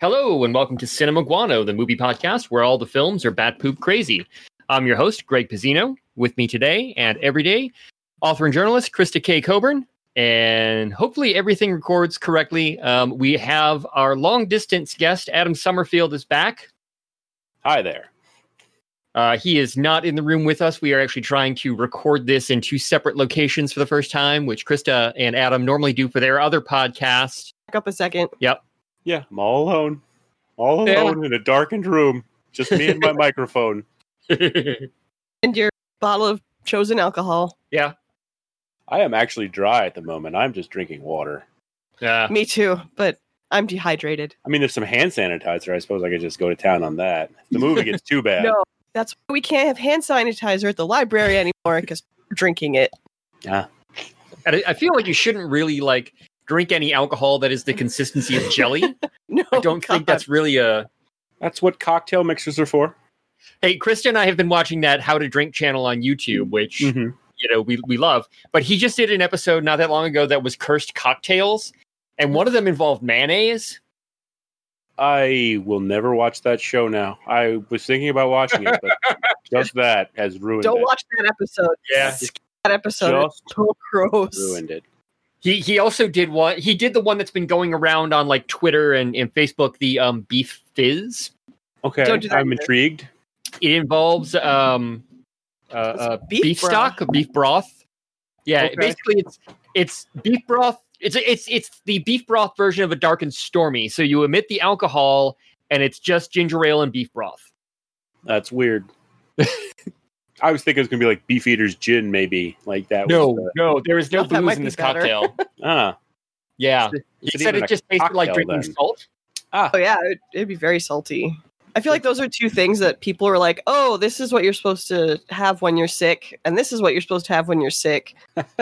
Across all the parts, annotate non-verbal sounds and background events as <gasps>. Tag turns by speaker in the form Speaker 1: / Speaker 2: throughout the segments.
Speaker 1: Hello, and welcome to Cinema Guano, the movie podcast where all the films are bat poop crazy. I'm your host, Greg Pizzino. With me today and every day, author and journalist Krista K. Coburn. And hopefully everything records correctly. Um, we have our long distance guest, Adam Summerfield, is back.
Speaker 2: Hi there.
Speaker 1: Uh, he is not in the room with us. We are actually trying to record this in two separate locations for the first time, which Krista and Adam normally do for their other podcast.
Speaker 3: back up a second.
Speaker 2: Yeah, I'm all alone. All
Speaker 1: Yeah.
Speaker 2: alone in a darkened room. Just
Speaker 3: <laughs>
Speaker 2: me and my microphone.
Speaker 3: And your bottle of chosen alcohol.
Speaker 2: I am actually dry at the moment. I'm just drinking water.
Speaker 1: uh,
Speaker 3: Me too, but I'm dehydrated.
Speaker 2: I mean, there's some hand sanitizer. I suppose I could just go to town on that. If the movie
Speaker 3: <laughs>
Speaker 2: gets too bad.
Speaker 3: No, that's why we can't have hand sanitizer at the library anymore because we're drinking it. <laughs>
Speaker 1: And I, I feel like you shouldn't really like drink any alcohol that is the consistency of jelly.
Speaker 2: <laughs>
Speaker 3: No,
Speaker 2: Oh,
Speaker 1: I don't think
Speaker 3: God.
Speaker 1: that's really a.
Speaker 2: That's what cocktail mixers are for.
Speaker 1: Hey, Krista and I have been watching that How to Drink channel on YouTube, which
Speaker 2: Mm-hmm.
Speaker 1: you know we we love. But he just did an episode not that long ago that was cursed cocktails, and one of them involved mayonnaise.
Speaker 2: I will never watch that show now. I was thinking about watching it, but
Speaker 3: <laughs>
Speaker 2: just that has ruined
Speaker 3: Don't
Speaker 2: it.
Speaker 3: watch that episode.
Speaker 1: Yeah.
Speaker 3: That episode is so gross.
Speaker 2: Ruined it.
Speaker 1: He he also did one. He did the one that's been going around on like Twitter and, and Facebook. The um beef fizz.
Speaker 2: Okay,
Speaker 3: Don't do that
Speaker 2: I'm
Speaker 3: either.
Speaker 2: intrigued.
Speaker 1: It involves um, uh, uh, beef,
Speaker 3: beef broth.
Speaker 1: stock, beef broth. Yeah,
Speaker 2: Okay.
Speaker 1: basically it's it's beef broth. It's it's it's the beef broth version of a dark and stormy. So you omit the alcohol, and it's just ginger ale and beef broth.
Speaker 3: <laughs>
Speaker 2: That's weird. I was thinking it was gonna be like beef eaters gin, maybe like that. was uh, the-
Speaker 1: no, there is no
Speaker 3: Oh, that
Speaker 1: booze
Speaker 3: might
Speaker 1: in
Speaker 3: be
Speaker 1: this
Speaker 3: better.
Speaker 1: <laughs> cocktail.
Speaker 2: ah,
Speaker 1: Yeah,
Speaker 2: Is
Speaker 1: he said
Speaker 2: it even
Speaker 1: it
Speaker 2: a
Speaker 1: just tasted like
Speaker 2: cocktail
Speaker 1: drinking
Speaker 2: then?
Speaker 1: salt.
Speaker 2: ah.
Speaker 3: Oh yeah, it, it'd be very salty. I feel like those are two things that people are like, "Oh, this is what you're supposed to have when you're sick, and this is what you're supposed to have when you're sick."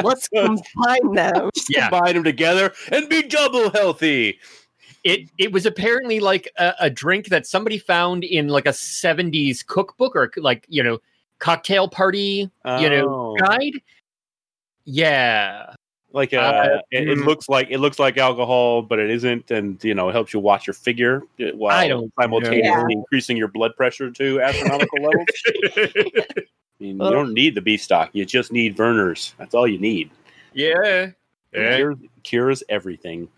Speaker 3: Let's combine them.
Speaker 2: Just
Speaker 1: Yeah.
Speaker 2: combine them together and be double healthy.
Speaker 1: It it was apparently like a, a drink that somebody found in like a '70s cookbook or like you know cocktail party You know,
Speaker 2: Oh,
Speaker 1: guide. Yeah.
Speaker 2: like a,
Speaker 1: uh,
Speaker 2: it, it
Speaker 1: mm.
Speaker 2: looks like it looks like alcohol, but it isn't, and you know, it helps you watch your figure uh, while
Speaker 1: I don't
Speaker 2: simultaneously
Speaker 3: know.
Speaker 2: increasing your blood pressure
Speaker 1: <laughs>
Speaker 2: to astronomical levels. I mean, you don't need the beef stock; you just need Verner's. That's all you need.
Speaker 1: yeah. Eh?
Speaker 2: It cures, cures everything.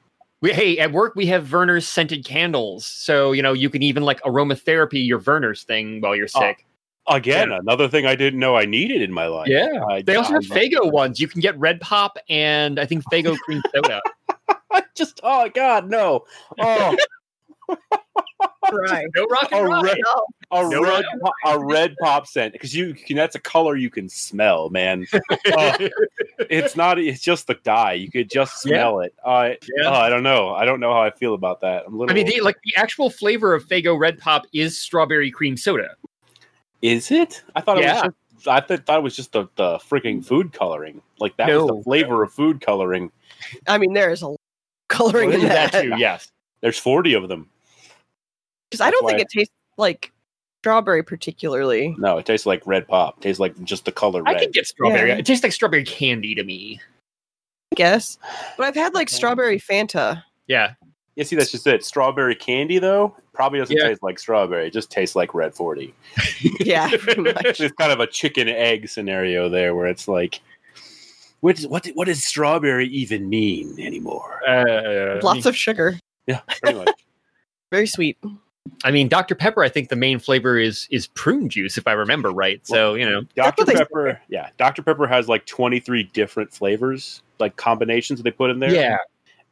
Speaker 1: We, hey, at work we have Verner's scented candles, so you know you can even like aromatherapy your Verner's thing while you're
Speaker 2: Oh,
Speaker 1: sick.
Speaker 2: Again, another thing I didn't know I needed in my life.
Speaker 1: Yeah.
Speaker 2: I,
Speaker 1: They also
Speaker 2: I
Speaker 1: have Fago ones. You can get Red Pop and I think
Speaker 2: <laughs>
Speaker 1: Fago cream soda.
Speaker 2: I just oh god no oh
Speaker 3: Right.
Speaker 1: No rock
Speaker 2: a
Speaker 1: and roll. <laughs>
Speaker 2: red
Speaker 3: No.
Speaker 2: a
Speaker 1: No,
Speaker 2: red po- a red pop scent because you can that's a color you can
Speaker 1: <laughs>
Speaker 2: smell man Oh, it's not it's just the dye you could just
Speaker 1: Yeah.
Speaker 2: smell it I
Speaker 1: Yeah.
Speaker 2: oh, I don't know I don't know how I feel about that I'm a little
Speaker 1: I mean, the, like the actual flavor of Fago Red Pop is strawberry cream soda.
Speaker 2: is it I thought it
Speaker 1: Yeah.
Speaker 2: was just, I th- thought it was just the the freaking food coloring like that was
Speaker 1: No.
Speaker 2: the flavor of food coloring
Speaker 3: I mean, there is a lot of coloring in
Speaker 1: That
Speaker 3: that.
Speaker 1: too, yes.
Speaker 2: there's 40 of them
Speaker 3: Because I don't
Speaker 2: That's
Speaker 3: think
Speaker 2: why-
Speaker 3: it tastes like strawberry particularly.
Speaker 2: no it tastes like red pop tastes like just the color
Speaker 1: I
Speaker 2: red
Speaker 1: could get strawberry.
Speaker 3: Yeah.
Speaker 1: It tastes like strawberry candy to me.
Speaker 3: I guess, but I've had like
Speaker 2: Okay.
Speaker 3: strawberry Fanta.
Speaker 1: Yeah.
Speaker 2: Yeah, see, that's just it. Strawberry candy, though, probably doesn't
Speaker 1: Yeah.
Speaker 2: taste like strawberry. It just tastes like red 40.
Speaker 3: Yeah, pretty much.
Speaker 2: <laughs> It's kind of a chicken egg scenario there where it's like, what, is, what, what does strawberry even mean anymore?
Speaker 1: Uh,
Speaker 3: <laughs> Lots of sugar,
Speaker 2: Yeah, pretty <laughs> much.
Speaker 3: very sweet.
Speaker 1: I mean, Dr. Pepper, I think the main flavor is is prune juice, if I remember right. So, you know,
Speaker 2: Dr.
Speaker 3: what they-
Speaker 2: Pepper, yeah, Dr. Pepper has like 23 different flavors, like combinations that they put in there.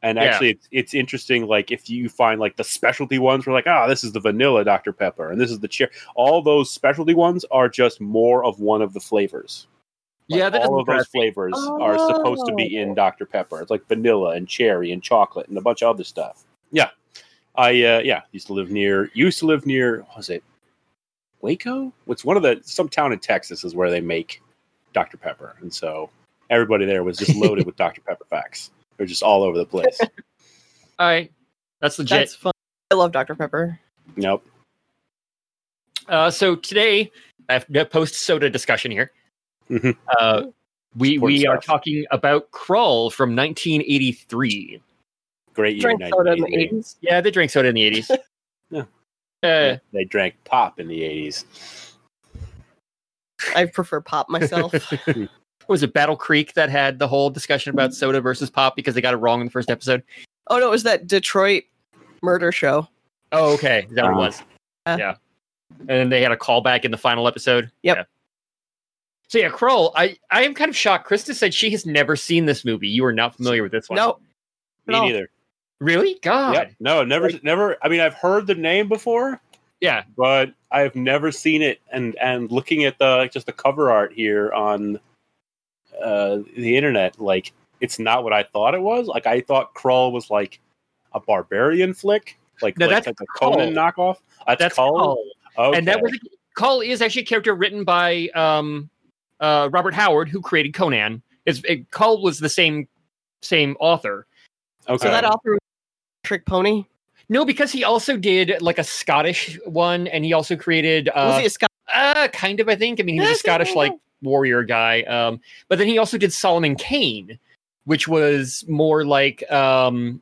Speaker 2: And
Speaker 1: Yeah.
Speaker 2: actually, it's, it's interesting. Like, if you find like the specialty ones, we're like, ah, this is the vanilla Dr. Pepper, and this is the cherry. All those specialty ones are just more of one of the flavors. Like,
Speaker 1: yeah, that doesn't
Speaker 2: all of those
Speaker 1: impress me.
Speaker 2: flavors are supposed to
Speaker 3: Oh.
Speaker 2: be in Dr. Pepper. It's like vanilla and cherry and chocolate and a bunch of other stuff. Yeah, I uh, yeah used to live near used to live near what was it Waco? What's one of the some town in Texas is where they make Dr. Pepper, and so everybody there was just loaded with Dr. Pepper facts. They're just all over
Speaker 3: <laughs>
Speaker 2: the place.
Speaker 1: All right, that's legit.
Speaker 3: That's fun. I love Dr Pepper.
Speaker 2: nope.
Speaker 1: Uh, so today, after post soda discussion here,
Speaker 2: Mhm.
Speaker 1: uh, we
Speaker 2: Important
Speaker 1: we are
Speaker 2: stuff.
Speaker 1: talking about Crawl from 1983.
Speaker 2: Great year.
Speaker 3: Drank soda in the
Speaker 2: 1988.
Speaker 3: eighties.
Speaker 1: Yeah, they drank soda in the 80s.
Speaker 2: <laughs> Yeah.
Speaker 1: Uh,
Speaker 2: They drank pop in the 80s.
Speaker 3: I prefer pop myself.
Speaker 1: was it Battle Creek that had the whole discussion about soda versus pop because they got it wrong in the first episode?
Speaker 3: oh no, it was that Detroit murder show.
Speaker 1: Oh, okay. Is that what it
Speaker 2: Uh,
Speaker 1: was?
Speaker 3: uh.
Speaker 1: yeah. And then they had a callback in the final episode.
Speaker 3: Yep.
Speaker 1: Yeah. So yeah, Kroll, I, I am kind of shocked. Krista said she has never seen this movie. You are not familiar with this one.
Speaker 3: No,
Speaker 2: Me
Speaker 3: No.
Speaker 2: neither.
Speaker 1: Really? God.
Speaker 2: Yep. No, never, never. I mean, I've heard the name before,
Speaker 1: Yeah.
Speaker 2: but I've never seen it. And and looking at the like, just the cover art here on uh, the internet, like it's not what I thought it was. Like I thought Krull was like a barbarian flick, like
Speaker 1: No,
Speaker 2: like,
Speaker 1: that's
Speaker 2: like a Conan knockoff. Uh,
Speaker 1: That's
Speaker 2: Krull?
Speaker 1: Call.
Speaker 2: Okay.
Speaker 1: And that was Call is actually a character written by um, uh, Robert Howard, who created Conan. It's it, Call was the same same author.
Speaker 2: okay.
Speaker 3: so that author was Trick Pony.
Speaker 1: No, because he also did like a Scottish one, and he also created uh,
Speaker 3: was he a Scot-
Speaker 1: Uh, kind of, I think. I mean, he was a
Speaker 3: Yes, I
Speaker 1: Scottish like
Speaker 3: know.
Speaker 1: warrior guy. Um, but then he also did Solomon Kane, which was more like um,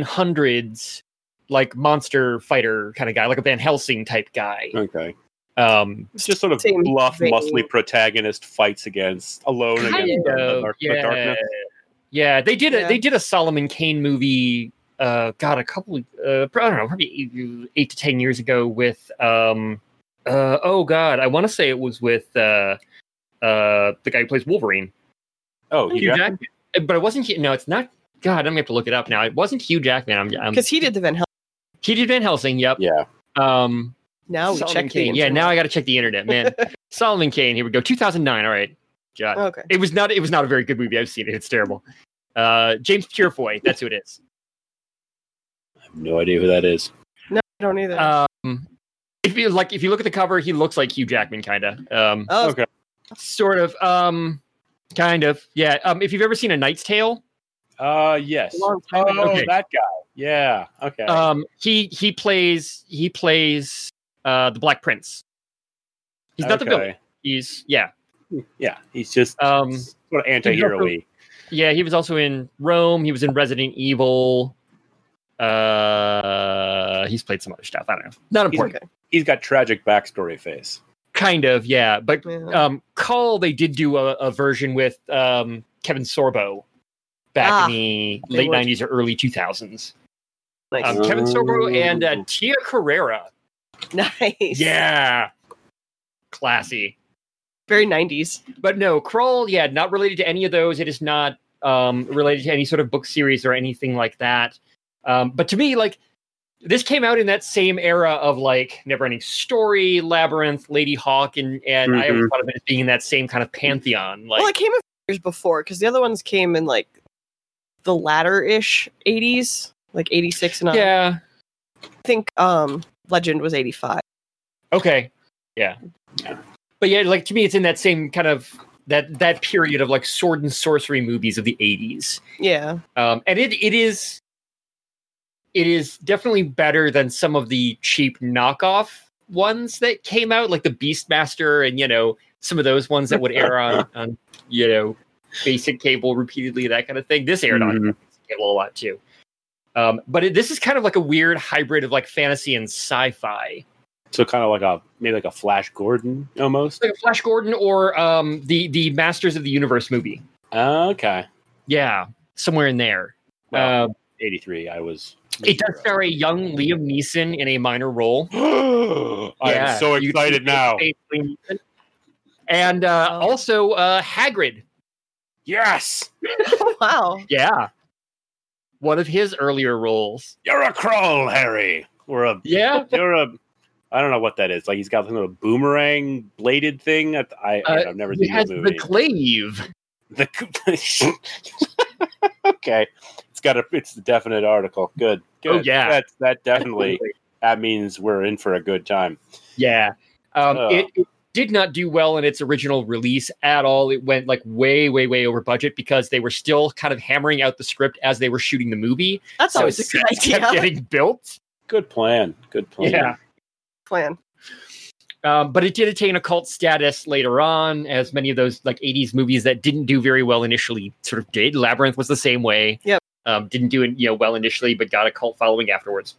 Speaker 1: 1700s like monster fighter kind of guy, like a Van Helsing type guy.
Speaker 2: okay.
Speaker 1: Um,
Speaker 2: It's just sort of
Speaker 3: Same
Speaker 2: bluff,
Speaker 3: thing.
Speaker 2: muscly protagonist fights against alone against
Speaker 1: kind
Speaker 2: the, the,
Speaker 1: of,
Speaker 2: dark- the
Speaker 1: yeah,
Speaker 2: darkness.
Speaker 1: yeah. They did a
Speaker 3: Yeah.
Speaker 1: they did a Solomon Kane movie. Uh, God, a couple. Uh, I don't know, probably eight, eight to ten years ago. With um, uh, oh God, I want to say it was with uh, uh, the guy who plays Wolverine.
Speaker 2: Oh,
Speaker 1: Hugh
Speaker 2: yeah.
Speaker 1: Jackman. Uh, But it wasn't. Hugh- No, it's not. God, I'm gonna have to look it up now. It wasn't Hugh Jackman. I'm. I'm
Speaker 3: Because he did the Van Helsing.
Speaker 1: he did Van Helsing. Yep.
Speaker 2: Yeah.
Speaker 1: Um.
Speaker 3: Now we
Speaker 1: Solomon
Speaker 3: check the
Speaker 1: Kane. Yeah.
Speaker 3: internet.
Speaker 1: Now I got to check the internet, man. <laughs> Solomon Kane. Here we go. 2009. All right. God.
Speaker 3: Okay.
Speaker 1: It was not. It was not a very good movie. I've seen it. It's terrible. Uh, James Purefoy. That's who it is.
Speaker 2: I have no idea who that is.
Speaker 3: No, I don't either.
Speaker 1: <laughs> Um. If you like, if you look at the cover, he looks like Hugh Jackman, kind of. Um.
Speaker 3: oh,
Speaker 2: okay.
Speaker 1: Sort of. Um. Kind of. Yeah. Um. If you've ever seen A Knight's Tale,
Speaker 2: Uh, yes.
Speaker 3: a long time
Speaker 2: Oh,
Speaker 3: ago.
Speaker 1: Okay.
Speaker 2: that guy. Yeah. Okay.
Speaker 1: um he he plays he plays uh the black prince he's not the villain
Speaker 2: Okay.
Speaker 1: he's yeah
Speaker 2: Yeah, he's just
Speaker 1: um
Speaker 2: sort of anti-hero-y.
Speaker 1: yeah he was also in rome he was in resident evil uh he's played some other stuff i don't know not
Speaker 2: He's-
Speaker 1: important
Speaker 2: He's got tragic backstory face.
Speaker 1: kind of yeah but
Speaker 3: Yeah.
Speaker 1: um call they did do a, a version with um kevin sorbo back
Speaker 3: Ah,
Speaker 1: in the
Speaker 3: they
Speaker 1: late
Speaker 3: were-
Speaker 1: 90s or early 2000s
Speaker 3: Nice.
Speaker 1: um, kevin sorbo and uh,
Speaker 2: Ooh.
Speaker 1: tia carrera
Speaker 3: nice.
Speaker 1: yeah classy
Speaker 3: Very 90s.
Speaker 1: but no, Kroll, yeah, not related to any of those. It is not um, related to any sort of book series or anything like that. Um, but to me, like this came out in that same era of like Neverending Story, Labyrinth, Lady Hawk, and and I always
Speaker 2: Mhm.
Speaker 1: thought of it being in that same kind of pantheon. Like,
Speaker 3: well, it came a few years before because the other ones came in like the latter ish 80s, like 86 and on.
Speaker 1: yeah,
Speaker 3: I think um, Legend was 85.
Speaker 1: okay, yeah,
Speaker 2: Yeah.
Speaker 1: but yeah, like to me, it's in that same kind of that that period of like sword and sorcery movies of the eighties.
Speaker 3: Yeah. <laughs>
Speaker 1: um, and it it is it is definitely better than some of the cheap knockoff ones that came out, like the Beastmaster, and you know some of those ones that would air on on you know basic cable repeatedly, that kind of thing. This aired on
Speaker 2: Mhm.
Speaker 1: basic cable a lot too. Um, but it, this is kind of like a weird hybrid of like fantasy and sci-fi,
Speaker 2: So kind of like a maybe like a Flash Gordon almost.
Speaker 1: like a Flash Gordon or um, the the Masters of the Universe movie.
Speaker 2: Ah, Okay.
Speaker 1: Yeah, somewhere in there.
Speaker 2: Well,
Speaker 1: Um,
Speaker 2: 83. I was.
Speaker 1: It does star a young Liam Neeson in a minor role.
Speaker 2: <gasps> I am so
Speaker 1: you-
Speaker 2: excited now.
Speaker 1: Liam Neeson. And uh,
Speaker 3: Oh.
Speaker 1: also uh, Hagrid.
Speaker 2: Yes,
Speaker 3: wow.
Speaker 1: Yeah. One of his earlier roles.
Speaker 2: you're a crawl, Harry. Or
Speaker 1: <laughs>
Speaker 2: a
Speaker 1: Yeah.
Speaker 2: you're a. I don't know what that is. Like he's got some little boomerang bladed thing. I, I,
Speaker 1: Uh,
Speaker 2: I've never
Speaker 1: He
Speaker 2: seen
Speaker 1: has
Speaker 2: that
Speaker 1: the
Speaker 2: movie.
Speaker 1: glaive.
Speaker 2: The <laughs> okay, it's got a it's a definite article. Good.
Speaker 1: Oh,
Speaker 2: Good.
Speaker 1: yeah.
Speaker 2: that's that definitely that means we're in for a good time.
Speaker 1: Yeah. Um,
Speaker 2: Ugh.
Speaker 1: it, it did not do well in its original release at all. It went like way, way, way over budget because they were still kind of hammering out the script as they were shooting the movie.
Speaker 3: That's always a good
Speaker 1: sets <laughs> kept
Speaker 3: idea.
Speaker 1: getting built.
Speaker 2: Good plan. Good plan.
Speaker 1: Yeah.
Speaker 3: Plan.
Speaker 1: Um, but it did attain a cult status later on, as many of those like '80s movies that didn't do very well initially sort of did. Labyrinth was the same way.
Speaker 3: Yep.
Speaker 1: Um, didn't do it, you know well initially, but got a cult following afterwards.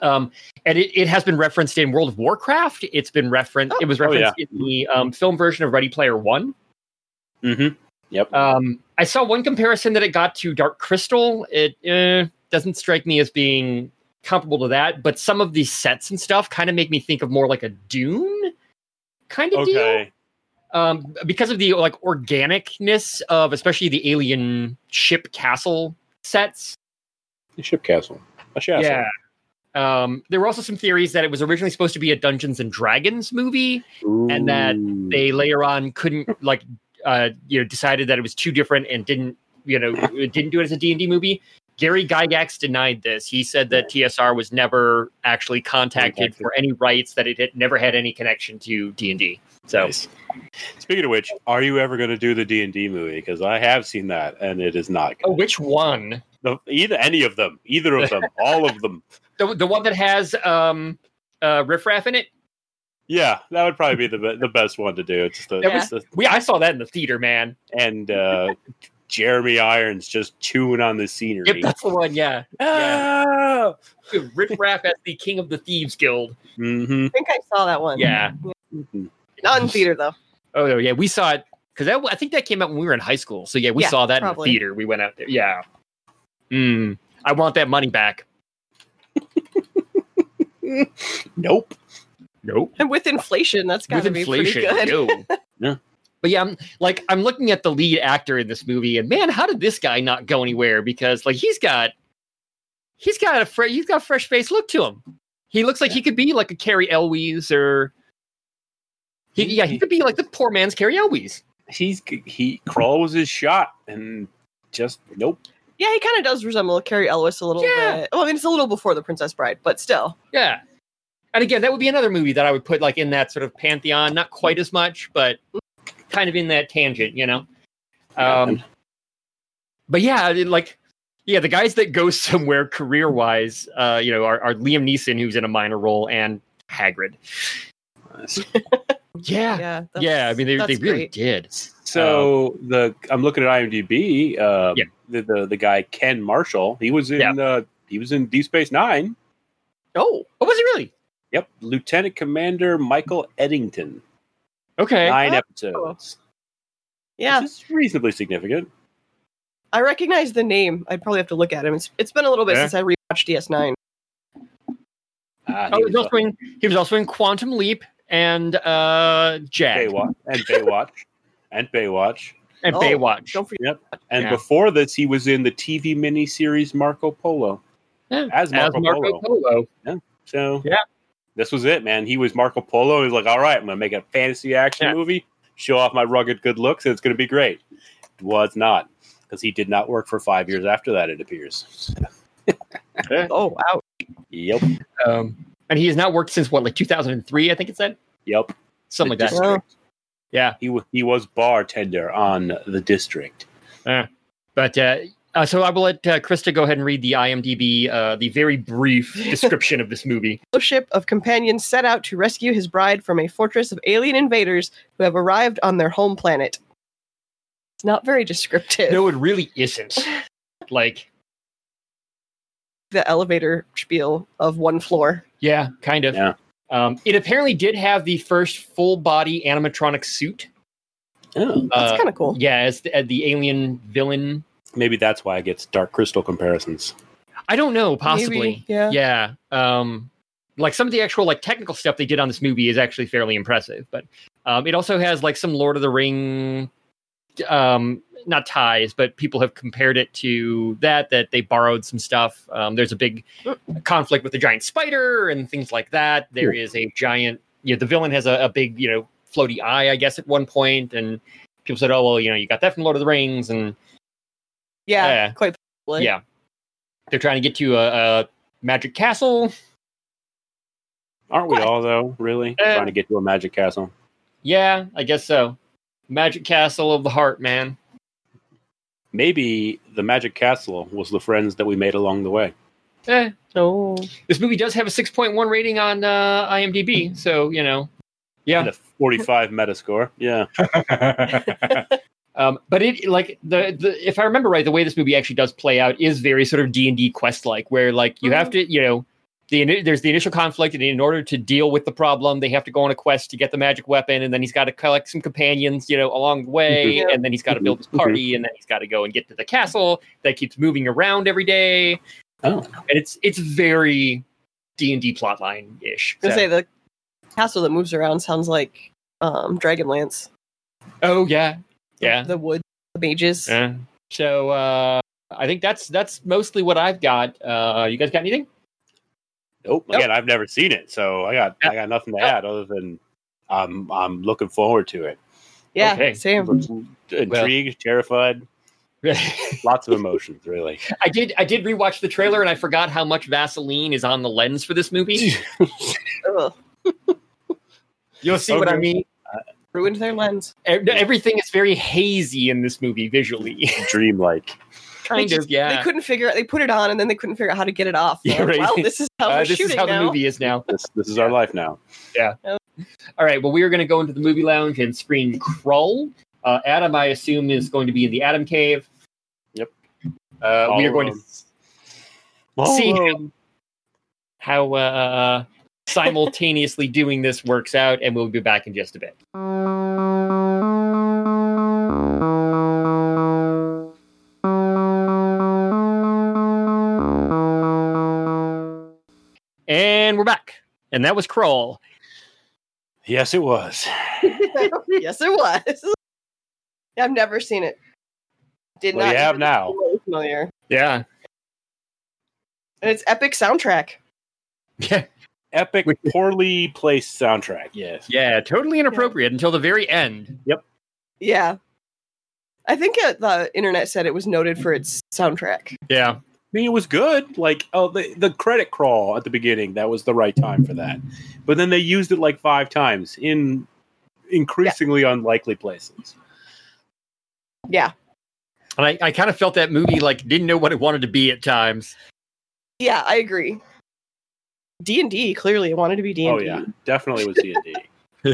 Speaker 1: Um, and it, it has been referenced in World of Warcraft. It's been referenced. It was
Speaker 2: Oh, yeah.
Speaker 1: referenced in the um, film version of Ready Player One.
Speaker 2: Mm-hmm.
Speaker 1: Um, I saw one comparison that it got to Dark Crystal. It eh, doesn't strike me as being comparable to that, but some of these sets and stuff kind of make me think of more like a Dune kind of deal.
Speaker 2: Okay.
Speaker 1: Um, because of the like organicness of especially the alien ship castle sets.
Speaker 2: The ship castle. A chassis.
Speaker 1: Yeah. Um, there were also some theories that it was originally supposed to be a Dungeons and Dragons movie, And that
Speaker 2: Ooh.
Speaker 1: they later on couldn't like uh you know decided that it was too different and didn't you
Speaker 2: <laughs>
Speaker 1: know didn't do it as a D&D movie. Gary Gygax denied this. He said that TSR was never actually contacted
Speaker 2: Contacted.
Speaker 1: for any rights that it had never had any connection to D&D. So
Speaker 2: Nice. Speaking of which, are you ever going to do the D and D movie? Because I have seen that, and it is not
Speaker 1: Oh,
Speaker 2: good.
Speaker 1: which one?
Speaker 2: The, either any of them,
Speaker 1: <laughs>
Speaker 2: either of them, all of them.
Speaker 1: The, the one that has um uh Riff Raff in it?
Speaker 2: Yeah, that would probably be the be- the best one to do. It's just the,
Speaker 1: That
Speaker 3: was-
Speaker 2: the-
Speaker 1: We I saw that in the theater, man.
Speaker 2: and uh, Jeremy Irons just chewing on the scenery.
Speaker 1: Yep, that's the one, yeah.
Speaker 2: Ah!
Speaker 1: Riff Raff as the King of the Thieves
Speaker 2: <laughs>
Speaker 1: Guild.
Speaker 2: Mhm.
Speaker 3: I think I saw that one.
Speaker 1: Yeah.
Speaker 2: Mhm.
Speaker 3: Not in theater though. <laughs>
Speaker 1: Oh no, yeah, we saw it because that I think that came out when we were in high school. So yeah, we
Speaker 3: Yeah,
Speaker 1: saw that
Speaker 3: probably.
Speaker 1: in the theater. We went out there. Yeah. Mm, I want that money back.
Speaker 2: Nope.
Speaker 1: Nope.
Speaker 3: And with inflation, that's
Speaker 1: With
Speaker 3: gotta be pretty
Speaker 1: inflation,
Speaker 3: good.
Speaker 1: no.
Speaker 3: <laughs>
Speaker 2: Yeah.
Speaker 1: But yeah, I'm like I'm looking at the lead actor in this movie, and man, how did this guy not go anywhere? Because like he's got, he's got a fre- he's got a fresh face look to him. He looks like he could be like a Carrie Elwes or, he, yeah, he could be like the poor man's Carrie Elwes.
Speaker 2: He's he Crawl was his shot, and just nope.
Speaker 3: Yeah, he kind of does resemble Carrie Elwes a little
Speaker 1: Yeah.
Speaker 3: bit. Well, I mean, it's a little before The Princess Bride, but still.
Speaker 1: Yeah. And again, that would be another movie that I would put like in that sort of pantheon, not quite as much, but kind of in that tangent, you know. Um but yeah, I mean, like yeah, the guys that go <laughs> somewhere career-wise, uh, you know, are, are Liam Neeson who's in a minor role and Hagrid.
Speaker 3: <laughs>
Speaker 1: Yeah. Yeah,
Speaker 3: Yeah.
Speaker 1: I
Speaker 3: that's-
Speaker 1: mean they, they
Speaker 3: that's
Speaker 1: really
Speaker 3: great.
Speaker 1: did. Um,
Speaker 2: So the I'm looking at IMDb. Um,
Speaker 1: Oh. Yeah.
Speaker 2: the, the the guy Ken Marshall. He was in
Speaker 1: Yeah.
Speaker 2: uh, he was in Deep Space Nine.
Speaker 1: Oh, oh was it really?
Speaker 2: Yep, Lieutenant Commander Michael Eddington.
Speaker 1: Okay.
Speaker 2: Nine
Speaker 3: Oh.
Speaker 2: episodes.
Speaker 3: Yeah.
Speaker 2: which is reasonably significant.
Speaker 3: I recognize the name. I'd probably have to look at him. It's, it's been a little bit
Speaker 1: Yeah.
Speaker 3: since I rewatched DS9.
Speaker 2: Ah,
Speaker 1: Oh,
Speaker 2: he
Speaker 1: he was
Speaker 2: was
Speaker 1: also in he was also in Quantum Leap and uh Jack
Speaker 2: Baywatch and Baywatch and Baywatch.
Speaker 1: and
Speaker 3: Oh,
Speaker 1: Baywatch.
Speaker 3: Don't forget.
Speaker 2: And
Speaker 1: Yeah.
Speaker 2: before this, he was in the TV miniseries Marco Polo
Speaker 1: Yeah,
Speaker 2: as Marco,
Speaker 1: as Marco
Speaker 2: Polo.
Speaker 1: Polo.
Speaker 2: So
Speaker 1: Yeah.
Speaker 2: this was it, man. He was Marco Polo. He's like, all right, I'm gonna make a fantasy action
Speaker 1: Yeah.
Speaker 2: movie, show off my rugged good looks, and it's gonna be great. Was not because he did not work for five years after that. It appears.
Speaker 3: Oh, wow.
Speaker 2: Yep,
Speaker 1: Um, and he has not worked since what, like 2003, I think it said?
Speaker 2: yep.
Speaker 1: Something like
Speaker 2: The
Speaker 1: that.
Speaker 3: just-
Speaker 2: District.
Speaker 1: Yeah.
Speaker 2: He was he was bartender on the district.
Speaker 1: But uh, uh, so I will let uh, Krista go ahead and read the IMDb, uh, the very brief description of this movie.
Speaker 3: fellowship of companions set out to rescue his bride from a fortress of alien invaders who have arrived on their home planet. It's not very descriptive.
Speaker 1: No, it really isn't. Like,
Speaker 3: The elevator spiel of one floor.
Speaker 1: yeah, kind of.
Speaker 2: Yeah.
Speaker 1: Um, it apparently did have the first full body animatronic suit.
Speaker 2: Oh,
Speaker 3: That's
Speaker 1: Uh,
Speaker 3: kind of cool.
Speaker 1: yeah, as the, as the alien villain.
Speaker 2: maybe that's why it gets Dark Crystal comparisons.
Speaker 1: I don't know, possibly.
Speaker 3: Maybe, yeah.
Speaker 1: Yeah. Um, like some of the actual like technical stuff they did on this movie is actually fairly impressive, but um, it also has like some Lord of the Ring, um, not ties, but people have compared it to that that they borrowed some stuff. Um, there's a big conflict with the giant spider and things like that. There is a giant. You know, the villain has a, a big you know floaty eye, I guess, at one point, and people said, "Oh well, you know, you got that from Lord of the Rings," and
Speaker 3: Yeah,
Speaker 1: yeah.
Speaker 3: quite possibly.
Speaker 1: yeah. They're trying to get to a, a magic castle.
Speaker 2: Aren't we
Speaker 1: What?
Speaker 2: all though? Really
Speaker 1: Uh,
Speaker 2: trying to get to a magic castle.
Speaker 1: Yeah, I guess so. Magic castle of the heart, man.
Speaker 2: Maybe the magic castle was the friends that we made along the way.
Speaker 1: Eh,
Speaker 3: Oh,
Speaker 1: this movie does have a 6.1 rating on uh, IMDb, so you know,
Speaker 2: And
Speaker 1: yeah.
Speaker 2: a 45 metascore.
Speaker 1: <laughs>
Speaker 2: Yeah.
Speaker 1: Um, but it like the, the if I remember right, the way this movie actually does play out is very sort of D and D quest like, where like you have to you know the ini- there's the initial conflict, and in order to deal with the problem, they have to go on a quest to get the magic weapon, and then he's got to collect some companions, you know, along the way,
Speaker 3: Mhm.
Speaker 1: and then he's got to build his
Speaker 2: Mhm.
Speaker 1: party, and then he's got to go and get to the castle that keeps moving around every day,
Speaker 2: Oh,
Speaker 1: and it's it's very D and D plotline ish.
Speaker 3: I was gonna say the castle that moves around sounds like um Dragonlance.
Speaker 1: Oh yeah,
Speaker 3: The-
Speaker 1: yeah.
Speaker 3: The, wood, the mages.
Speaker 1: Yeah. So uh, I think that's that's mostly what I've got. Uh, you guys got anything?
Speaker 2: nope. Again, I've never seen it, so I got I got nothing to
Speaker 1: Yeah.
Speaker 2: add other than I'm I'm looking forward to it.
Speaker 3: Yeah,
Speaker 1: Okay.
Speaker 3: same.
Speaker 2: Intrigued, terrified,
Speaker 1: I
Speaker 2: lots of emotions,
Speaker 1: <laughs>
Speaker 2: really.
Speaker 1: did <laughs> I did rewatch the trailer and I forgot how much Vaseline is on the lens for this movie.
Speaker 3: Ugh.
Speaker 1: You'll see what I
Speaker 2: Okay.
Speaker 1: mean.
Speaker 3: Ruined their lens.
Speaker 1: E- Everything is very hazy in this movie visually. <laughs>
Speaker 2: Dreamlike.
Speaker 1: kind
Speaker 3: They
Speaker 1: of,
Speaker 3: just- They
Speaker 1: yeah.
Speaker 3: couldn't figure out. They put it on and then they couldn't figure out how to get it off.
Speaker 1: Yeah,
Speaker 3: They're like,
Speaker 1: right.
Speaker 3: Well, this is how
Speaker 1: Uh,
Speaker 3: we're
Speaker 1: this is
Speaker 3: shooting
Speaker 1: how
Speaker 3: now.
Speaker 1: the movie is now.
Speaker 2: This this is our life now.
Speaker 1: All right. Well, we are going to go into the movie lounge and screen Krull. Uh, Adam, I assume, is going to be in the Adam Cave.
Speaker 2: Yep.
Speaker 1: Uh, we
Speaker 2: All
Speaker 1: are going to
Speaker 2: alone. All
Speaker 1: See
Speaker 2: alone.
Speaker 1: how uh, simultaneously doing this works out, and we'll be back in just a bit. And we're back. And that was Crawl.
Speaker 2: Yes, it was.
Speaker 3: yes, it was. <laughs> I've never seen it. Did
Speaker 2: Well,
Speaker 3: not
Speaker 2: you have
Speaker 3: even
Speaker 2: now.
Speaker 3: feel familiar.
Speaker 1: Yeah.
Speaker 3: And it's epic soundtrack.
Speaker 1: Yeah.
Speaker 2: Epic,
Speaker 1: Which-
Speaker 2: poorly placed soundtrack. Yes.
Speaker 1: Yeah. Totally inappropriate until the very end.
Speaker 3: Yeah. I think it, the internet said it was noted for its soundtrack.
Speaker 1: Yeah.
Speaker 2: I mean, it was good. Like, oh, the, the credit crawl at the beginning, that was the right time for that. But then they used it like five times in increasingly unlikely places.
Speaker 3: Yeah.
Speaker 1: And I, I kind of felt that movie like didn't know what it wanted to be at times.
Speaker 3: Yeah, I agree. D and D clearly it wanted to be D and
Speaker 2: Oh
Speaker 3: D.
Speaker 2: yeah, definitely was D <laughs> and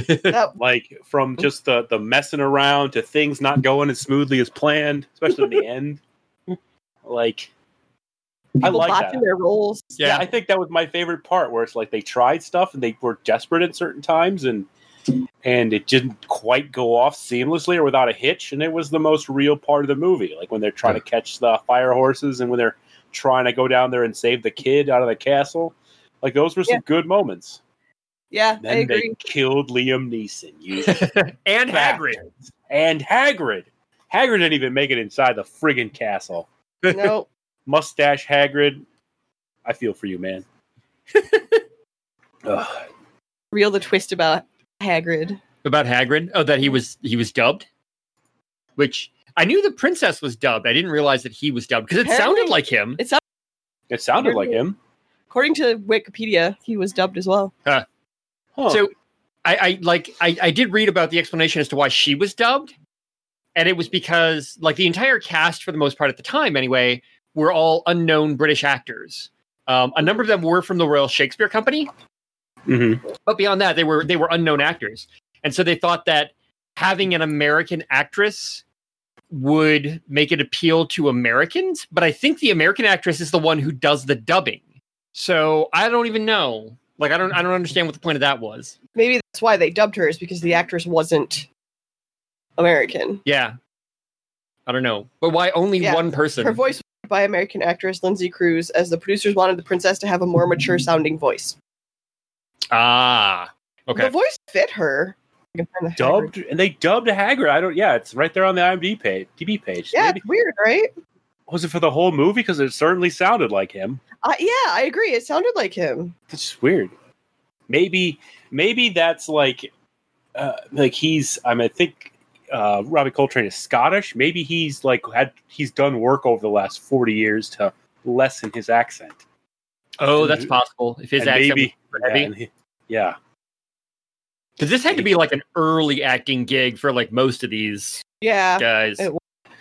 Speaker 2: D.
Speaker 3: <laughs> That-
Speaker 2: Like from just the the messing around to things not going as smoothly as planned, especially in the end.
Speaker 3: <laughs>
Speaker 2: Like, <laughs> I
Speaker 3: people
Speaker 2: like that.
Speaker 3: botching their roles.
Speaker 2: yeah. I think that was my favorite part, where it's like they tried stuff and they were desperate at certain times, and and it didn't quite go off seamlessly or without a hitch. And it was the most real part of the movie, like when they're trying to catch the fire horses and when they're trying to go down there and save the kid out of the castle. Like those were some good moments.
Speaker 3: Yeah, I
Speaker 2: Then
Speaker 3: agree.
Speaker 2: they killed Liam Neeson. You
Speaker 1: and Hagrid.
Speaker 2: bastard. and Hagrid. Hagrid didn't even make it inside the friggin' castle. <laughs>
Speaker 3: no,
Speaker 2: Mustache Hagrid, I feel for you, man. Ugh.
Speaker 3: real the twist about Hagrid.
Speaker 1: About Hagrid. Oh, that he was he was dubbed. Which I knew the princess was dubbed. I didn't realize that he was dubbed because it sounded
Speaker 3: Apparently-
Speaker 1: like him.
Speaker 2: It sounded like him.
Speaker 3: According to Wikipedia, he was dubbed as well.
Speaker 2: Huh.
Speaker 1: So I, I like I, I did read about the explanation as to why she was dubbed. And it was because like the entire cast for the most part at the time anyway were all unknown British actors. Um, a number of them were from the Royal Shakespeare Company,
Speaker 2: Mhm.
Speaker 1: but beyond that, they were they were unknown actors. And so they thought that having an American actress would make it appeal to Americans, but I think the American actress is the one who does the dubbing. So I don't even know. Like I don't I don't understand what the point of that was.
Speaker 3: Maybe that's why they dubbed her is because the actress wasn't American.
Speaker 1: Yeah. I don't know. But why only
Speaker 3: Yeah.
Speaker 1: one person?
Speaker 3: Her voice was dubbed by American actress Lindsay Cruz, as the producers wanted the princess to have a more mature sounding voice.
Speaker 1: ah.
Speaker 3: The
Speaker 1: Okay.
Speaker 3: voice fit her. I can find the Hagrid.
Speaker 2: Dubbed and they dubbed Hagrid. I don't. Yeah, it's right there on the IMDb page. TV page.
Speaker 3: Yeah,
Speaker 2: Maybe-
Speaker 3: it's weird, right?
Speaker 2: was it for the whole movie? Because it certainly sounded like him.
Speaker 3: Uh, yeah, I agree. It sounded like him.
Speaker 2: It's weird. Maybe. Maybe that's like, uh, like he's. I mean, I think uh, Robbie Coltrane is Scottish. Maybe he's like had. He's done work over the last forty years to lessen his accent.
Speaker 1: Oh, that's possible. If his
Speaker 2: And
Speaker 1: accent
Speaker 2: maybe-
Speaker 1: was
Speaker 2: Yeah,
Speaker 1: heavy.
Speaker 2: and he- yeah.
Speaker 1: Because this had to be like an early acting gig for like most of these
Speaker 3: Yeah,
Speaker 1: guys.
Speaker 3: it-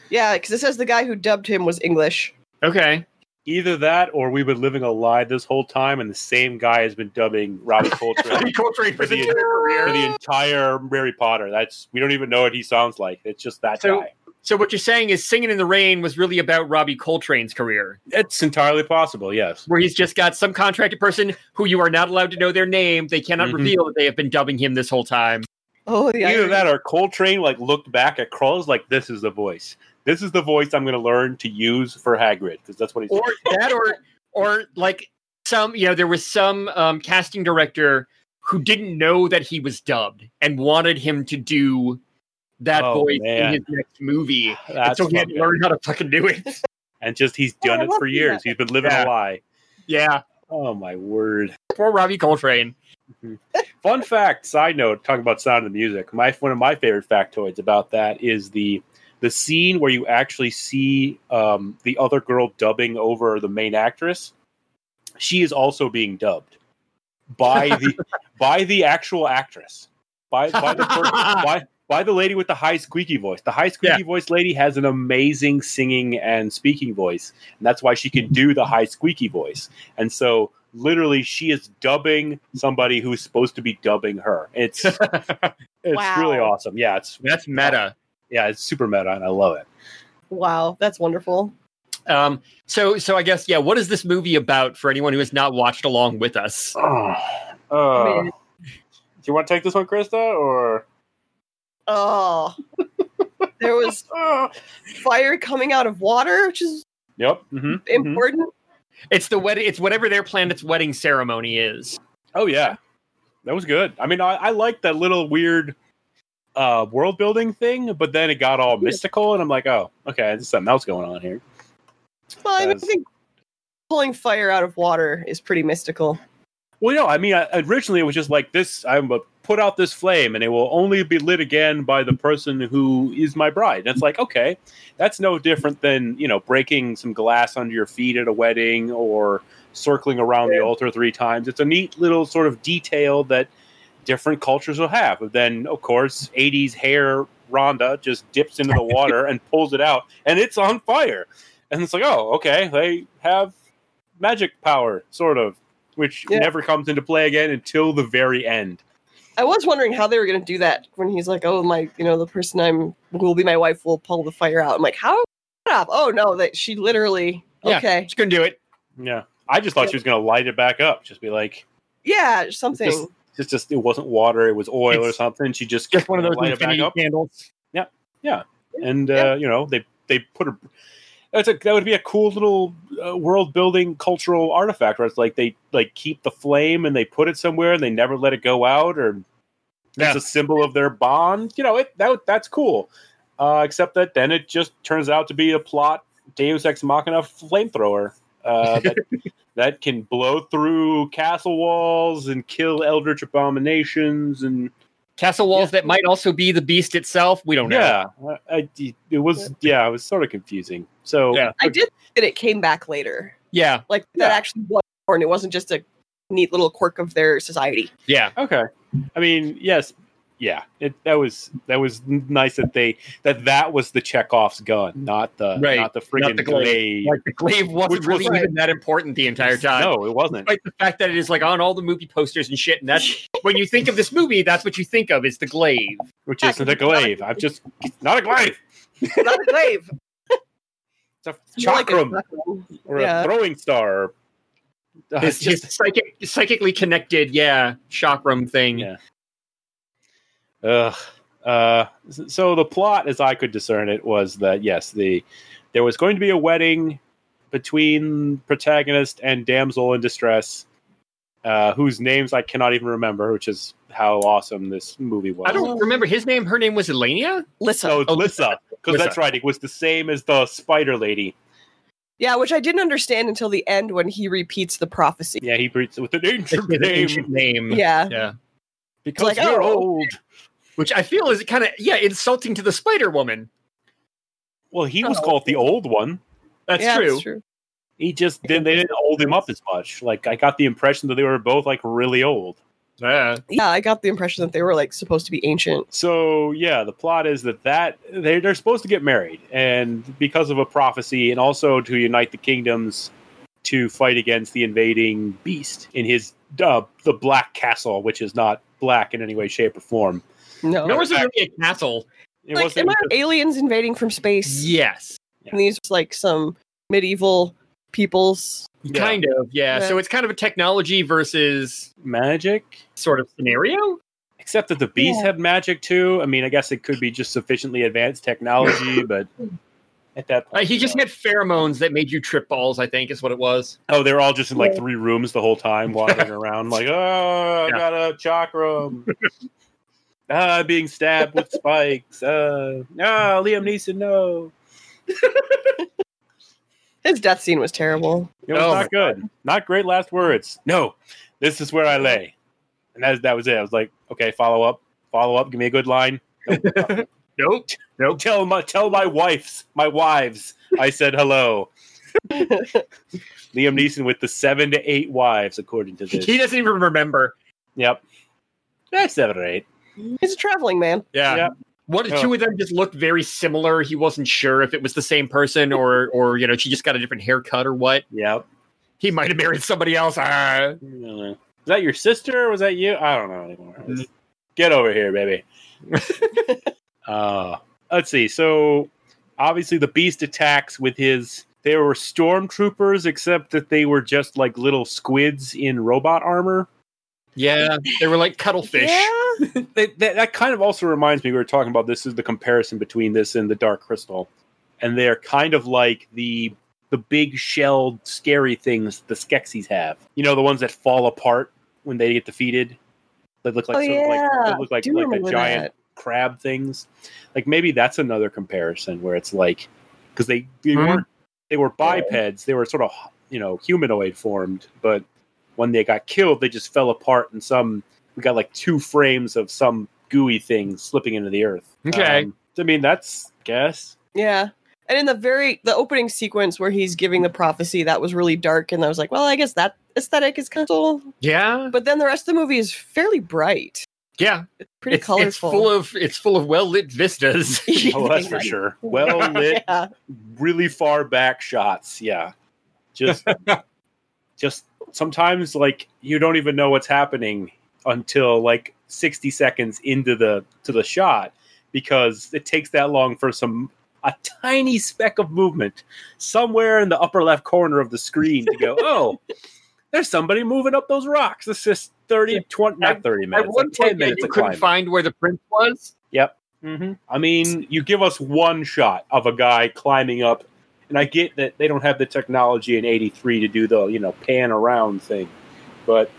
Speaker 3: yeah, because it says the guy who dubbed him was English.
Speaker 1: Okay.
Speaker 2: Either that, or we've been living a lie this whole time, and the same guy has been dubbing Robbie Coltrane.
Speaker 3: <laughs>
Speaker 1: Coltrane
Speaker 2: for the-
Speaker 1: entire
Speaker 2: for the entire Harry Potter. That's we don't even know what he sounds like. It's just that
Speaker 1: So-
Speaker 2: guy.
Speaker 1: So what you're saying is singing in the rain was really about Robbie Coltrane's career,
Speaker 2: It's entirely possible. Yes.
Speaker 1: where he's just got some contracted person who you are not allowed to know their name. They cannot
Speaker 2: Mhm.
Speaker 1: reveal that they have been dubbing him this whole time.
Speaker 3: Oh, the
Speaker 2: Either
Speaker 3: irony.
Speaker 2: that or Coltrane like looked back at Krull's like this is the voice. This is the voice I'm going to learn to use for Hagrid because that's what he's.
Speaker 1: or that or or like some you know there was some um, casting director who didn't know that he was dubbed and wanted him to do that
Speaker 2: Oh,
Speaker 1: voice in
Speaker 2: man.
Speaker 1: his next movie and
Speaker 2: That's
Speaker 1: so he had to
Speaker 2: fucking-
Speaker 1: learn how to fucking do it <laughs>
Speaker 2: and just he's
Speaker 3: Oh,
Speaker 2: done
Speaker 3: I
Speaker 2: it
Speaker 3: love
Speaker 2: for
Speaker 3: that.
Speaker 2: years. He's been living
Speaker 1: Yeah.
Speaker 2: a lie.
Speaker 1: yeah
Speaker 2: Oh my word!
Speaker 1: poor robbie coltrane
Speaker 2: Fun fact, side note, talking about sound and music. My one of my favorite factoids about that is the the scene where you actually see um, the other girl dubbing over the main actress. She is also being dubbed by the by the actual actress by by
Speaker 1: <laughs>
Speaker 2: the per- by, by the lady with the high squeaky voice. The high squeaky voice lady has an amazing singing and speaking voice, and that's why she can do the high squeaky voice. And so literally she is dubbing somebody who's supposed to be dubbing her. It's <laughs> it's
Speaker 3: Wow.
Speaker 2: really awesome. Yeah, it's
Speaker 1: that's meta
Speaker 2: yeah, it's super meta and I love it.
Speaker 3: Wow, that's wonderful.
Speaker 1: um so so i guess yeah what is this movie about for anyone who has not watched along with us
Speaker 2: Oh,
Speaker 3: Man.
Speaker 2: do you want to take this one, Krista, or
Speaker 3: Oh, there was
Speaker 2: Ah.
Speaker 3: fire coming out of water, which is
Speaker 2: Yep. hmm
Speaker 3: important.
Speaker 1: it's the wedding it's whatever their planet's wedding ceremony is
Speaker 2: Oh yeah, that was good. I mean, I, I liked that little weird uh, world building thing, but then it got all mystical, and I'm like, oh, okay, there's something else going on here.
Speaker 3: Well, I, mean, I
Speaker 2: Does-
Speaker 3: think pulling fire out of water is pretty mystical.
Speaker 2: Well, no, I mean, I, originally it was just like this. I'm gonna put out this flame, and it will only be lit again by the person who is my bride. And it's like, okay, that's no different than you know breaking some glass under your feet at a wedding or circling around the altar three times. It's a neat little sort of detail that different cultures will have. But then, of course, '80s hair Rhonda just dips into the water and pulls it out, and it's on fire. And it's like, oh, okay, they have magic power, sort of, which
Speaker 3: Yeah.
Speaker 2: never comes into play again until the very end.
Speaker 3: I was wondering how they were going to do that when he's like, "Oh my, you know, the person I'm who will be my wife will pull the fire out." I'm like, "How?" Up? Oh no, that she literally.
Speaker 1: Yeah.
Speaker 3: Okay,
Speaker 1: just gonna do it
Speaker 2: Yeah, I just thought she was going to light it back up, just be like.
Speaker 3: yeah, something.
Speaker 2: Just- It's just it wasn't water; it was oil or
Speaker 1: It's
Speaker 2: something. She just
Speaker 1: just one of those
Speaker 2: light it back
Speaker 1: infinity
Speaker 2: up.
Speaker 1: candles
Speaker 2: and
Speaker 3: Yeah.
Speaker 2: uh, you know they they put a that's a that would be a cool little uh, world building cultural artifact where it's like they like keep the flame and they put it somewhere and they never let it go out or
Speaker 1: Yeah.
Speaker 2: it's a symbol of their bond you know it that that's cool uh, except that then it just turns out to be a plot Deus Ex Machina flamethrower
Speaker 1: <laughs>
Speaker 2: uh, that, that can blow through castle walls and kill eldritch abominations and
Speaker 1: Castle walls that might also be the beast itself. We don't know.
Speaker 2: yeah, I, I- it was yeah, it was sort of confusing. So
Speaker 1: Yeah.
Speaker 3: I did think that it came back later.
Speaker 1: Yeah,
Speaker 3: Like that
Speaker 2: Yeah.
Speaker 3: actually was important. It wasn't just a neat little quirk of their society.
Speaker 1: yeah.
Speaker 2: okay. I mean, yes, yeah. It that was that was n- nice that they that that was the Chekhov's gun, not the
Speaker 1: Right,
Speaker 2: not the friggin'
Speaker 1: not the glaive.
Speaker 2: glaive.
Speaker 1: Like the glaive wasn't
Speaker 2: Which was
Speaker 1: really
Speaker 2: right.
Speaker 1: even that important the entire time.
Speaker 2: No, it wasn't.
Speaker 1: Despite the fact that it is like on all the movie posters and shit, and
Speaker 2: <laughs>
Speaker 1: that's when you think of this movie, that's what you think of is the glaive.
Speaker 2: Which
Speaker 3: Yeah,
Speaker 2: isn't
Speaker 3: 'cause
Speaker 2: a
Speaker 3: it's not a-
Speaker 2: glaive. I'm just it's not a glaive. <laughs>
Speaker 3: Not a glaive.
Speaker 2: It's a
Speaker 3: It's more like a
Speaker 2: chakram
Speaker 3: chakram.
Speaker 2: or
Speaker 3: yeah.
Speaker 2: a throwing star. or- Uh,
Speaker 1: His,
Speaker 2: it's
Speaker 1: his
Speaker 2: just
Speaker 1: psychic, psychically connected, yeah, chakram thing.
Speaker 2: Yeah. Ugh. Uh, s- so the plot, as I could discern it, was that yes, the there was going to be a wedding between protagonist and damsel in distress, uh, whose names I cannot even remember, which is how awesome this movie was.
Speaker 1: I don't remember his name. Her name was Elenia.
Speaker 3: Listen.
Speaker 2: No,
Speaker 1: Oh,
Speaker 2: it's Lissa, because that's right. It was the same as the spider lady.
Speaker 3: Yeah, which I didn't understand until the end when he repeats the prophecy.
Speaker 2: Yeah, he breathes with an
Speaker 1: It's
Speaker 2: <laughs> ancient
Speaker 1: his
Speaker 2: name
Speaker 1: ancient
Speaker 2: Mm.
Speaker 1: name.
Speaker 3: Yeah.
Speaker 1: yeah.
Speaker 2: because
Speaker 3: It's like,
Speaker 2: we're
Speaker 3: oh.
Speaker 2: old.
Speaker 1: Which I feel is kind of yeah insulting to the Spider Woman.
Speaker 2: Well, he was
Speaker 3: Oh.
Speaker 2: called the old one.
Speaker 1: That's
Speaker 3: Yeah,
Speaker 1: true.
Speaker 3: That's true.
Speaker 2: He just didn't. They didn't hold him up as much. Like I got the impression that they were both like really old.
Speaker 1: Yeah.
Speaker 3: Yeah, I got the impression that they were like supposed to be ancient.
Speaker 2: So yeah, the plot is that that they they're supposed to get married, and because of a prophecy, and also to unite the kingdoms to fight against the invading beast in his uh, the Black Castle, which is not black in any way, shape, or form.
Speaker 3: No.
Speaker 1: Nor is it really a castle.
Speaker 2: It
Speaker 3: like, am
Speaker 2: wasn't.
Speaker 3: I aliens invading from space?
Speaker 1: Yes.
Speaker 3: And these like some medieval peoples.
Speaker 2: Yeah.
Speaker 1: Kind of, yeah.
Speaker 3: Yeah.
Speaker 1: So it's kind of a technology versus
Speaker 2: magic.
Speaker 1: sort of scenario.
Speaker 2: Except that the bees
Speaker 3: Yeah.
Speaker 2: had magic too. I mean, I guess it could be just sufficiently advanced technology, but at that
Speaker 1: Uh,
Speaker 2: point,
Speaker 1: he just
Speaker 2: no.
Speaker 1: had pheromones that made you trip balls, I think is what it was.
Speaker 2: Oh, they're all just in like
Speaker 3: Yeah.
Speaker 2: three rooms the
Speaker 1: <laughs>
Speaker 2: whole time, wandering around, like, oh, I
Speaker 1: Yeah.
Speaker 2: got a chakra.
Speaker 1: <laughs>
Speaker 2: ah, I'm being stabbed with spikes. Uh, ah, Liam Neeson, no.
Speaker 3: His death scene was terrible.
Speaker 2: It was
Speaker 1: Oh my
Speaker 2: not good. Not great last words. No, this is where I lay. And that, that was it. I was like, okay, follow up, follow up, give me a good line.
Speaker 1: Nope. Nope.
Speaker 2: Tell my tell my wives, my wives, I said hello. Liam Neeson with the seven to eight wives, according to this.
Speaker 1: He doesn't even remember.
Speaker 2: Yep. That's seven or eight.
Speaker 3: He's a traveling man.
Speaker 1: Yeah.
Speaker 2: Yeah.
Speaker 1: What
Speaker 2: Yeah.
Speaker 3: Oh.
Speaker 1: two of them just looked very similar. He wasn't sure if it was the same person or or you know, she just got a different haircut or what.
Speaker 2: Yep.
Speaker 1: He might have married somebody else. Ah.
Speaker 2: Is that your sister? Or was that you? I don't know anymore. Get over here, baby. uh, let's see. So, obviously, the beast attacks with his. They were stormtroopers, except that they were just like little squids in robot armor.
Speaker 1: Yeah. They were like cuttlefish.
Speaker 3: Yeah.
Speaker 2: They, that, that kind of also reminds me. We were talking about this is the comparison between this and the Dark Crystal, and they are kind of like the the big shelled scary things the Skeksis have. You know, the ones that fall apart when they get defeated. They look like
Speaker 3: oh
Speaker 2: sort
Speaker 3: yeah.
Speaker 2: of like they look like,
Speaker 3: Do
Speaker 2: like the
Speaker 3: remember
Speaker 2: giant
Speaker 3: that.
Speaker 2: crab things. Like maybe that's another comparison where it's like because they they
Speaker 1: Mhm.
Speaker 2: weren't they were bipeds, they were sort of you know humanoid formed, but when they got killed, they just fell apart and some we got like two frames of some gooey thing slipping into the earth.
Speaker 1: Okay.
Speaker 2: Um, I mean that's guess.
Speaker 3: Yeah. And in the very the opening sequence where he's giving the prophecy, that was really dark, and I was like, well, I guess that aesthetic is kind of dull.
Speaker 1: Yeah.
Speaker 3: But then the rest of the movie is fairly bright,
Speaker 1: Yeah.
Speaker 3: pretty
Speaker 1: it's,
Speaker 3: colorful.
Speaker 1: it's full of it's full of well lit
Speaker 2: <laughs>
Speaker 1: vistas.
Speaker 2: Oh, that's for sure. Well lit,
Speaker 3: yeah.
Speaker 2: really far back shots. Yeah,
Speaker 1: <laughs>
Speaker 2: just just sometimes like you don't even know what's happening until like sixty seconds into the to the shot because it takes that long for some a tiny speck of movement somewhere in the upper left corner of the screen to go oh there's somebody moving up those rocks this is 30 20 not 30
Speaker 1: At
Speaker 2: minutes
Speaker 1: one
Speaker 2: like 10
Speaker 1: point, yeah,
Speaker 2: minutes
Speaker 1: you
Speaker 2: of
Speaker 1: couldn't
Speaker 2: climbing
Speaker 1: find where the prince was.
Speaker 2: hmm I mean, you give us one shot of a guy climbing up, and I get that they don't have the technology in '83 to do the you know pan around thing, but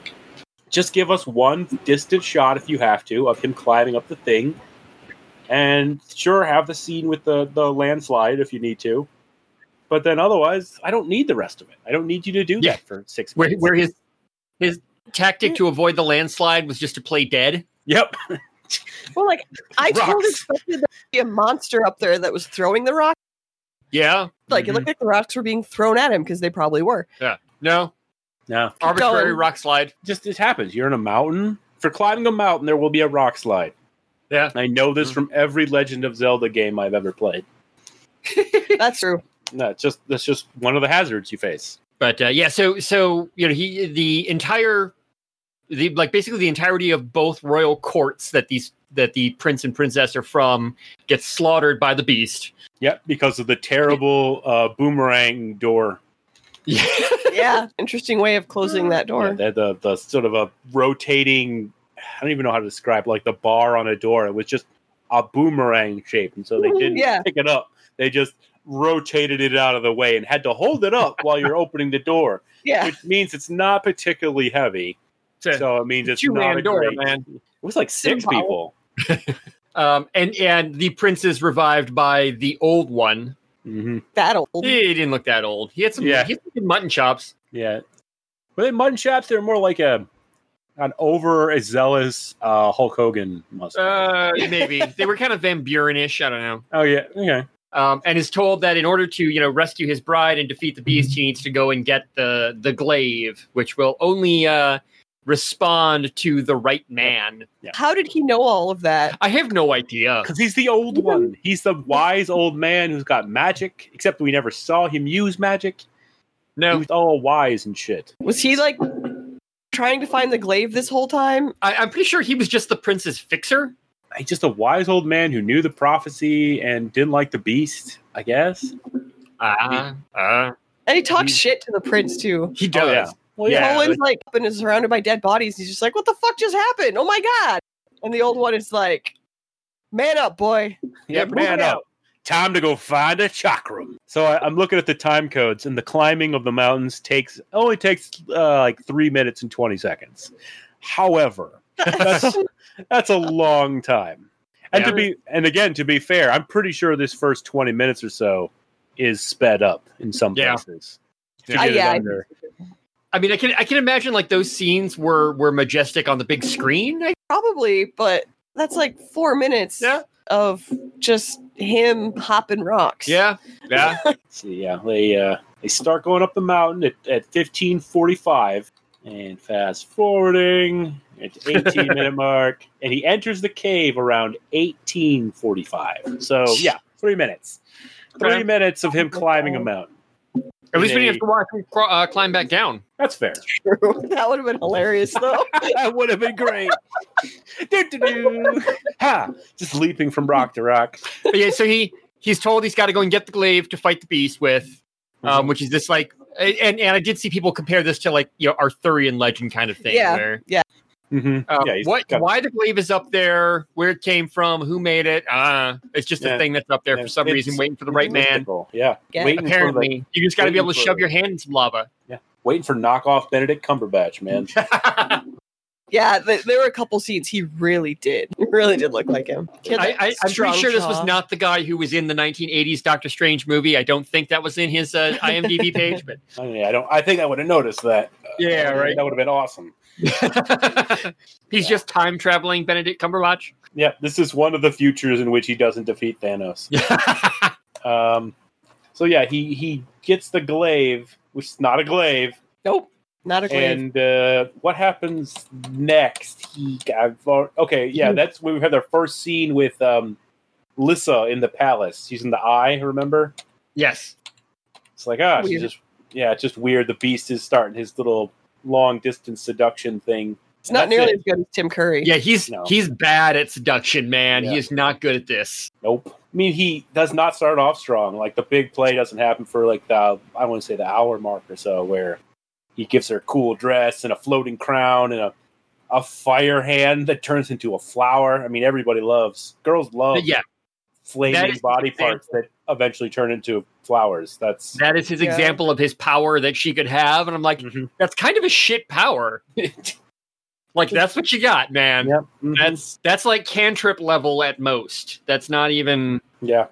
Speaker 2: just give us one distant shot if you have to of him climbing up the thing, and sure have the scene with the the landslide if you need to, but then otherwise I don't need the rest of it. I don't need you to do
Speaker 1: Yeah.
Speaker 2: that for six
Speaker 1: where,
Speaker 2: minutes.
Speaker 1: where his his tactic to avoid the landslide was just to play dead.
Speaker 2: yep,
Speaker 3: Well, like I totally
Speaker 1: Rocks.
Speaker 3: expected there to be a monster up there that was throwing the rock.
Speaker 1: Yeah.
Speaker 3: Like
Speaker 1: Mm-hmm.
Speaker 2: Mhm.
Speaker 3: it looked like the rocks were being thrown at him because they probably were.
Speaker 1: No.
Speaker 2: no,
Speaker 1: Arbitrary
Speaker 3: going.
Speaker 1: rock slide.
Speaker 2: just it happens. You're in a mountain. For climbing a mountain, there will be a rock slide.
Speaker 1: Yeah.
Speaker 2: I know this from every Legend of Zelda game I've ever played.
Speaker 3: That's
Speaker 1: <laughs>
Speaker 3: true.
Speaker 2: No, it's just that's just one of the hazards you face.
Speaker 1: But uh, yeah, so so you know he the entire the like basically the entirety of both royal courts that these that the prince and princess are from gets slaughtered by the <laughs> beast.
Speaker 2: Yep, because of the terrible uh, boomerang door.
Speaker 1: Yeah. <laughs>
Speaker 3: Yeah, interesting way of closing that
Speaker 2: Yeah,
Speaker 3: door.
Speaker 2: the, the the sort of a rotating. I don't even know how to describe like the bar on a door. It was just a boomerang shape, and so they didn't
Speaker 3: Yeah.
Speaker 2: pick it up. They just rotated it out of the way and had to hold it up while you're opening the door,
Speaker 3: Yeah,
Speaker 2: which means it's not particularly heavy. So it means it's
Speaker 1: Two
Speaker 2: not
Speaker 1: man
Speaker 2: a
Speaker 1: door,
Speaker 2: great-
Speaker 1: man.
Speaker 2: It was like six
Speaker 3: Symbol.
Speaker 2: people.
Speaker 1: Um, and and the prince is revived by the old one.
Speaker 2: Mm-hmm.
Speaker 3: that old.
Speaker 1: He didn't look that old. He had some
Speaker 2: Yeah.
Speaker 1: he had some good mutton chops.
Speaker 2: Yeah. Were they mutton chops? They're more like a an over zealous uh, Hulk Hogan muscle.
Speaker 1: <laughs> Uh, maybe they were kind of Van Burenish. I don't know.
Speaker 2: oh yeah. Okay.
Speaker 1: um, and is told that in order to you know rescue his bride and defeat the beast, he needs to go and get the the glaive, which will only uh, respond to the right man.
Speaker 3: How did he know all of that?
Speaker 1: I have no idea.
Speaker 2: Because he's the old one. He's the wise old man who's got magic. Except we never saw him use magic. He
Speaker 1: No,
Speaker 2: was all wise and shit.
Speaker 3: Was he like trying to find the glaive this whole time?
Speaker 1: I, I'm pretty sure he was just the prince's fixer.
Speaker 2: he's just a wise old man who knew the prophecy and didn't like the beast. I guess.
Speaker 1: Uh, uh,
Speaker 3: And he talks
Speaker 2: He-
Speaker 3: shit to the prince too.
Speaker 1: he
Speaker 2: Oh,
Speaker 1: does.
Speaker 2: yeah. Well,
Speaker 1: Yeah.
Speaker 3: Colin's like up and is surrounded by dead bodies. He's just like, "What the fuck just happened? Oh my god!" And the old one is like, "Man up, boy."
Speaker 2: Yeah,
Speaker 1: Yeah,
Speaker 2: man
Speaker 1: moving
Speaker 2: up. Time to go find a chakram. So I, I'm looking at the time codes, and the climbing of the mountains takes only takes uh, like three minutes and twenty seconds. However, that's that's a long time. And to
Speaker 1: Yeah.
Speaker 2: be and again to be fair, I'm pretty sure this first twenty minutes or so is sped up in some
Speaker 1: Yeah.
Speaker 2: places.
Speaker 1: Yeah.
Speaker 2: To get it
Speaker 3: Yeah, I-
Speaker 2: under.
Speaker 1: I mean, I can I can imagine like those scenes were were majestic on the big screen. I-
Speaker 3: Probably, but that's like four minutes
Speaker 1: Yeah.
Speaker 3: of just him hopping rocks.
Speaker 1: Yeah, yeah.
Speaker 2: So yeah, they uh, they start going up the mountain at, at fifteen forty five, and fast forwarding at the eighteen minute mark, and he enters the cave around eighteen forty five. So yeah, three minutes, three
Speaker 1: Okay.
Speaker 2: minutes of him climbing a mountain.
Speaker 1: <laughs> At least we didn't have to watch him cro- uh, climb back down.
Speaker 2: That's fair.
Speaker 3: True. <laughs> That would have been hilarious though. <laughs>
Speaker 2: that would have been <laughs> great. Do-do-do. ha! Just leaping from rock to rock.
Speaker 1: But yeah, so he he's told he's got to go and get the glaive to fight the beast with, um,
Speaker 2: Mhm.
Speaker 1: which is this like and and I did see people compare this to like you know Arthurian legend kind of thing.
Speaker 3: Yeah.
Speaker 1: where
Speaker 2: Mhm.
Speaker 1: uh,
Speaker 2: Yeah, he's
Speaker 1: what
Speaker 2: got-
Speaker 1: why the glaive is up there, where it came from, who made it. Uh, it's just
Speaker 2: Yeah.
Speaker 1: a thing that's up there
Speaker 2: Yeah,
Speaker 1: for some
Speaker 2: it's-
Speaker 1: reason, waiting for the right man.
Speaker 2: Yeah,
Speaker 3: Yeah.
Speaker 2: Waiting for the-
Speaker 1: Apparently, you just got to be
Speaker 2: waiting
Speaker 1: able to
Speaker 2: for-
Speaker 1: shove your hand in some lava.
Speaker 2: <laughs> waiting for knockoff Benedict Cumberbatch, man.
Speaker 3: yeah, th- there were a couple scenes he really did, <laughs> really did look like him. He had
Speaker 1: I,
Speaker 3: that
Speaker 1: I, I'm
Speaker 3: strong
Speaker 1: pretty sure this
Speaker 3: jaw.
Speaker 1: was not the guy who was in the 1980s Doctor Strange movie. I don't think that was in his uh, IMDb page,
Speaker 2: <laughs>
Speaker 1: but
Speaker 2: I, mean, I don't. I think I would have noticed that.
Speaker 1: Yeah,
Speaker 2: Uh,
Speaker 1: right.
Speaker 2: That would have been awesome.
Speaker 1: <laughs> he's just time traveling Benedict Cumberbatch.
Speaker 2: Yeah, this is one of the futures in which he doesn't defeat Thanos. Um, so yeah, he he gets the glaive, which is not a glaive.
Speaker 3: Nope, not a glaive.
Speaker 2: And uh, what happens next? He I've, al- okay,
Speaker 3: Hmm.
Speaker 2: yeah, that's when we had our first scene with um, Lissa in the palace. She's in the eye. Remember?
Speaker 1: <laughs> yes.
Speaker 2: It's like ah, she's
Speaker 3: Weird.
Speaker 2: just yeah, it's just weird. The beast is starting his little long distance seduction thing.
Speaker 3: It's not
Speaker 2: that's
Speaker 3: nearly
Speaker 2: it.
Speaker 3: as good as Tim Curry.
Speaker 1: Yeah, he's
Speaker 2: No.
Speaker 1: he's bad at seduction, man.
Speaker 2: Yeah.
Speaker 1: He is not good at this.
Speaker 2: Nope. I mean, he does not start off strong. Like the big play doesn't happen for like the I want to say the hour mark or so, where he gives her a cool dress and a floating crown and a a fire hand that turns into a flower. I mean, everybody loves girls love
Speaker 1: But yeah, that
Speaker 2: flaming
Speaker 1: is
Speaker 2: body
Speaker 1: the thing.
Speaker 2: parts that eventually turn into flowers. That's
Speaker 1: that is his
Speaker 3: Yeah.
Speaker 1: example of his power that she could have, and I'm like,
Speaker 2: Mhm.
Speaker 1: that's kind of a shit power. <laughs> like that's what you got, man.
Speaker 2: Yep. Mhm.
Speaker 1: That's that's like cantrip level at most. That's not even
Speaker 2: yeah.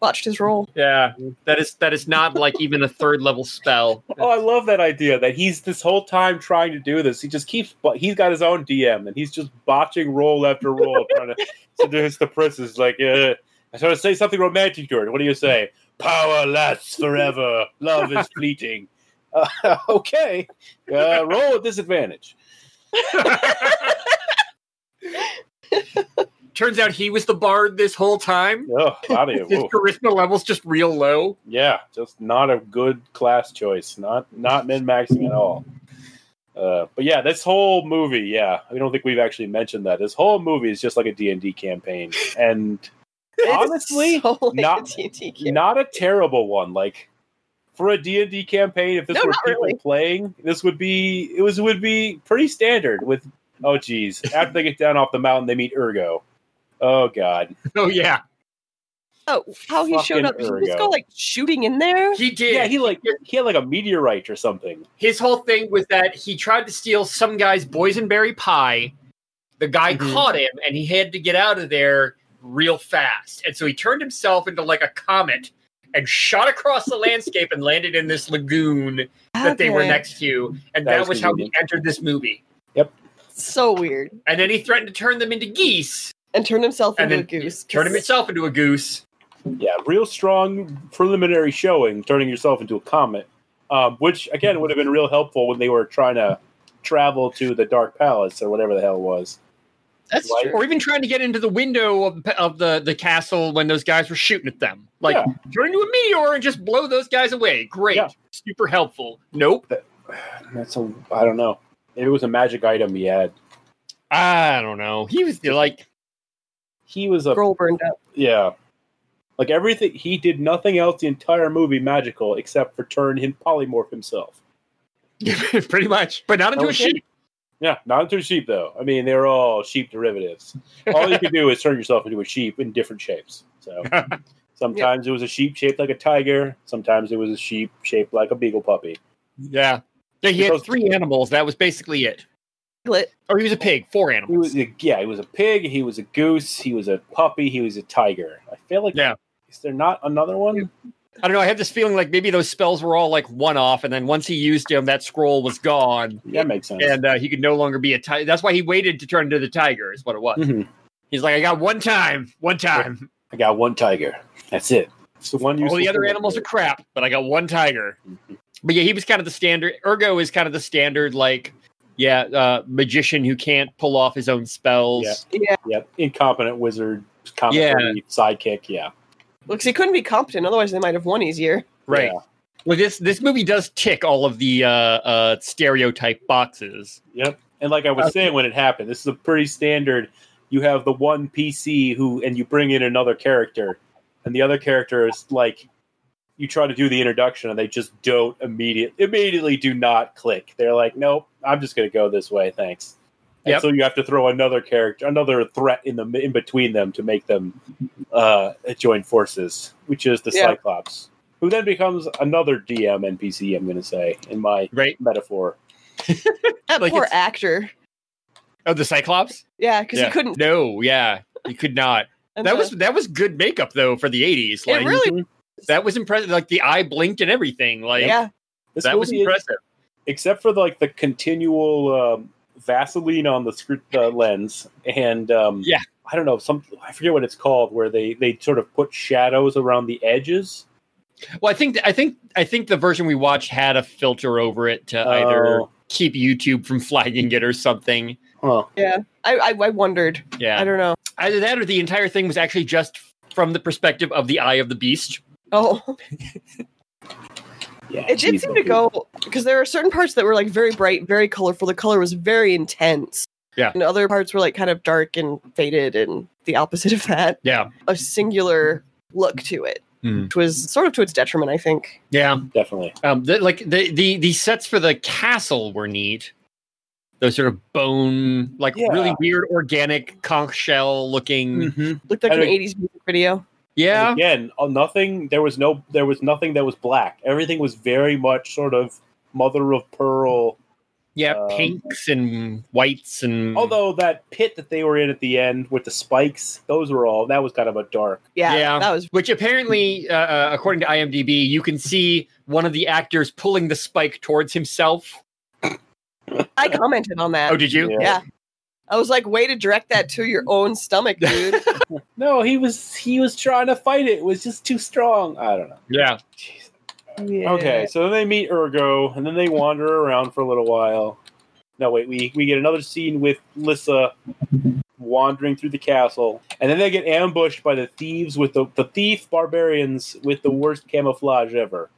Speaker 3: Watched his
Speaker 1: <laughs>
Speaker 3: role.
Speaker 1: Yeah, that is that is not like even a third level spell.
Speaker 2: Oh, I love that idea that he's this whole time trying to do this. He just keeps, but he's got his own DM and he's just botching roll after <laughs> roll trying to seduce the princess. Like, uh, I try to say something romantic to her. What do you say? Power lasts forever. Love is fleeting. Uh, <laughs> okay, uh, roll at disadvantage.
Speaker 1: Turns out he was the bard this whole time.
Speaker 2: <laughs> Oh, out <laughs> of
Speaker 1: His
Speaker 2: here.
Speaker 1: charisma level's just real low.
Speaker 2: Yeah, just not a good class choice. Not not min maxing at all. Uh, but yeah, this whole movie, yeah, I don't think we've actually mentioned that. This whole movie is just like a D and
Speaker 3: <laughs>
Speaker 2: D campaign, and Honestly,
Speaker 3: It's so <laughs> like
Speaker 2: not-
Speaker 3: a TNT kid.
Speaker 2: not a terrible one. Like for a D and D campaign, if this
Speaker 3: No,
Speaker 2: were
Speaker 3: not
Speaker 2: people
Speaker 3: really.
Speaker 2: playing, this would be it was would be pretty standard. With oh geez, after they get down off the mountain, they meet Ergo. Oh god,
Speaker 1: Oh yeah,
Speaker 3: Oh, how he showed
Speaker 2: Fucking
Speaker 3: up? Did he just
Speaker 2: Ergo.
Speaker 3: go like shooting in there?
Speaker 1: he did.
Speaker 2: yeah, he like he had like a meteorite or something.
Speaker 1: His whole thing was that he tried to steal some guy's boysenberry pie. The guy
Speaker 2: Mhm.
Speaker 1: caught him, and he had to get out of there real fast. And so he turned himself into like a comet and shot across the landscape and landed in this lagoon that they were
Speaker 3: Okay.
Speaker 1: next to. And
Speaker 2: That
Speaker 1: that
Speaker 2: was
Speaker 1: was how he
Speaker 2: convenient.
Speaker 1: entered this movie.
Speaker 3: So weird.
Speaker 1: And then he threatened to turn them into geese.
Speaker 3: And turned himself
Speaker 1: And
Speaker 3: into a
Speaker 1: then
Speaker 3: goose.
Speaker 1: Turn him himself into a goose.
Speaker 2: Yeah, real strong preliminary showing, turning yourself into a comet, um, which again would have been real helpful when they were trying to travel to the Dark Palace or whatever the hell it was.
Speaker 3: That's
Speaker 2: Like-
Speaker 3: true.
Speaker 1: Or even trying to get into the window of, of the, the castle when those guys were shooting at them. Like,
Speaker 2: Yeah.
Speaker 1: turn into a meteor and just blow those guys away. Great.
Speaker 2: Yeah.
Speaker 1: Super helpful. Nope.
Speaker 2: That's a I don't know. Maybe it was a magic item he had.
Speaker 1: I don't know. He was like, <laughs>
Speaker 2: He was a
Speaker 3: Girl burned up.
Speaker 2: yeah. Like everything, he did nothing else the entire movie magical except for turn him polymorph himself.
Speaker 1: Pretty much, but not into a
Speaker 2: Okay.
Speaker 1: sheep.
Speaker 2: Yeah, not into a sheep though. I mean, they're all sheep derivatives. All you could do is turn yourself into a sheep in different shapes. So sometimes it was a sheep shaped like a tiger. Sometimes it was a sheep shaped like a beagle puppy.
Speaker 1: Yeah. Yeah, he had
Speaker 2: Because-
Speaker 1: three animals. That was basically it.
Speaker 3: Piglet.
Speaker 1: Or he was a pig, four
Speaker 2: He
Speaker 1: animals.
Speaker 2: was a, yeah, he was a pig. He was a goose. He was a puppy. He was a tiger. I feel like
Speaker 1: Yeah.
Speaker 2: is there not another one?
Speaker 1: I don't know. I had this feeling like maybe those spells were all like one off, and then once he used them, that scroll was gone,
Speaker 2: That makes sense.
Speaker 1: and uh, he could no longer be a tiger. That's why he waited to turn into the tiger. Is what it was.
Speaker 2: Mhm.
Speaker 1: He's like, I got one time, one time.
Speaker 2: I got one tiger. That's it. It's the one.
Speaker 1: All the
Speaker 2: useless
Speaker 1: other
Speaker 2: thing I
Speaker 1: animals are
Speaker 2: did.
Speaker 1: crap, but I got one tiger.
Speaker 2: Mm-hmm.
Speaker 1: But yeah, he was kind of the standard. Ergo is kind of the standard, like, yeah, uh, magician who can't pull off his own spells.
Speaker 2: Yeah.
Speaker 3: Yeah.
Speaker 2: Yep. Incompetent wizard, competent sidekick. Yeah.
Speaker 3: Because he couldn't be competent, otherwise they might have won easier.
Speaker 1: Right.
Speaker 2: Yeah.
Speaker 1: Well, this this movie does tick all of the uh, uh, stereotype boxes.
Speaker 2: Yep. And like I was
Speaker 1: Okay.
Speaker 2: saying when it happened, this is a pretty standard. You have the one PC who, and you bring in another character, and the other character is like, you try to do the introduction, and they just don't immediate immediately do not click. They're like, nope, I'm just going to go this way, thanks. And
Speaker 1: Yep.
Speaker 2: so you have to throw another character, another threat in the in between them to make them uh, join forces, which is the
Speaker 3: Yeah.
Speaker 2: Cyclops, who then becomes another DM NPC. I'm going to say in my
Speaker 1: Right?
Speaker 2: metaphor.
Speaker 3: That
Speaker 1: Like
Speaker 3: poor
Speaker 1: it's-
Speaker 3: actor.
Speaker 1: Oh, the Cyclops.
Speaker 3: Yeah, because
Speaker 1: Yeah.
Speaker 3: he couldn't.
Speaker 1: No, yeah, you could not.
Speaker 3: and
Speaker 1: That
Speaker 3: the-
Speaker 1: was that was good makeup though for the eighties.
Speaker 3: It
Speaker 1: Like
Speaker 3: really-
Speaker 1: that was impressive. Like the eye blinked and everything. Like
Speaker 3: yeah.
Speaker 2: This
Speaker 1: that was
Speaker 2: movie is-
Speaker 1: impressive.
Speaker 2: except for like the continual um, Vaseline on the screw uh, lens, and um,
Speaker 1: Yeah.
Speaker 2: I don't know some I forget what it's called where they they sort of put shadows around the edges.
Speaker 1: Well, I think I think I think the version we watched had a filter over it to Uh, either
Speaker 2: Oh,
Speaker 1: keep YouTube from flagging it or something.
Speaker 2: huh.
Speaker 3: I, I, I wondered. I
Speaker 1: Yeah,
Speaker 3: don't know.
Speaker 1: either that or the entire thing was actually just from the perspective of the Eye of the Beast.
Speaker 3: Oh,
Speaker 2: yeah,
Speaker 3: it did
Speaker 2: geez,
Speaker 3: seem
Speaker 2: okay.
Speaker 3: to go because there are certain parts that were like very bright, very colorful. The color was very intense.
Speaker 1: Yeah.
Speaker 3: And other parts were like kind of dark and faded and the opposite of that.
Speaker 1: Yeah,
Speaker 3: A singular look to it,
Speaker 1: Mhm.
Speaker 3: which was sort of to its detriment, I think.
Speaker 1: yeah.
Speaker 2: definitely.
Speaker 1: Um, the, like the, the the sets for the castle were neat. Those sort of bone, like
Speaker 2: Yeah.
Speaker 1: really weird organic conch shell looking.
Speaker 2: Hmm.
Speaker 3: Looked like
Speaker 2: I
Speaker 3: an
Speaker 2: mean-
Speaker 3: 80s music video.
Speaker 2: And
Speaker 1: Mm-hmm. Yeah,
Speaker 2: Again, uh, nothing. There was no. There was nothing that was black. Everything was very much sort of mother of pearl.
Speaker 1: yeah,
Speaker 2: Um,
Speaker 1: pinks and whites and
Speaker 2: Although that pit that they were in at the end with the spikes, those were all. That was kind of a dark.
Speaker 3: Yeah.
Speaker 1: Yeah.
Speaker 3: That was.
Speaker 1: which apparently, uh, uh, according to IMDb, you can see one of the actors pulling the spike towards himself.
Speaker 3: I commented on that.
Speaker 1: Oh, did you?
Speaker 2: Yeah.
Speaker 3: yeah. I was like, way to direct that to your own stomach, dude.
Speaker 2: No, he was he was trying to fight it. It was just too strong. I don't know.
Speaker 1: Yeah,
Speaker 2: Okay, so then they meet Ergo, and then they wander around for a little while. No, wait, we we get another scene with Lissa wandering through the castle, and then they get ambushed by the thieves with the the thief barbarians with the worst camouflage ever.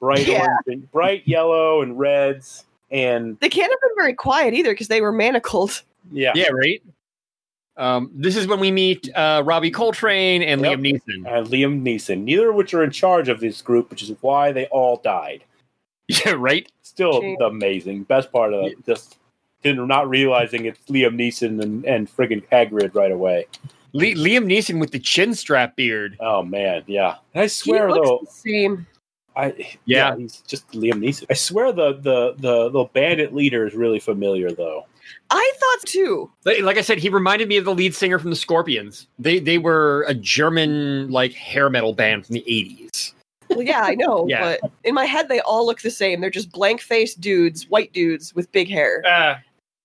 Speaker 2: Bright
Speaker 3: Yeah.
Speaker 2: orange and, bright yellow and reds and
Speaker 3: They can't have been very quiet either because they were manacled.
Speaker 2: yeah.
Speaker 1: yeah, right. Um, this is when we meet uh, Robbie Coltrane and
Speaker 2: Yep.
Speaker 1: Liam Neeson.
Speaker 2: Uh, Liam Neeson, neither of which are in charge of this group, which is why they all died.
Speaker 1: <laughs> Yeah, right.
Speaker 2: still
Speaker 3: True.
Speaker 2: the amazing best part of it. Just didn't not realizing it's Liam Neeson and and friggin' Hagrid right away.
Speaker 1: Le- Liam Neeson with the chin strap beard.
Speaker 2: Oh man, yeah. And I
Speaker 3: He
Speaker 2: swear
Speaker 3: looks
Speaker 2: though,
Speaker 3: the same.
Speaker 2: I
Speaker 1: Yeah.
Speaker 2: he's just Liam Neeson. I swear the the the the bandit leader is really familiar though.
Speaker 3: I thought too.
Speaker 1: Like like I said, he reminded me of the lead singer from the Scorpions. They they were a German like hair metal band from the eighties.
Speaker 3: Well, yeah, I know.
Speaker 1: Yeah.
Speaker 3: But in my head, they all look the same. They're just blank faced dudes, white dudes with big hair,
Speaker 1: Uh,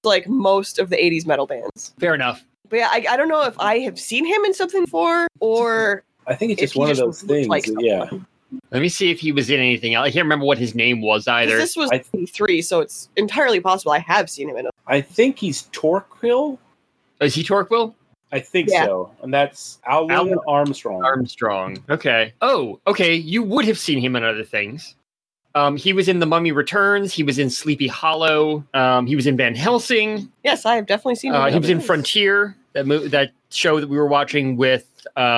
Speaker 3: like most of the 80s metal bands.
Speaker 1: fair enough.
Speaker 3: But yeah, I, I don't know if I have seen him in something before or
Speaker 2: I think it's
Speaker 3: If
Speaker 2: just
Speaker 3: he
Speaker 2: one
Speaker 3: just
Speaker 2: of those
Speaker 3: looked
Speaker 2: things.
Speaker 3: like
Speaker 2: that- yeah,
Speaker 3: someone.
Speaker 1: Let me see if he was in anything else. I can't remember what his name was
Speaker 3: 'Cause
Speaker 1: either.
Speaker 3: this was
Speaker 2: I-
Speaker 3: 83, so it's entirely possible I have seen him in a.
Speaker 2: I think he's Torquil.
Speaker 1: Is he Torquil?
Speaker 2: I think
Speaker 3: Yeah.
Speaker 2: so, and that's Alan,
Speaker 1: Alan
Speaker 2: Armstrong.
Speaker 1: Armstrong. Okay. Oh, okay. You would have seen him in other things. Um, he was in The Mummy Returns. He was in Sleepy Hollow. Um, he was in Van Helsing.
Speaker 3: Yes, I have definitely seen him.
Speaker 1: Uh, he was in
Speaker 3: other things.
Speaker 1: Frontier. That mo- that show that we were watching with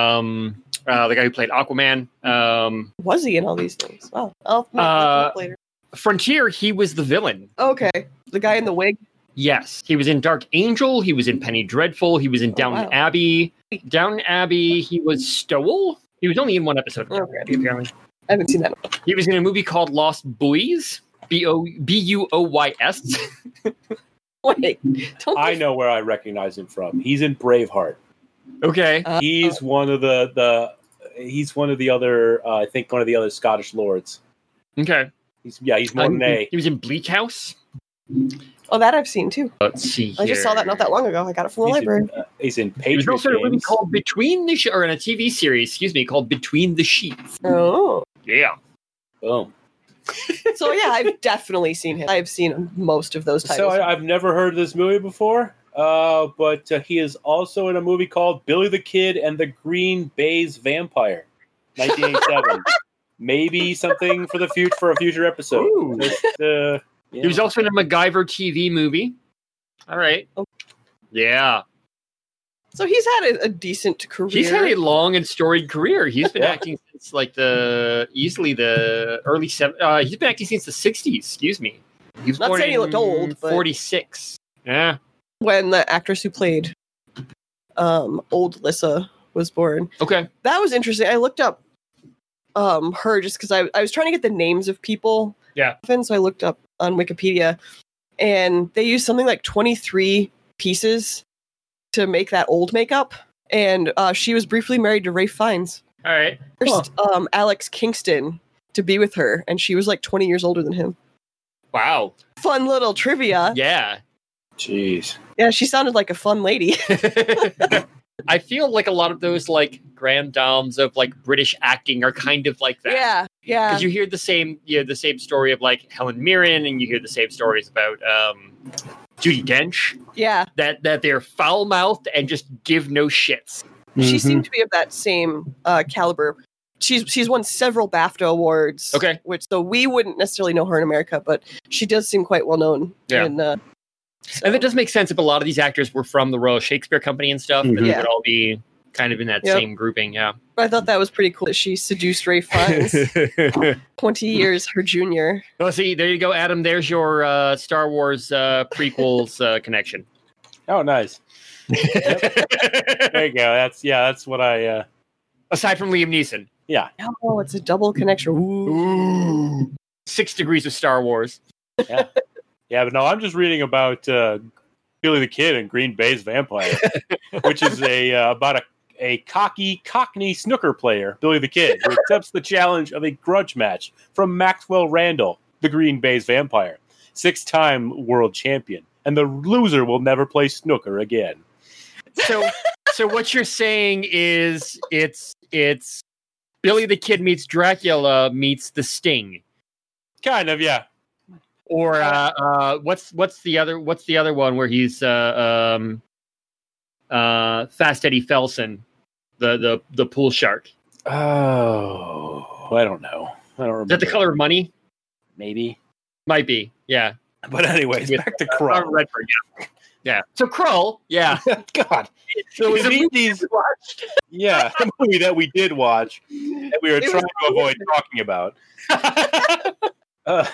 Speaker 1: um, uh, the guy who played Aquaman. Um,
Speaker 3: Was he in all these things? Wow. I'll I'll
Speaker 1: Uh,
Speaker 3: look later.
Speaker 1: Frontier, he was the villain.
Speaker 3: Okay. The guy in the wig.
Speaker 1: Yes, he was in Dark Angel. He was in Penny Dreadful. He was in Downton
Speaker 3: Oh, wow.
Speaker 1: Abbey. Downton Abbey. He was Stowell. He was only in one episode. of Downton
Speaker 3: Okay.
Speaker 1: Abbey, apparently.
Speaker 3: I haven't seen that.
Speaker 1: He was in a movie called Lost Boys. B O B U O Y S. <laughs>
Speaker 3: <laughs> Wait. Don't
Speaker 2: I know where I recognize him from. He's in Braveheart.
Speaker 1: Okay.
Speaker 3: Uh,
Speaker 2: He's one of the the. He's one of the other. Uh, I think one of the other Scottish lords.
Speaker 1: Okay.
Speaker 2: He's yeah. He's Mornay.
Speaker 1: He was in Bleak House.
Speaker 3: oh, that I've seen too.
Speaker 1: Let's see.
Speaker 3: I just saw that not that long ago. I got it from the
Speaker 2: He's
Speaker 3: library.
Speaker 2: in, uh, he's in
Speaker 1: He was
Speaker 2: Patriot
Speaker 1: also in a movie
Speaker 2: Games.
Speaker 1: called Between the Sh- or in a TV series, excuse me, called Between the Sheets.
Speaker 3: Oh.
Speaker 1: Yeah.
Speaker 2: Boom.
Speaker 3: So yeah,
Speaker 1: <laughs>
Speaker 3: I've definitely seen him. I've seen most of those
Speaker 2: So
Speaker 3: titles.
Speaker 2: I, I've never heard of this movie before. Uh, but uh, he is also in a movie called Billy the Kid and the Green Bay's Vampire,
Speaker 1: <laughs>
Speaker 2: 1987. Maybe something for the future for a future episode.
Speaker 1: Ooh.
Speaker 2: Just, uh, yeah.
Speaker 1: He was also in a MacGyver TV movie. All right.
Speaker 3: Oh.
Speaker 1: Yeah.
Speaker 3: so he's had a, a decent career.
Speaker 1: He's had a long and storied career. He's been
Speaker 2: Yeah.
Speaker 1: acting since like the easily the early seven. Uh, he's been acting since the '60s. Excuse me. He was
Speaker 3: Not
Speaker 1: born
Speaker 3: saying he looked
Speaker 1: in
Speaker 3: old, but-
Speaker 1: Forty-six. Yeah.
Speaker 3: when the actress who played um old Lissa was born.
Speaker 1: Okay.
Speaker 3: That was interesting. I looked up um her just because I, I was trying to get the names of people.
Speaker 1: Yeah.
Speaker 3: Often, so I looked up on Wikipedia and they used something like 23 pieces to make that old makeup. And uh, she was briefly married to Ray Fiennes.
Speaker 1: All right.
Speaker 3: First, um, Alex Kingston to be with her, and she was like 20 years older than him.
Speaker 1: Wow.
Speaker 3: Fun little trivia.
Speaker 1: Yeah.
Speaker 2: Jeez.
Speaker 3: Yeah, she sounded like a fun
Speaker 1: <laughs>
Speaker 3: lady.
Speaker 1: I feel like a lot of those like grand doms of like British acting are kind of like that.
Speaker 3: yeah, yeah.
Speaker 1: Because you hear the same, you know, the same story of like Helen Mirren, and you hear the same stories about um, Judy Dench.
Speaker 3: Yeah,
Speaker 1: That that they're foul mouthed and just give no shits.
Speaker 3: she
Speaker 2: Mm-hmm.
Speaker 3: seemed to be of that same uh, caliber. She's she's won several BAFTA awards.
Speaker 1: Okay.
Speaker 3: which so we wouldn't necessarily know her in America, but she does seem quite well known.
Speaker 1: Yeah.
Speaker 3: in, uh, so-
Speaker 1: And it does make sense if a lot of these actors were from the Royal Shakespeare Company and stuff, and
Speaker 2: Mhm.
Speaker 1: they
Speaker 3: Yeah.
Speaker 1: would all be kind of in that
Speaker 3: Yep.
Speaker 1: same grouping. Yeah.
Speaker 3: I thought that was pretty cool that she seduced Ray Fiennes,
Speaker 1: Mm-hmm.
Speaker 3: twenty years her junior.
Speaker 1: well, see, there you go, Adam. There's your uh, Star Wars uh, prequels uh, connection.
Speaker 2: <laughs> Oh,
Speaker 1: <laughs>
Speaker 2: nice. There you go. That's yeah. That's what I. Uh,
Speaker 1: Aside from Liam Neeson.
Speaker 3: Oh, it's a double connection. Ooh.
Speaker 1: Ooh. Six degrees of Star Wars.
Speaker 2: Yeah, but no, I'm just reading about uh, Billy the Kid and Green
Speaker 1: <laughs>
Speaker 2: Bay's Vampire, which is a uh, about a, a cocky Cockney snooker player, Billy the Kid, who accepts the challenge of a grudge match from Maxwell Randall, the Green Bay's Vampire, six-time world champion, and the loser will never play snooker again.
Speaker 1: So so what you're saying is it's it's Billy the Kid meets Dracula meets the Sting.
Speaker 2: Kind of, yeah.
Speaker 1: Or uh, uh, what's what's the other what's the other one where he's uh, um, uh, Fast Eddie Felsen, the the the pool shark. Is
Speaker 2: Oh, I don't know. I don't remember.
Speaker 1: that the color of money?
Speaker 2: Maybe.
Speaker 1: Might be. Yeah.
Speaker 2: But anyways,
Speaker 1: With,
Speaker 2: back to
Speaker 1: Robert
Speaker 2: Krull.
Speaker 1: Redford. Yeah. Yeah. So Kroll. Yeah.
Speaker 2: God. So
Speaker 1: It
Speaker 2: we
Speaker 1: was a
Speaker 2: need these Yeah, <laughs> the movie that we did watch that we were
Speaker 3: It was
Speaker 2: trying to avoid talking about uh,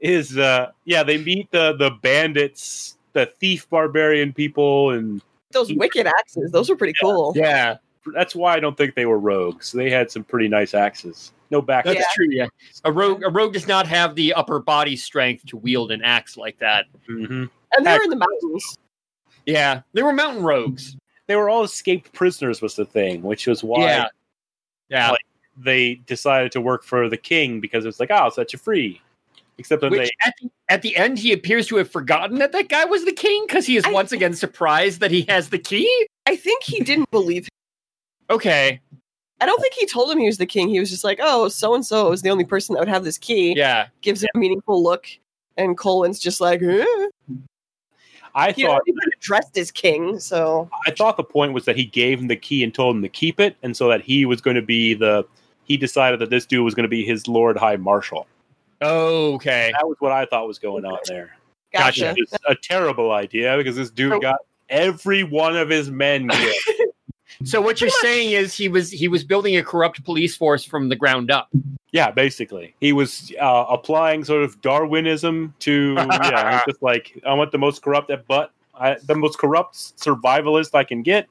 Speaker 2: is uh yeah they meet the the bandits, the thief barbarian people, and
Speaker 3: Those wicked axes, those were pretty cool.
Speaker 1: yeah.
Speaker 2: that's why I don't think they were rogues. They had some pretty nice axes, no back.
Speaker 1: That's
Speaker 3: Yeah.
Speaker 1: true. Yeah, a rogue a rogue does not have the upper body strength to wield an axe like that.
Speaker 2: Mhm.
Speaker 3: And they were in the mountains.
Speaker 1: Yeah, they were mountain rogues.
Speaker 2: They were all escaped prisoners was the thing, which was why
Speaker 1: Yeah, yeah.
Speaker 2: Like- they decided to work for the king because it's like oh, such a free. Except that
Speaker 1: Which
Speaker 2: they
Speaker 1: at the, at the end he appears to have forgotten that that guy was the king because he is
Speaker 3: I-
Speaker 1: once again surprised that he has the key.
Speaker 3: I think he didn't believe him.
Speaker 1: Okay.
Speaker 3: I don't think he told him he was the king. He was just like, oh, so and so is the only person that would have this key.
Speaker 1: Yeah.
Speaker 3: Gives him a meaningful look. And Colin's just like, eh.
Speaker 2: I
Speaker 3: you know,
Speaker 2: thought
Speaker 3: he could have dressed as king, so
Speaker 2: I thought the point was that he gave him the key and told him to keep it, and so that he was going to be the. He decided that this dude was going to be his Lord High Marshal.
Speaker 1: Okay.
Speaker 2: That was what I thought was going on there.
Speaker 1: Gotcha.
Speaker 3: gotcha.
Speaker 2: Which is a terrible idea because this dude
Speaker 3: Oh.
Speaker 2: got every one of his men killed.
Speaker 1: So what you're saying is he was he was building a corrupt police force from the ground up.
Speaker 2: yeah, basically, he was uh, applying sort of Darwinism to
Speaker 1: <laughs>
Speaker 2: yeah, he's just like I want the most corrupt at butt, I, the most corrupt survivalist I can get.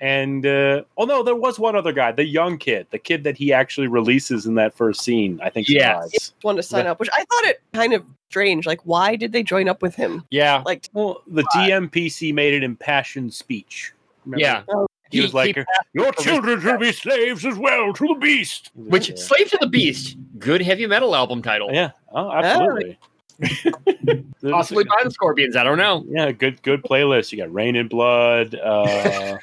Speaker 2: And uh, oh no, there was one other guy, the young kid, the kid that he actually releases in that first scene. I think
Speaker 1: Yes.
Speaker 2: survives.
Speaker 3: Want to sign up? Which I thought it kind of strange. Like, why did they join up with him?
Speaker 2: Yeah.
Speaker 3: Like,
Speaker 2: Well, the DMPC made an impassioned speech. Remember?
Speaker 1: Yeah.
Speaker 2: He, was like, "Your children shall be slaves as well to the beast."
Speaker 1: which
Speaker 2: Yeah.
Speaker 1: Slave to the Beast, good heavy metal album title.
Speaker 2: Yeah. Oh, <laughs> absolutely.
Speaker 1: Possibly by the Scorpions, I don't know.
Speaker 2: Yeah, good good playlist. You got Rain and Blood, uh,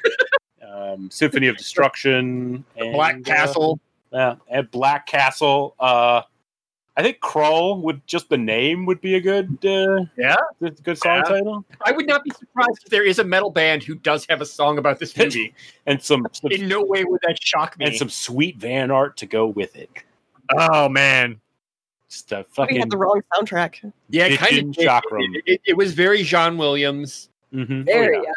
Speaker 2: um, Symphony of Destruction, and,
Speaker 1: Black
Speaker 2: uh,
Speaker 1: Castle.
Speaker 2: yeah, and Black Castle. Uh, I think Crawl would just the name would be a good uh,
Speaker 1: Yeah.
Speaker 2: good, good song
Speaker 1: Yeah.
Speaker 2: title.
Speaker 1: I would not be surprised if there is a metal band who does have a song about
Speaker 2: <laughs>
Speaker 1: this movie.
Speaker 2: And some, some
Speaker 1: In no way would that shock me.
Speaker 2: and some sweet Van Art to go with it.
Speaker 1: oh man.
Speaker 2: Just a
Speaker 3: we
Speaker 2: fucking
Speaker 3: had the wrong soundtrack.
Speaker 1: Yeah,
Speaker 2: It
Speaker 1: it kind
Speaker 2: didn't
Speaker 1: of
Speaker 2: shock
Speaker 1: shock
Speaker 2: them.
Speaker 1: it, it, it was very John
Speaker 2: <laughs>
Speaker 1: Williams.
Speaker 3: <laughs>
Speaker 2: Mhm.
Speaker 3: There, yeah.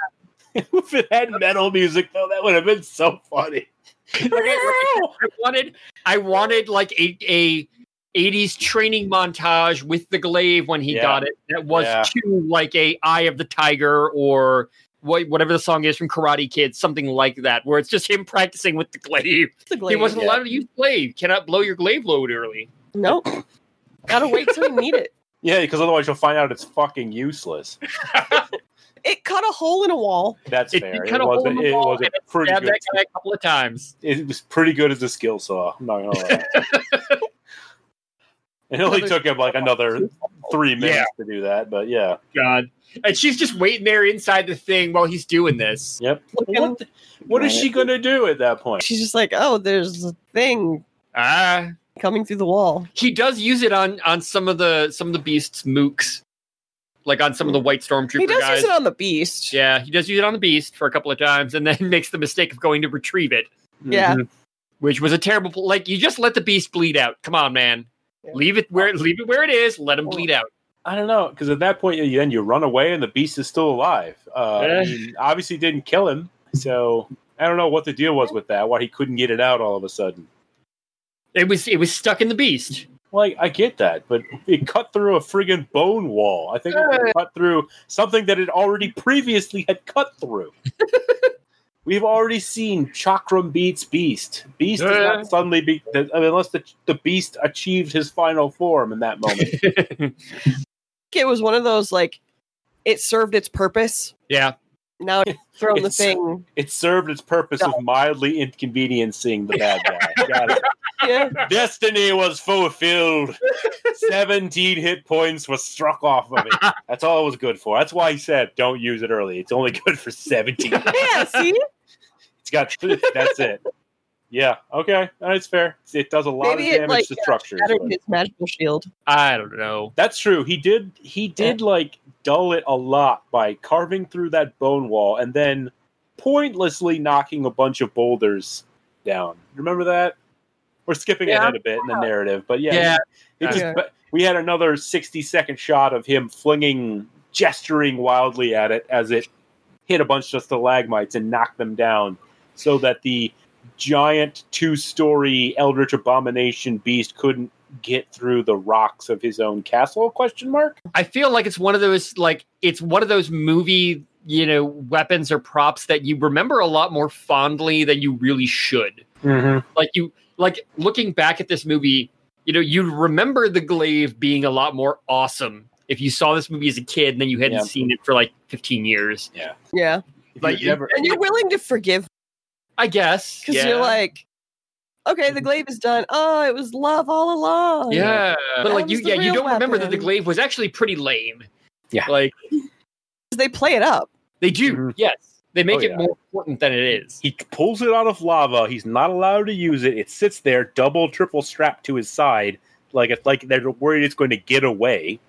Speaker 2: if it had metal music though, that would have been so funny.
Speaker 1: <laughs> I wanted I wanted like a a 80s training montage with the glaive when he
Speaker 2: Yeah.
Speaker 1: got it that was
Speaker 2: Yeah.
Speaker 1: to like a Eye of the Tiger or what, whatever the song is from Karate Kid, something like that, where it's just him practicing with the glaive.
Speaker 3: It's the
Speaker 1: He
Speaker 3: glaive.
Speaker 1: wasn't
Speaker 2: yeah.
Speaker 1: allowed to use glaive. Cannot blow your glaive load early.
Speaker 3: Nope. Gotta wait till you need it.
Speaker 2: Yeah, because otherwise you'll find out it's fucking useless.
Speaker 3: It cut a hole in a wall.
Speaker 2: That's
Speaker 1: It did
Speaker 2: fair.
Speaker 1: cut
Speaker 2: It
Speaker 1: a
Speaker 2: was,
Speaker 1: hole in
Speaker 2: a,
Speaker 1: the
Speaker 2: it
Speaker 1: wall
Speaker 2: was
Speaker 1: and
Speaker 2: a pretty
Speaker 1: Stabbed
Speaker 2: good.
Speaker 1: that guy a couple of times.
Speaker 2: It was pretty good as a skill saw. I'm not gonna lie. it only took him like another three minutes to do that, but yeah.
Speaker 1: God. And she's just waiting there inside the thing while he's doing this.
Speaker 2: Yep.
Speaker 3: Looking-
Speaker 2: What, what is she gonna do at that point?
Speaker 3: She's just like, oh, there's a thing
Speaker 1: Ah.
Speaker 3: coming through the wall.
Speaker 1: he does use it on on some of the some of the beasts mooks like on some of the white stormtrooper
Speaker 3: he does
Speaker 1: guys
Speaker 3: use it on the beast.
Speaker 1: yeah he does use it on the beast for a couple of times and then <laughs> makes the mistake of going to retrieve it
Speaker 3: Yeah.
Speaker 2: Mhm.
Speaker 1: which was a terrible pl- like you just let the beast bleed out come on man
Speaker 3: Yeah.
Speaker 1: leave it where leave it where it is let him
Speaker 3: Hold
Speaker 1: bleed out
Speaker 2: I don't know, because at that point you- then you run away and the beast is still alive. Uh, I
Speaker 1: Yeah.
Speaker 2: mean, obviously didn't kill him, so I don't know what the deal was with that. Why he couldn't get it out all of a sudden.
Speaker 1: it was it was stuck in the beast <laughs>
Speaker 2: Like I get that, but it cut through a friggin' bone wall. I think it cut through something that it already previously had cut through. We've already seen Chakram beats Beast. Beast does
Speaker 1: Yeah.
Speaker 2: not suddenly be I mean, unless the, the Beast achieved his final form in that
Speaker 1: <laughs>
Speaker 2: moment.
Speaker 3: It was one of those like it served its purpose.
Speaker 1: yeah
Speaker 3: Now
Speaker 1: <laughs>
Speaker 3: thrown the
Speaker 2: It's-
Speaker 3: thing.
Speaker 2: it served its purpose of mildly inconveniencing the bad guy. Got it.
Speaker 3: Yeah.
Speaker 2: Destiny
Speaker 3: <laughs>
Speaker 2: was fulfilled. 17 hit points was struck off
Speaker 3: <laughs>
Speaker 2: of it. That's all it was good for. That's why he said, don't use it early. It's only good for
Speaker 3: <laughs>
Speaker 2: 17.
Speaker 3: yeah, see?
Speaker 2: It's got, that's it. Yeah, okay. That's fair. It does a lot
Speaker 3: Maybe
Speaker 2: of
Speaker 3: it,
Speaker 2: damage
Speaker 3: like,
Speaker 2: to structures.
Speaker 3: Shattered
Speaker 2: but-
Speaker 3: his magical shield.
Speaker 1: i don't know
Speaker 2: That's true. He did, he did like dull it a lot by carving through that bone wall and then pointlessly knocking a bunch of boulders down. Remember that? We're skipping
Speaker 1: Yeah.
Speaker 2: ahead a bit in the narrative, but yeah,
Speaker 1: yeah
Speaker 2: It just,
Speaker 3: Yeah.
Speaker 2: but we had another 60 second shot of him flinging, gesturing wildly at it as it hit a bunch of stalagmites and knocked them down so that the giant two story eldritch abomination beast couldn't get through the rocks of his own castle question mark
Speaker 1: I feel like it's one of those like it's one of those movie you know weapons or props that you remember a lot more fondly than you really should.
Speaker 2: mm-hmm.
Speaker 1: Like you like looking back at this movie, you know you'd remember the glaive being a lot more awesome if you saw this movie as a kid and then you hadn't
Speaker 2: Yeah.
Speaker 1: seen it for like 15 years.
Speaker 3: Yeah.
Speaker 1: But you-
Speaker 3: And you're willing to forgive
Speaker 1: I guess
Speaker 3: because
Speaker 1: yeah.
Speaker 3: you're like, okay, the glaive is done. Oh, it was love all along.
Speaker 1: yeah, but
Speaker 3: oh, That
Speaker 1: like you
Speaker 3: was the
Speaker 1: yeah you
Speaker 3: real
Speaker 1: don't remember that the
Speaker 3: weapon.
Speaker 1: glaive was actually pretty lame.
Speaker 2: Yeah.
Speaker 1: like
Speaker 3: 'Cause They play it up.
Speaker 1: they do
Speaker 2: Mhm.
Speaker 1: yes they make
Speaker 2: Oh,
Speaker 1: it
Speaker 2: yeah.
Speaker 1: more important than it is.
Speaker 2: he pulls it out of lava he's not allowed to use it it sits there double triple strapped to his side like it's like they're worried it's going to get away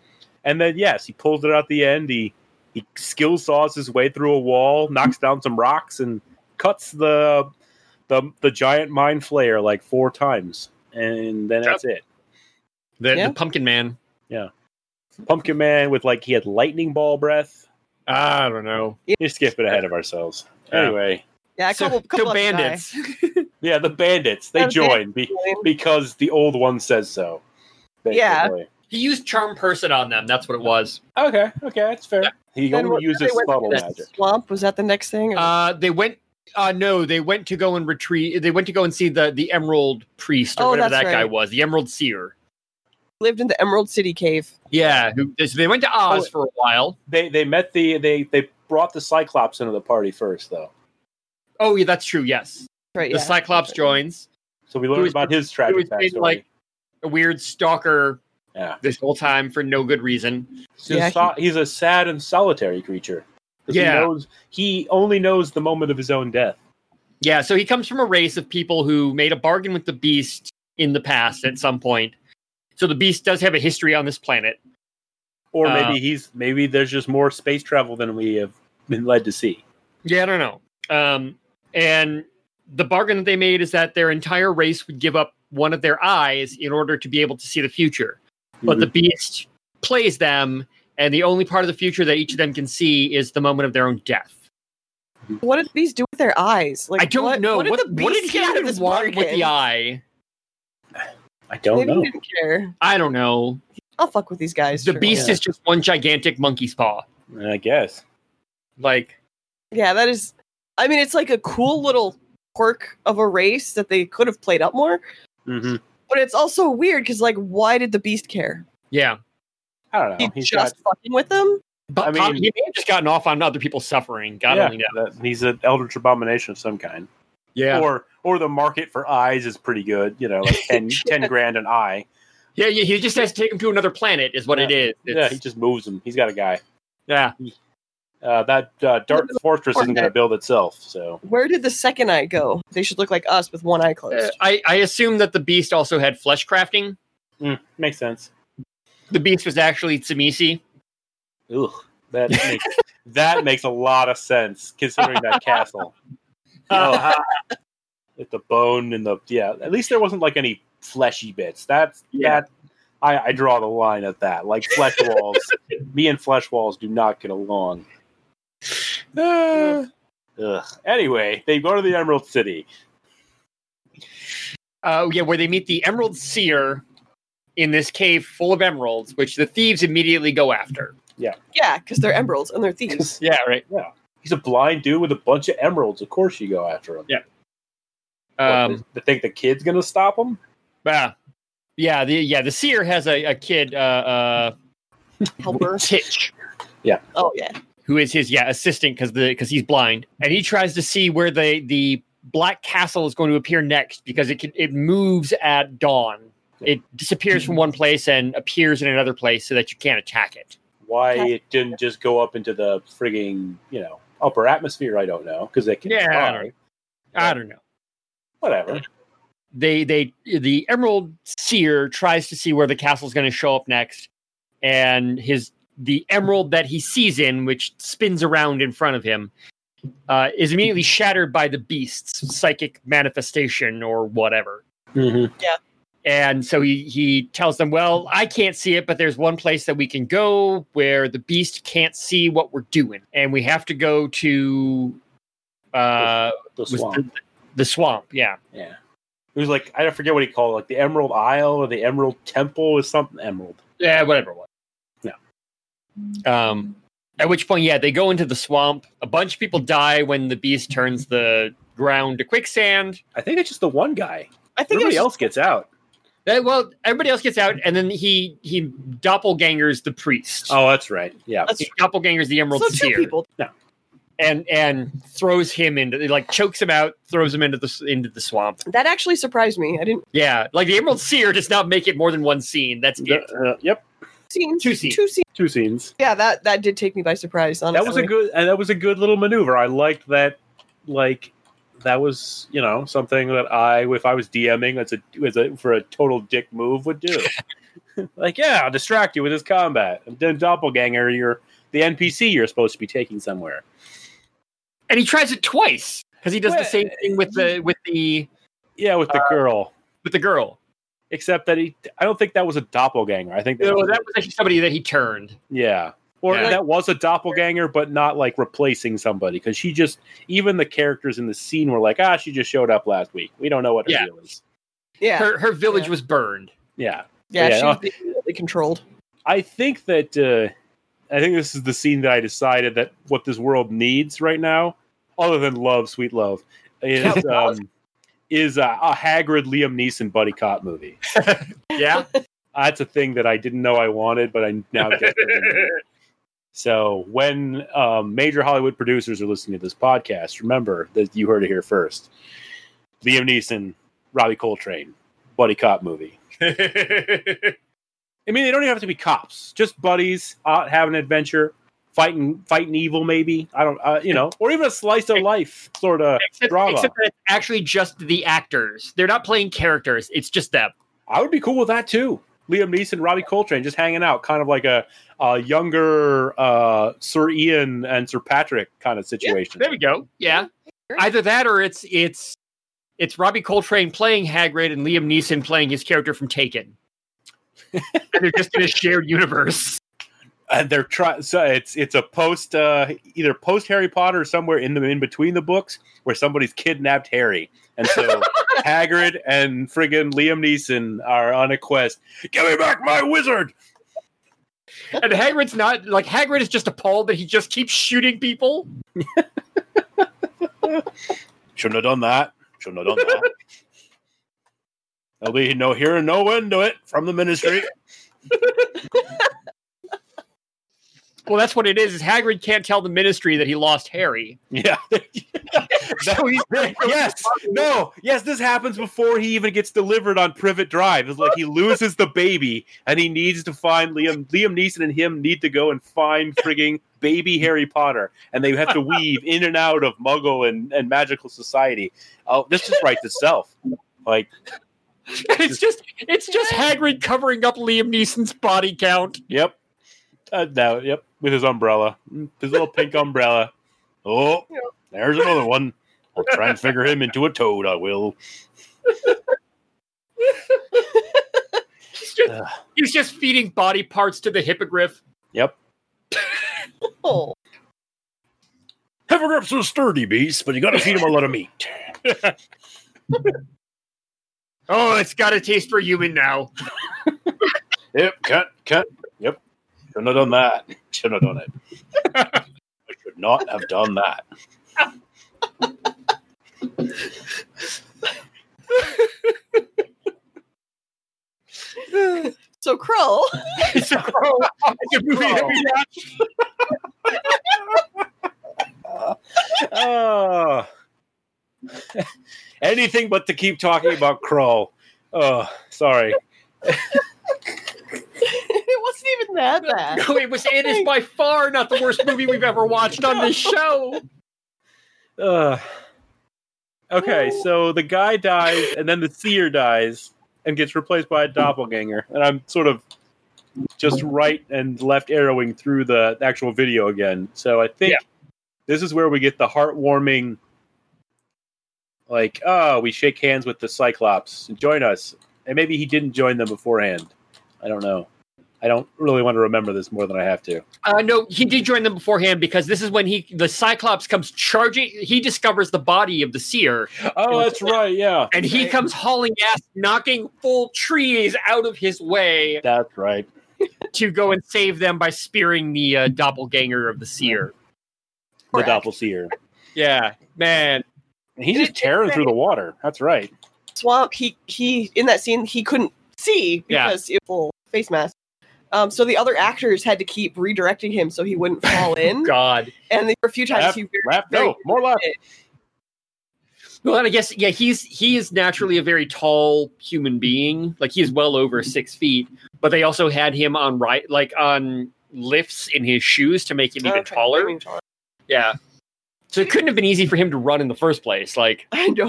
Speaker 2: and then yes he pulls it out the end he he skill saws his way through a wall knocks down some rocks and cuts the the, the giant mind flayer like four times and then that's it
Speaker 1: The,
Speaker 3: Yeah.
Speaker 1: the pumpkin man.
Speaker 2: pumpkin man with like he had lightning ball breath
Speaker 1: I don't know.
Speaker 2: You're skipping ahead of ourselves.
Speaker 1: Yeah.
Speaker 2: Anyway,
Speaker 3: Yeah, a
Speaker 1: So-
Speaker 3: couple,
Speaker 1: so
Speaker 3: couple other guy.
Speaker 1: bandits.
Speaker 2: yeah, the bandits they
Speaker 3: The
Speaker 2: join be- because the old one says so.
Speaker 3: Yeah.
Speaker 2: basically.
Speaker 1: <laughs> he used charm person on them. That's what it was.
Speaker 2: Okay. Okay, that's fair. He
Speaker 3: Then what-
Speaker 2: only uses
Speaker 3: they went
Speaker 2: subtle
Speaker 3: to the
Speaker 2: magic.
Speaker 3: Swamp was that the next thing? Or-
Speaker 1: Uh, they went. Uh, no, they went to go and retrieve. They went to go and see the the Emerald Priest or
Speaker 3: Oh,
Speaker 1: whatever that
Speaker 3: that's
Speaker 1: guy
Speaker 3: right.
Speaker 1: was, the Emerald Seer.
Speaker 3: lived in the Emerald City cave.
Speaker 1: Yeah, who, so they went to Oz for a while.
Speaker 2: They they met the they they brought the Cyclops into the party first though.
Speaker 1: Oh, yeah, that's true. Yes,
Speaker 3: Right.
Speaker 1: the
Speaker 3: yeah.
Speaker 1: Cyclops joins.
Speaker 2: So we learned
Speaker 1: was-
Speaker 2: about his tragic
Speaker 1: was made,
Speaker 2: backstory.
Speaker 1: like- A weird stalker.
Speaker 2: Yeah.
Speaker 1: This whole time for no good reason.
Speaker 2: He's,
Speaker 3: Yeah,
Speaker 2: a so- he's a sad and solitary creature. 'Cause
Speaker 1: Yeah.
Speaker 2: He, knows, he only knows the moment of his own death.
Speaker 1: Yeah, so he comes from a race of people who made a bargain with the Beast in the past at some point. So the Beast does have a history on this planet.
Speaker 2: Or
Speaker 1: Uh,
Speaker 2: maybe he's maybe there's just more space travel than we have been led to see.
Speaker 1: Yeah, I don't know. Um, and the bargain that they made is that their entire race would give up one of their eyes in order to be able to see the future. But the
Speaker 2: Mhm.
Speaker 1: beast plays them, and the only part of the future that each of them can see is the moment of their own death.
Speaker 3: What did these do with their eyes? Like
Speaker 1: I don't know
Speaker 3: What, did the beast
Speaker 1: he
Speaker 3: get out
Speaker 1: even
Speaker 3: of this
Speaker 1: want with
Speaker 3: bargain?
Speaker 1: the eye.
Speaker 2: I don't
Speaker 3: Maybe
Speaker 2: know.
Speaker 3: he didn't care.
Speaker 1: I don't know.
Speaker 3: I'll fuck with these guys.
Speaker 1: the
Speaker 3: sure.
Speaker 1: beast
Speaker 2: Yeah.
Speaker 1: is just one gigantic monkey's paw.
Speaker 2: I guess.
Speaker 1: Like
Speaker 3: Yeah, that is. I mean, it's like a cool little quirk of a race that they could have played up more,
Speaker 2: hmm
Speaker 3: but it's also weird because, like, why did the beast care?
Speaker 1: Yeah,
Speaker 2: I don't know.
Speaker 3: He
Speaker 2: Oh, He's
Speaker 3: just fucking with them.
Speaker 1: but
Speaker 2: I mean-
Speaker 1: Tom- he may have just gotten off on other people's suffering. God
Speaker 2: yeah,
Speaker 1: only knows.
Speaker 2: that- he's an eldritch abomination of some kind.
Speaker 1: Yeah,
Speaker 2: Or or the market for eyes is pretty good. You
Speaker 1: <laughs>
Speaker 2: know, like 10, 10 grand an eye.
Speaker 1: yeah, yeah. He just has to take him to another planet, is what
Speaker 2: Yeah.
Speaker 1: it is.
Speaker 2: yeah,
Speaker 1: It's-
Speaker 2: he just moves them. He's got a guy.
Speaker 1: yeah.
Speaker 2: Uh, that uh, Dark Fortress isn't going to build itself. So
Speaker 3: Where did the second eye go? They should look like us with one eye closed.
Speaker 1: Uh, I, I assume that the beast also had flesh crafting.
Speaker 2: Mm, makes sense.
Speaker 1: The beast was actually Tsimisi.
Speaker 2: Ugh,
Speaker 1: <laughs>
Speaker 2: that makes, that makes a lot of sense considering that
Speaker 1: <laughs>
Speaker 2: castle. Oh, with the bone and the yeah, at least there wasn't like any fleshy bits. That's
Speaker 1: Yeah.
Speaker 2: that I, I draw the line at that. Like
Speaker 1: <laughs>
Speaker 2: flesh walls, me and flesh walls do not get along.
Speaker 1: <laughs> Uh,
Speaker 2: Ugh. Anyway, they go to the Emerald City.
Speaker 1: yeah, where they meet the Emerald Seer in this cave full of emeralds, which the thieves immediately go after.
Speaker 3: yeah, because they're emeralds and they're thieves.
Speaker 1: Yeah, right.
Speaker 2: He's a blind dude with a bunch of emeralds. Of course, you go after him.
Speaker 1: Yeah.
Speaker 2: What,
Speaker 1: Um,
Speaker 2: they think the kid's gonna stop him.
Speaker 1: yeah, yeah, the yeah the seer has a, a kid, uh, uh,
Speaker 3: <laughs>
Speaker 2: <laughs>
Speaker 3: Helper.
Speaker 1: Titch,
Speaker 3: Oh yeah.
Speaker 1: who is his yeah assistant because the because he's blind, and he tries to see where the the black castle is going to appear next because it can, it moves at dawn. It disappears from one place and appears in another place so that you can't attack it.
Speaker 2: why
Speaker 3: Okay.
Speaker 2: it didn't just go up into the frigging you know upper atmosphere i don't know because they can
Speaker 1: Yeah, I
Speaker 2: fly.
Speaker 1: don't I don't know.
Speaker 2: whatever
Speaker 1: They they the Emerald Seer tries to see where the castle's going to show up next, and his the emerald that he sees in, which spins around in front of him, uh, is immediately shattered by the beast's psychic manifestation or whatever.
Speaker 2: Mm-hmm.
Speaker 1: And so he he tells them, "Well, I can't see it, but there's one place that we can go where the beast can't see what we're doing, and we have to go to uh,
Speaker 2: the
Speaker 1: was
Speaker 2: swamp
Speaker 1: The, the swamp. Yeah,
Speaker 2: yeah it was like i forget what he called it, like the emerald isle or the emerald temple or something emerald
Speaker 1: yeah, whatever it was.
Speaker 2: Yeah.
Speaker 1: Um, at which point, yeah, they go into the swamp. A bunch of people die when the beast turns the ground to quicksand.
Speaker 2: i think it's just the one guy
Speaker 3: I think it was
Speaker 2: everybody
Speaker 3: just-
Speaker 2: else gets out
Speaker 1: Eh, well, everybody else gets out, and then he he doppelgangers the priest.
Speaker 2: oh that's right yeah
Speaker 3: that's
Speaker 1: He doppelgangers the Emerald
Speaker 3: so two
Speaker 1: Seer.
Speaker 3: people.
Speaker 1: and and throws him into like chokes him out, throws him into the s- into the swamp.
Speaker 3: That actually surprised me. I didn't
Speaker 1: Yeah, like the Emerald Seer does not make it more than one scene. That's
Speaker 2: The-
Speaker 1: it.
Speaker 2: uh, yep
Speaker 3: see
Speaker 1: Two scenes.
Speaker 3: Two scenes.
Speaker 2: two scenes
Speaker 3: Yeah, that that did take me by surprise. Honestly,
Speaker 2: that was a good and that was a good little maneuver i liked that like that was you know something that i if i was dming that's a, was a for a total dick move
Speaker 1: <laughs>
Speaker 2: would do like yeah i'll distract you with this combat and then doppelganger you're the npc you're supposed to be taking somewhere
Speaker 1: And he tries it twice because he does the
Speaker 2: Well,
Speaker 1: same thing with the with the
Speaker 2: yeah with
Speaker 1: Uh,
Speaker 2: the girl
Speaker 1: with the girl.
Speaker 2: except that he i don't think that was a doppelganger i think that
Speaker 1: No,
Speaker 2: was,
Speaker 1: that was actually somebody that he turned.
Speaker 2: yeah Or
Speaker 1: Yeah.
Speaker 2: that was a doppelganger, but not like replacing somebody because she just even the characters in the scene were like, ah, she just showed up last week. We don't know what her
Speaker 1: Yeah.
Speaker 2: deal is.
Speaker 3: Yeah.
Speaker 1: Her her village
Speaker 3: Yeah.
Speaker 1: was burned.
Speaker 2: Yeah,
Speaker 3: yeah,
Speaker 2: yeah,
Speaker 3: she
Speaker 2: no.
Speaker 3: was being really controlled.
Speaker 2: I think that uh, I think this is the scene that I decided that what this world needs right now, other than love, sweet love,
Speaker 3: Yeah,
Speaker 2: is
Speaker 3: love.
Speaker 2: um, is a, a Hagrid Liam Neeson buddy cop movie.
Speaker 1: Yeah.
Speaker 2: That's a thing that I didn't know I wanted, but I now definitely
Speaker 3: <laughs>
Speaker 2: need. So when um, major Hollywood producers are listening to this podcast, remember that you heard it here first. Liam Neeson, Robbie Coltrane, buddy cop movie. I mean, they don't even have to be cops; just buddies out having an adventure, fighting, fighting evil. Maybe I don't, uh, you know, or even a slice of life sort of.
Speaker 1: except,
Speaker 2: Drama.
Speaker 1: except that it's actually just the actors. They're not playing characters. It's just them.
Speaker 2: I would be cool with that too. Liam Neeson, Robbie Coltrane, just hanging out, kind of like a, a younger uh, Sir Ian and Sir Patrick kind of situation.
Speaker 1: There we go. Yeah. Either that or it's it's it's Robbie Coltrane playing Hagrid and Liam Neeson playing his character from <laughs> Taken. and they're just in a shared universe.
Speaker 2: and Uh, they're trying so it's it's a post uh either post harry potter or somewhere in the in between the books where somebody's kidnapped harry and so hagrid and friggin liam neeson are on a quest give me back my wizard
Speaker 1: And Hagrid's not like Hagrid is just appalled that he just keeps shooting people.
Speaker 2: shouldn't have done that shouldn't have done that there'll be no here and no end to it from the ministry
Speaker 1: Well, that's what it is. Is Hagrid can't tell the ministry that he lost Harry.
Speaker 2: yeah
Speaker 1: <laughs> So <laughs> he's
Speaker 2: yes no yes this happens before he even gets delivered on privet drive it's like he loses the baby and he needs to find liam liam neeson and him need to go and find frigging baby harry potter and they have to weave in and out of muggle and, and magical society oh this just writes itself like
Speaker 1: it's just it's just Hagrid covering up Liam Neeson's body count.
Speaker 2: yep uh, no yep with his umbrella his little pink umbrella oh there's another one i'll try and figure him into a toad i will
Speaker 1: He's just,
Speaker 2: Ugh.
Speaker 1: he's just feeding body parts to the hippogriff.
Speaker 2: yep
Speaker 3: Oh,
Speaker 2: Hippogriff's a sturdy beast, but you gotta feed him a lot of meat.
Speaker 1: Oh, it's got a taste for human <laughs> now.
Speaker 2: Yep, cut, cut. Yep. Shouldn't have done that. <laughs> Shouldn't have done it. I should not have done that.
Speaker 3: <laughs> so Krull.
Speaker 1: It's a
Speaker 2: <laughs>
Speaker 1: crow. It's a movie that we watch.
Speaker 2: Oh. Anything but to keep talking about Krull. Oh, sorry.
Speaker 3: <laughs> it wasn't even <laughs> that bad.
Speaker 1: <laughs> No, it was. It is by far not the worst movie we've ever watched on this show.
Speaker 2: Uh, okay,
Speaker 3: No.
Speaker 2: so the guy dies, and then the seer dies and gets replaced by a doppelganger. And I'm sort of just right and left arrowing through the actual video again. So I think this is where we get the heartwarming, like, oh, we shake hands with the Cyclops and join us. And maybe he didn't join them beforehand. I don't know. I don't really want to remember this more than I have to.
Speaker 1: Uh, no, he did join them beforehand because this is when he the Cyclops comes charging. He discovers the body of the seer,
Speaker 2: Oh, that's right. Yeah.
Speaker 1: and he
Speaker 3: Right.
Speaker 1: comes hauling ass, knocking full trees out of his way
Speaker 2: That's right.
Speaker 1: to go and save them by spearing the uh, doppelganger of the seer.
Speaker 2: The
Speaker 3: Correct.
Speaker 2: doppel seer.
Speaker 1: Yeah, man.
Speaker 2: And he's just tearing through the water. That's right.
Speaker 3: Swamp. He he in that scene he couldn't see
Speaker 1: Yeah.
Speaker 3: because it full face mask. Um, so the other actors had to keep redirecting him so he wouldn't fall in.
Speaker 1: God.
Speaker 3: and there were a few times
Speaker 2: Lap,
Speaker 3: he
Speaker 2: lap, no, more lap.
Speaker 1: Well, and I guess yeah, he's he is naturally a very tall human being. Like he is well over six feet, but they also had him on right like on lifts in his shoes to make him even
Speaker 3: Okay,
Speaker 1: taller.
Speaker 3: even taller.
Speaker 1: Yeah. So it couldn't have been easy for him to run in the first place. Like,
Speaker 3: <laughs> I know.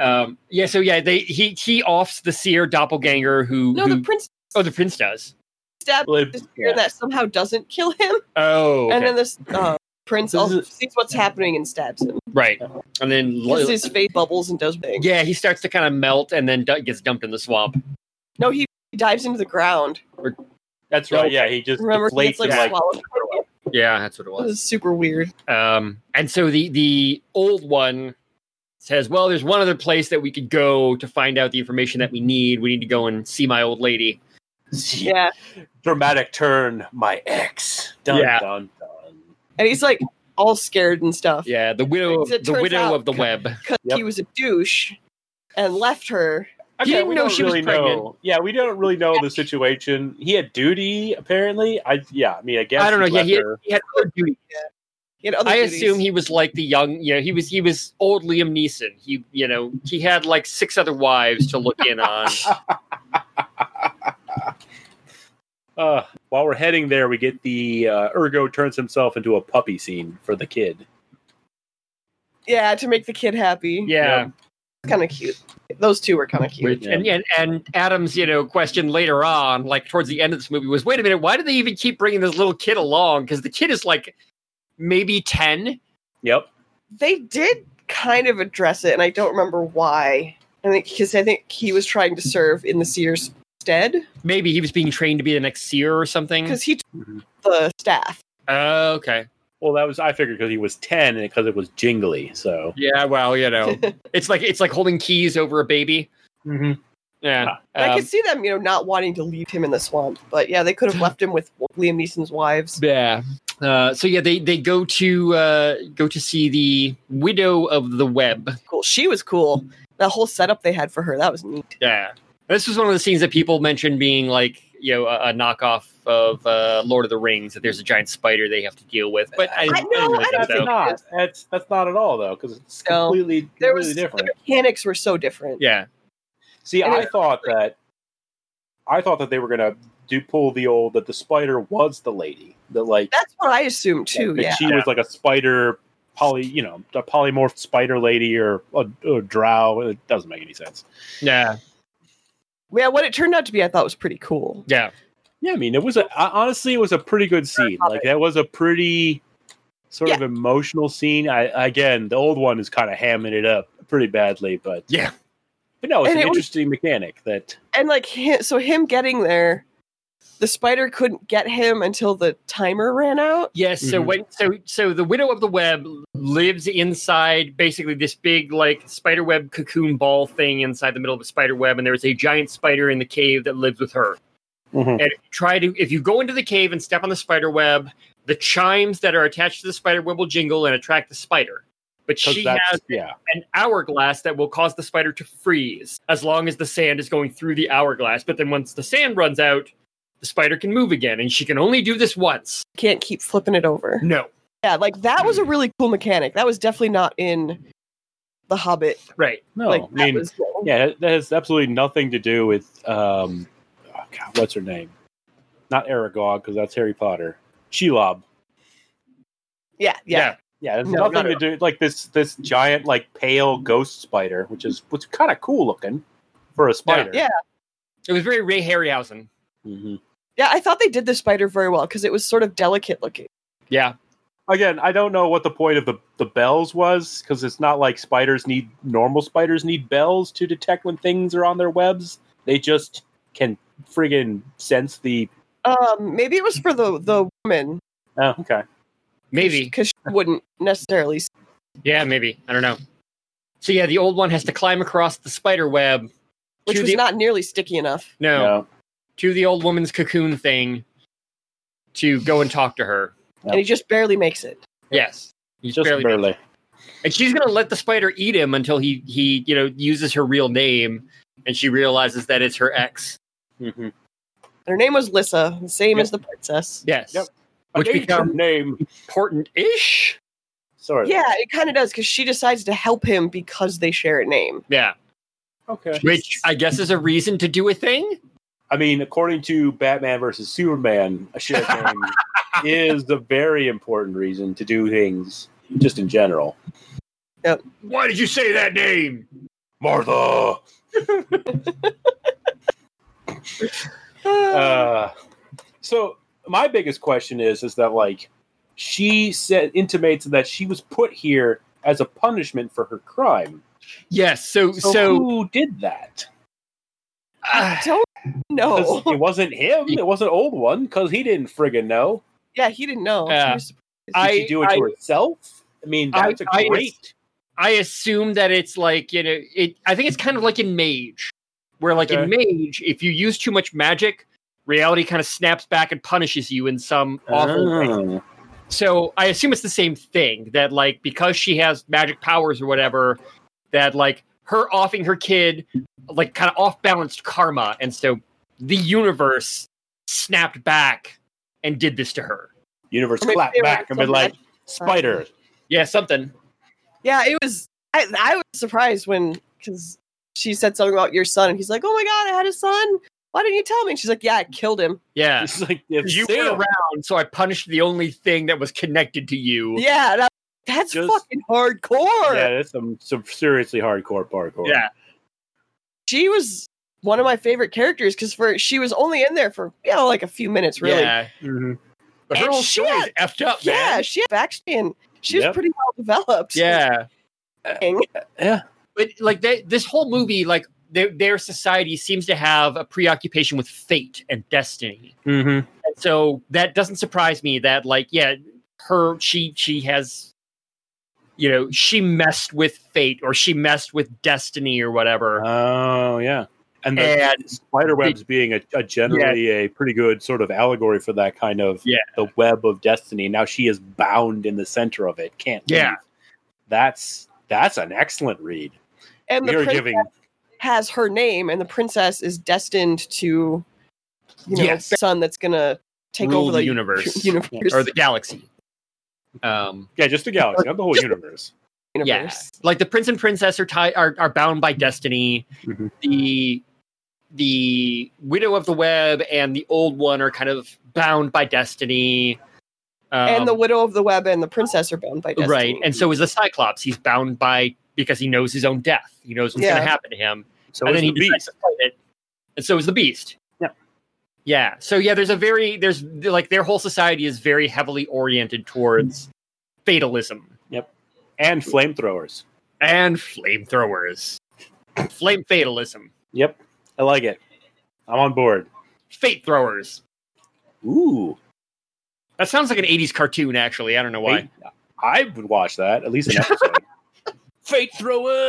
Speaker 1: um, yeah. So yeah, they he he offs the seer doppelganger who.
Speaker 3: No,
Speaker 1: who
Speaker 3: the prince
Speaker 1: oh, the prince does.
Speaker 3: stabbed
Speaker 2: Well,
Speaker 3: this deer
Speaker 2: yeah.
Speaker 3: that somehow doesn't kill him,
Speaker 1: Oh,
Speaker 3: and then this uh, prince
Speaker 2: This
Speaker 3: also
Speaker 2: is-
Speaker 3: sees what's happening and stabs him.
Speaker 1: right, and then
Speaker 3: Because his face bubbles and does things.
Speaker 1: yeah, he starts to kind of melt and then du- gets dumped in the swamp.
Speaker 3: No, he dives into the ground.
Speaker 2: That's right. Yeah, he just
Speaker 3: Remember, he
Speaker 2: deflates
Speaker 3: gets, like,
Speaker 2: and, like
Speaker 3: swallowed.
Speaker 1: Yeah, that's what it
Speaker 3: It
Speaker 1: was.
Speaker 3: was super weird.
Speaker 1: Um, and so the the old one says, "Well, there's one other place that we could go to find out the information that we need. We need to go and see my old lady."
Speaker 3: Yeah.
Speaker 2: dramatic turn. My ex. Dun
Speaker 1: Yeah.
Speaker 2: dun dun.
Speaker 3: And he's like all scared and stuff.
Speaker 1: Yeah, the widow,
Speaker 3: As it
Speaker 1: the
Speaker 3: turns
Speaker 1: widow
Speaker 3: out-
Speaker 1: of the web.
Speaker 3: Because he
Speaker 2: Yep.
Speaker 3: was a douche and left her.
Speaker 1: He didn't
Speaker 2: we
Speaker 1: know
Speaker 2: don't
Speaker 1: she was
Speaker 2: really
Speaker 1: pregnant.
Speaker 2: know- Yeah, we don't really know the situation. He had duty, apparently. I yeah, I mean, I guess
Speaker 1: I don't know.
Speaker 2: he
Speaker 1: Yeah,
Speaker 2: left
Speaker 1: he had,
Speaker 2: her.
Speaker 1: he had other duties.
Speaker 3: He had other
Speaker 1: I
Speaker 3: duties.
Speaker 1: assume he was like the young. Yeah, he was. He was old Liam Neeson. He, you know, he had like six other wives to look
Speaker 3: <laughs>
Speaker 1: in on.
Speaker 2: Uh, while we're heading there, we get the uh, Ergo turns himself into a puppy scene for the kid.
Speaker 3: Yeah, to make the kid happy.
Speaker 1: Yeah,
Speaker 3: Kind of cute. Those two were kind of cute.
Speaker 1: Which, and and and Adam's you know question later on, like towards the end of this movie, was wait a minute, why do they even keep bringing this little kid along? Because the kid is like maybe ten.
Speaker 2: Yep.
Speaker 3: They did kind of address it, and I don't remember why. I think because I think he was trying to serve in the Sears stead
Speaker 1: Maybe he was being trained to be the next seer or something.
Speaker 3: because he took
Speaker 2: Mhm.
Speaker 3: the staff.
Speaker 1: Oh, okay.
Speaker 2: Well, that was I figured because he was ten and because it was jingly. So
Speaker 1: Yeah. Well, you know, it's like it's like holding keys over a baby. Mm-hmm. Yeah.
Speaker 3: And I
Speaker 1: Um,
Speaker 3: could see them, you know, not wanting to leave him in the swamp. But yeah, they could have left him with Liam Neeson's wives.
Speaker 1: Yeah. Uh, so yeah, they they go to uh, go to see the widow of the web.
Speaker 3: Cool. She was cool. That whole setup they had for her, that was neat.
Speaker 1: Yeah, this was one of the scenes that people mentioned being like you know a, a knockoff of uh, Lord of the Rings. That there's a giant spider they have to deal with. But I,
Speaker 2: I
Speaker 1: didn't- I didn't
Speaker 3: know,
Speaker 1: really
Speaker 3: I
Speaker 1: think
Speaker 3: don't
Speaker 2: that's
Speaker 1: so.
Speaker 2: not. That's that's not at all though because it's
Speaker 3: No.
Speaker 2: completely
Speaker 3: There
Speaker 2: completely
Speaker 3: was
Speaker 2: different.
Speaker 3: the mechanics were so different.
Speaker 1: Yeah,
Speaker 2: See,
Speaker 3: And
Speaker 2: I
Speaker 3: it-
Speaker 2: thought that I thought that they were gonna do pull the old that the spider was the lady that like
Speaker 3: That's what I assumed too.
Speaker 2: that
Speaker 3: yeah.
Speaker 2: she was like a spider poly you know a polymorph spider lady or a, a drow. It doesn't make any sense.
Speaker 1: yeah,
Speaker 3: Yeah, what it turned out to be, I thought was pretty cool.
Speaker 1: yeah.
Speaker 2: Yeah, I mean it was a I- honestly it was a pretty good scene. Like that was a pretty sort of emotional scene. I again the old one is kind of hamming it up pretty badly, but
Speaker 1: Yeah.
Speaker 2: But no, it's
Speaker 3: And
Speaker 2: an
Speaker 3: it was-
Speaker 2: interesting mechanic that
Speaker 3: And like, hi- so him getting there, the spider couldn't get him until the timer ran out.
Speaker 1: Yes. So
Speaker 2: Mhm.
Speaker 1: when so so the widow of the web lives inside basically this big like spider web cocoon ball thing inside the middle of a spider web, and there is a giant spider in the cave that lives with her. And if you try to if you go into the cave and step on the spider web, the chimes that are attached to the spider web will jingle and attract the spider. But
Speaker 2: 'cause
Speaker 1: she
Speaker 2: that's
Speaker 1: has
Speaker 2: yeah.
Speaker 1: an hourglass that will cause the spider to freeze as long as the sand is going through the hourglass. But then once the sand runs out, the spider can move again, and she can only do this once.
Speaker 3: Can't keep flipping it over.
Speaker 1: No.
Speaker 3: Yeah, like that was a really cool mechanic. That was definitely not in the Hobbit.
Speaker 1: Right.
Speaker 2: No,
Speaker 3: like
Speaker 2: Oh, I
Speaker 3: that
Speaker 2: mean
Speaker 3: was
Speaker 2: yeah, that- that has absolutely nothing to do with um oh God, what's her name? Not Aragog because that's Harry Potter. Shelob.
Speaker 3: yeah, yeah.
Speaker 1: Yeah.
Speaker 2: Yeah, it has
Speaker 1: No,
Speaker 2: nothing
Speaker 1: not
Speaker 2: to do like this this giant like pale ghost spider, which is what's kind of cool looking for a spider.
Speaker 3: Yeah.
Speaker 1: It was very Ray Harryhausen.
Speaker 2: Mhm.
Speaker 3: Yeah, I thought they did the spider very well because it was sort of delicate looking.
Speaker 1: Yeah.
Speaker 2: Again, I don't know what the point of the the bells was because it's not like spiders need normal spiders need bells to detect when things are on their webs. They just can friggin' sense the.
Speaker 3: Um, maybe it was for the the woman,
Speaker 2: Oh, okay.
Speaker 1: Maybe.
Speaker 3: because she wouldn't necessarily. s-
Speaker 1: Yeah, maybe. I don't know. So yeah, the old one has to climb across the spider web
Speaker 3: Which
Speaker 1: to
Speaker 3: was
Speaker 1: the
Speaker 3: not nearly sticky enough.
Speaker 1: no,
Speaker 2: No.
Speaker 1: to the old woman's cocoon thing to go and talk to her.
Speaker 3: And he just barely makes it.
Speaker 1: Yes. He's
Speaker 2: just
Speaker 1: barely-
Speaker 2: barely.
Speaker 1: And she's gonna let the spider eat him until he he you know uses her real name, and she realizes that it's her ex.
Speaker 2: Mm-hmm.
Speaker 3: Her name was Lissa, the same
Speaker 2: Yep.
Speaker 3: as the princess.
Speaker 1: Yes.
Speaker 2: Yep.
Speaker 1: Which become-
Speaker 2: name.
Speaker 1: Important ish.
Speaker 2: Sorry.
Speaker 3: Yeah, it kind of does because she decides to help him because they share a
Speaker 1: <sighs>
Speaker 3: name.
Speaker 1: Yeah.
Speaker 2: Okay.
Speaker 1: Which I guess is a reason to do a thing.
Speaker 2: I mean, according to Batman versus Superman,
Speaker 1: <laughs>
Speaker 2: a shared name is a very important reason to do things just in general.
Speaker 1: Why did you say that name?
Speaker 2: Martha. Uh, so my biggest question is, is that like she said intimates that she was put here as a punishment for her crime.
Speaker 1: Yes. So so,
Speaker 2: who did that?
Speaker 1: uh,
Speaker 3: don't No.
Speaker 1: Oh.
Speaker 2: <laughs> 'Cause It wasn't him. It wasn't old one because he didn't friggin' know.
Speaker 3: <laughs> yeah, he didn't know. He
Speaker 1: Yeah.
Speaker 3: was-
Speaker 2: Did
Speaker 1: I-
Speaker 2: she do it
Speaker 1: I-
Speaker 2: to herself? I mean,
Speaker 1: I-
Speaker 2: that's a
Speaker 1: I-
Speaker 2: great.
Speaker 1: I assume that it's like you know, it. I think it's kind of like in Mage, where like in Mage, if you use too much magic, reality kind of snaps back and punishes you in some awful way.
Speaker 2: Oh.
Speaker 1: So I assume it's the same thing that like because she has magic powers or whatever, that like her offing her kid, like kind of off balanced karma, and so the universe snapped back and did this to her.
Speaker 2: Universe
Speaker 3: My
Speaker 2: clapped
Speaker 3: favorite
Speaker 2: back and been
Speaker 3: song
Speaker 2: like,
Speaker 3: that-
Speaker 2: "Spider,
Speaker 1: Yeah, something.
Speaker 3: Yeah, it was. I, I was surprised when because she said something about your son, and he's like, "Oh my god, I had a son. Why didn't you tell me?" And she's like, "Yeah, I killed him."
Speaker 1: Yeah.
Speaker 2: <laughs> it's like if
Speaker 1: You
Speaker 2: Sam-
Speaker 1: were around, so I punished the only thing that was connected to you.
Speaker 3: Yeah, and I- that's
Speaker 2: Just-
Speaker 3: fucking hardcore.
Speaker 2: Yeah, that's some some seriously hardcore parkour.
Speaker 1: Yeah.
Speaker 3: She was one of my favorite characters because for she was only in there for you know like a few minutes, really.
Speaker 1: Yeah.
Speaker 2: Mhm.
Speaker 1: But her
Speaker 3: And
Speaker 1: whole
Speaker 3: she
Speaker 1: story is
Speaker 3: had-
Speaker 1: effed up,
Speaker 3: Yeah,
Speaker 1: man.
Speaker 3: she had actually, and she was
Speaker 2: Yep.
Speaker 3: pretty well developed.
Speaker 1: Yeah.
Speaker 3: Thing.
Speaker 1: But like they, this whole movie, like their their society seems to have a preoccupation with fate and destiny.
Speaker 2: Mhm.
Speaker 1: And so that doesn't surprise me that like, yeah, her she she has you know, she messed with fate or she messed with destiny or whatever.
Speaker 2: Oh yeah,
Speaker 3: Uh,
Speaker 2: and the
Speaker 1: And-
Speaker 2: spider webs being a, a generally a pretty good sort of allegory for that kind of
Speaker 1: Yeah.
Speaker 2: the web of destiny. Now she is bound in the center of it, can't. leave.
Speaker 1: Yeah.
Speaker 2: that's that's an excellent read.
Speaker 3: And the
Speaker 2: We are
Speaker 3: princess
Speaker 2: giving
Speaker 3: has her name, and the princess is destined to, you know,
Speaker 1: Yes.
Speaker 3: the son that's gonna take
Speaker 1: Rule
Speaker 3: over
Speaker 1: the
Speaker 3: <laughs>
Speaker 1: universe.
Speaker 3: universe.
Speaker 1: or the galaxy. Um
Speaker 2: yeah, just the galaxy, not the whole universe.
Speaker 3: universe.
Speaker 1: Yeah. Like the prince and princess are tied are, are bound by destiny.
Speaker 2: Mhm.
Speaker 1: The the widow of the web and the old one are kind of bound by destiny. Um,
Speaker 3: and the widow of the web and the princess are bound by destiny.
Speaker 1: right, and so is the Cyclops. He's bound by because he knows his own death. He knows what's going
Speaker 3: Yeah.
Speaker 1: to happen to him,
Speaker 2: So
Speaker 1: and
Speaker 2: is
Speaker 1: then
Speaker 2: the
Speaker 1: he decides
Speaker 2: beast.
Speaker 1: to fight it. And so is the beast.
Speaker 2: Yeah.
Speaker 1: Yeah. So yeah, there's a very there's like their whole society is very heavily oriented towards fatalism.
Speaker 2: and flamethrowers.
Speaker 1: and flamethrowers. Flame fatalism.
Speaker 2: Yep, I like it. I'm on board.
Speaker 1: Fate throwers.
Speaker 2: Ooh,
Speaker 1: That sounds like an 80s cartoon, actually. I don't know why.
Speaker 2: Fate- I would watch that at least an episode. Fate <laughs>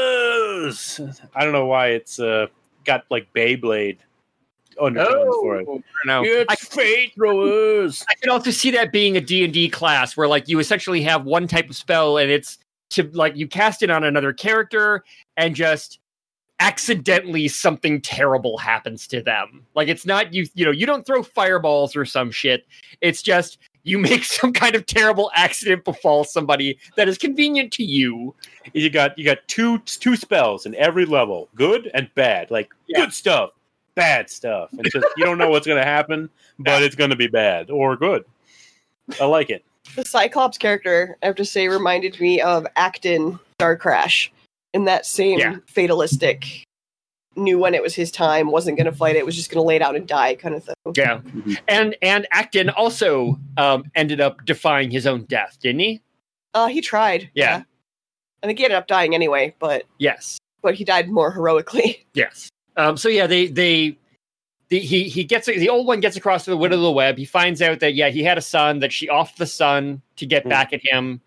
Speaker 2: throwers. I don't know why it's uh, got like Beyblade undertones for it.
Speaker 1: I don't know. I,
Speaker 2: fate throwers.
Speaker 1: I can also see that being a D&D class where, like, you essentially have one type of spell and it's to, like, you cast it on another character and just accidentally something terrible happens to them. Like, it's not you, you know, you don't throw fireballs or some shit. It's just you <laughs> make some kind of terrible accident befall somebody that is convenient to you.
Speaker 2: You got you got two two spells in every level, good and bad. Like
Speaker 1: Yeah.
Speaker 2: good stuff, bad stuff. And just you don't know what's gonna <laughs> happen, but it's gonna be bad or good. I like it.
Speaker 3: the Cyclops character, I have to say, reminded me of Acton Star Crash in that same
Speaker 1: Yeah.
Speaker 3: fatalistic knew when it was his time, wasn't gonna fight it, was just gonna lay down and die kind of thing.
Speaker 1: Yeah,
Speaker 2: Mhm.
Speaker 1: and and Acton also um, ended up defying his own death, didn't he?
Speaker 3: Uh he tried.
Speaker 1: Yeah.
Speaker 3: I think he ended up dying anyway, but
Speaker 1: Yes,
Speaker 3: but he died more heroically. <laughs>
Speaker 1: yes. Um, so yeah, they they the, he he gets the old one gets across to the widow of the web. He finds out that yeah, he had a son that she offed the son to get
Speaker 2: Hmm.
Speaker 1: back at him,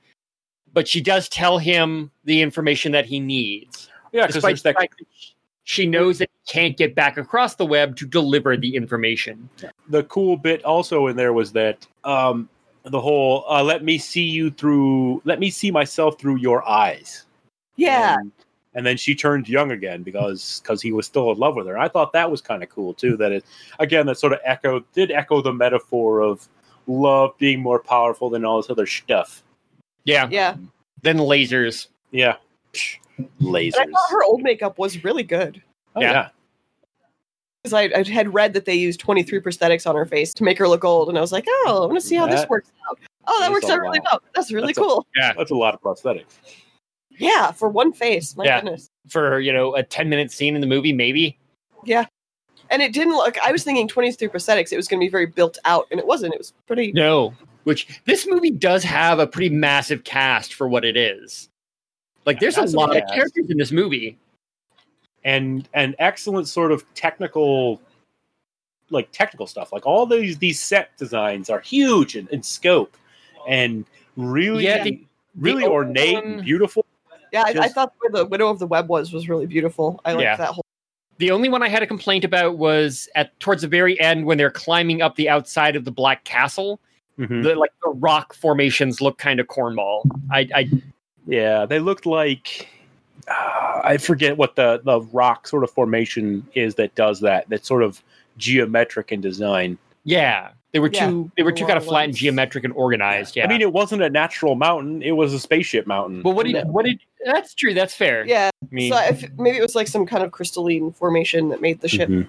Speaker 1: but she does tell him the information that he needs.
Speaker 2: Yeah, because
Speaker 1: Despite
Speaker 2: there's
Speaker 1: the
Speaker 2: that
Speaker 1: fact that she- she knows that he can't get back across the web to deliver the information.
Speaker 2: the cool bit also in there was that um the whole uh, let me see you through let me see myself through your eyes.
Speaker 3: Yeah.
Speaker 2: And, and then she turned young again because because he was still in love with her. I thought that was kind of cool too. That it again that sort of echoed did echo the metaphor of love being more powerful than all this other stuff.
Speaker 1: Yeah.
Speaker 3: Yeah.
Speaker 1: Then lasers.
Speaker 2: Yeah, Psh, lasers.
Speaker 3: And I thought her old makeup was really good.
Speaker 2: Oh,
Speaker 1: Yeah.
Speaker 2: yeah.
Speaker 3: Because I, I had read that they used 23 prosthetics on her face to make her look old, and I was like, oh, I want to see how this
Speaker 2: That
Speaker 3: works out. Oh, that
Speaker 2: is
Speaker 3: works
Speaker 2: a
Speaker 3: out really
Speaker 2: lot.
Speaker 3: well. That's really
Speaker 2: That's a-
Speaker 3: cool.
Speaker 2: that's a lot of prosthetics.
Speaker 3: yeah, for one face. My
Speaker 1: Yeah.
Speaker 3: goodness.
Speaker 1: For you know a ten minute scene in the movie, maybe
Speaker 3: And it didn't look. I was thinking 23 prosthetics. It was going to be very built out, and it wasn't. It was pretty.
Speaker 1: No. Which this movie does have a pretty massive cast for what it is. Like there's a
Speaker 2: Massive
Speaker 1: lot of
Speaker 2: cast.
Speaker 1: characters in this movie.
Speaker 2: and an excellent sort of technical like technical stuff. Like all these these set designs are huge in, in scope and really
Speaker 1: Yeah, the-
Speaker 2: really
Speaker 1: the
Speaker 2: ornate
Speaker 1: old one-
Speaker 2: and beautiful.
Speaker 3: Yeah, I, I
Speaker 2: Just-
Speaker 3: thought where the Widow of the Web was was really beautiful. I liked
Speaker 1: Yeah.
Speaker 3: that whole.
Speaker 1: The only one I had a complaint about was at towards the very end when they're climbing up the outside of the Black Castle.
Speaker 2: Mm-hmm. Hmm.
Speaker 1: The like the rock formations look kind of cornball. I, I
Speaker 2: Yeah, they looked like ah, I forget what the the rock sort of formation is that does that. That's sort of geometric in design.
Speaker 1: yeah, they were
Speaker 3: Yeah.
Speaker 1: too they were
Speaker 3: The
Speaker 1: too kind of
Speaker 3: long
Speaker 1: flat and
Speaker 3: ones.
Speaker 1: geometric and organized. Yeah,
Speaker 2: I mean, it wasn't a natural mountain; it was a spaceship mountain.
Speaker 1: but what did
Speaker 2: No.
Speaker 1: what did that's true. That's fair.
Speaker 3: Yeah,
Speaker 1: I mean,
Speaker 3: so I f maybe it was like some kind of crystalline formation that made the ship.
Speaker 2: Mhm.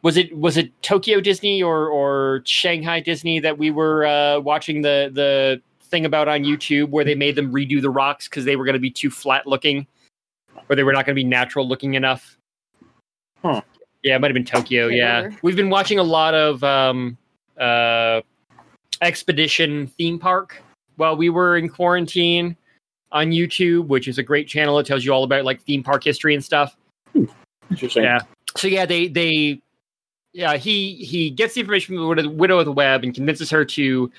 Speaker 1: was it was it Tokyo Disney or or Shanghai Disney that we were uh, watching the the thing about on YouTube where they made them redo the rocks because they were going to be too flat looking, or they were not going to be natural looking enough.
Speaker 2: Huh.
Speaker 1: Yeah, it might have been Tokyo.
Speaker 3: Can't
Speaker 1: Yeah,
Speaker 3: remember.
Speaker 1: we've been watching a lot of um, uh, expedition theme park while we were in quarantine on YouTube, which is a great channel. It tells you all about like theme park history and stuff
Speaker 2: Interesting.
Speaker 1: Yeah. so yeah, they they yeah he he gets the information from the widow- widow of the web and convinces her to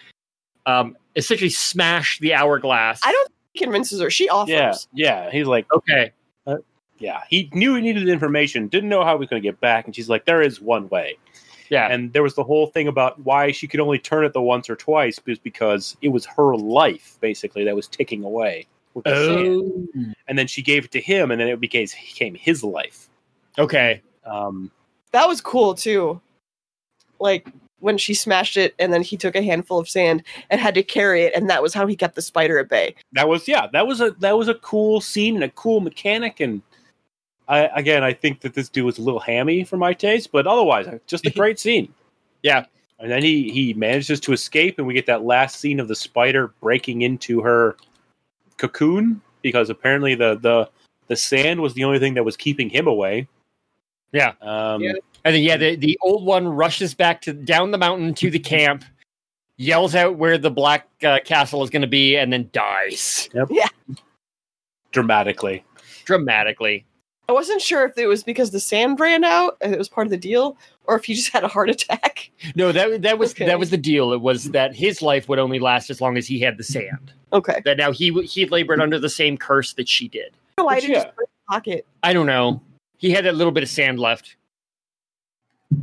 Speaker 1: um essentially smash the hourglass.
Speaker 3: I don't think he convinces her. She offers.
Speaker 2: Mm-hmm. Yeah, yeah. He's like,
Speaker 1: Okay,
Speaker 2: yeah. He knew he needed information, didn't know how he was going to get back, and she's like, there is one way.
Speaker 1: yeah,
Speaker 2: And there was the whole thing about why she could only turn it the once or twice, was because it was her life basically that was ticking away. with the sand.
Speaker 1: oh,
Speaker 2: and then she gave it to him, and then it became became his life.
Speaker 1: okay,
Speaker 2: Um,
Speaker 3: That was cool too. Like when she smashed it, and then he took a handful of sand and had to carry it, and that was how he kept the spider at bay.
Speaker 2: that was yeah, that was a that was a cool scene and a cool mechanic. And I, again, I think that this dude was a little hammy for my taste, but otherwise, uh, just a great scene.
Speaker 1: Yeah.
Speaker 2: and then he he manages to escape, and we get that last scene of the spider breaking into her cocoon because apparently the the the sand was the only thing that was keeping him away.
Speaker 1: Yeah.
Speaker 2: Um,
Speaker 3: Yeah.
Speaker 1: and then yeah, the the old one rushes back to down the mountain to the camp, yells out where the black uh, castle is going to be, and then dies
Speaker 2: dramatically.
Speaker 1: dramatically.
Speaker 3: I wasn't sure if it was because the sand ran out and it was part of the deal, or if he just <laughs> had a heart attack.
Speaker 1: No, that that was
Speaker 3: Okay.
Speaker 1: that was the deal. It was that his life would only last as long as he had the sand.
Speaker 3: Okay.
Speaker 1: That now he w- he labored under the same curse that she did.
Speaker 3: No, I
Speaker 2: But
Speaker 3: didn't
Speaker 2: yeah.
Speaker 3: just put it in my pocket.
Speaker 1: I don't know. He had that little bit of sand left.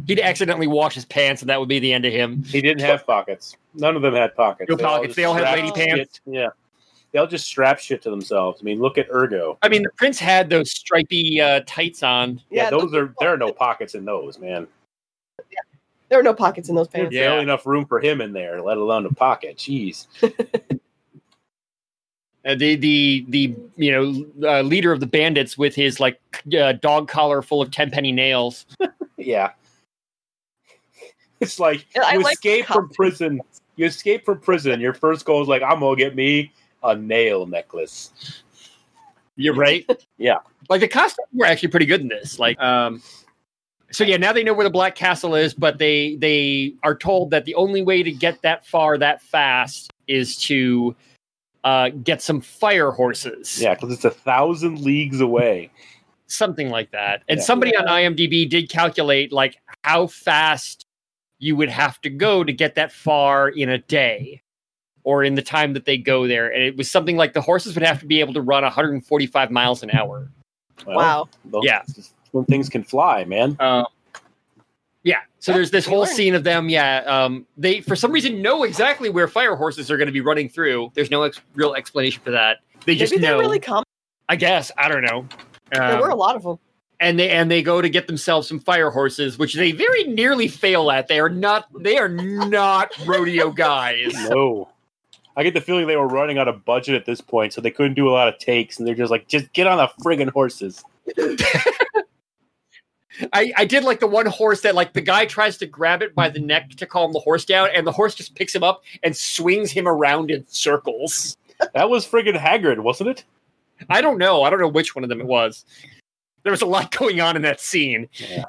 Speaker 1: He'd accidentally wash his pants, and that would be the end of him.
Speaker 2: He didn't have pockets. None of them had pockets.
Speaker 1: No pockets.
Speaker 2: just
Speaker 1: They all had
Speaker 2: strapped
Speaker 3: lady
Speaker 1: pants.
Speaker 2: shit- Yeah. They all just strap shit to themselves. I mean, look at Ergo.
Speaker 1: I mean, the prince had those stripy uh, tights on.
Speaker 2: Yeah, those
Speaker 3: the-
Speaker 2: are there are no pockets in those, man.
Speaker 3: There are no pockets in those
Speaker 2: There's
Speaker 3: pants.
Speaker 1: Yeah.
Speaker 2: barely enough room for him in there, let alone a pocket. Jeez.
Speaker 1: Uh, the the the you know uh, leader of the bandits with his like uh, dog collar full of tenpenny nails.
Speaker 2: Yeah. <laughs> It's like
Speaker 3: And I
Speaker 2: you
Speaker 3: like the
Speaker 2: escape from
Speaker 3: cop-
Speaker 2: prison. You escape from prison. Your first goal is like, I'm gonna get me a nail necklace.
Speaker 1: You're right.
Speaker 2: <laughs> Yeah.
Speaker 1: Like the costumes were actually pretty good in this. Like, um, so yeah, now they know where the Black Castle is, but they they are told that the only way to get that far that fast is to uh, get some fire horses,
Speaker 2: Yeah, because it's a thousand leagues away.
Speaker 1: something like that. And
Speaker 2: Yeah.
Speaker 1: somebody on
Speaker 3: Yeah.
Speaker 1: IMDb did calculate like how fast you would have to go to get that far in a day. Or in the time that they go there, and it was something like the horses would have to be able to run 145 miles an hour.
Speaker 2: Well,
Speaker 3: wow.
Speaker 2: those-
Speaker 1: Yeah.
Speaker 2: When things can fly, man.
Speaker 1: Um, yeah. So
Speaker 3: Yeah,
Speaker 1: there's this
Speaker 3: they
Speaker 1: whole
Speaker 3: learn.
Speaker 1: scene of them. Yeah. Um, they, for some reason, know exactly where fire horses are going to be running through. There's no ex- real explanation for that. They just
Speaker 3: Maybe
Speaker 1: know.
Speaker 3: they're really common.
Speaker 1: I guess. I don't know.
Speaker 3: there were
Speaker 1: Um,
Speaker 3: a lot of them.
Speaker 1: and they and they go to get themselves some fire horses, which they very nearly fail at. They are not. They are not rodeo guys.
Speaker 3: <laughs>
Speaker 2: No. I get the feeling they were running out of budget at this point, so they couldn't do a lot of takes, and they're just like, just get on the friggin' horses.
Speaker 1: I, I did like the one horse that like the guy tries to grab it by the neck to calm the horse down, and the horse just picks him up and swings him around in circles.
Speaker 2: That was friggin' Hagrid, wasn't it?
Speaker 1: I don't know. I don't know which one of them it was. There was a lot <laughs> going on in that scene.
Speaker 2: Yeah.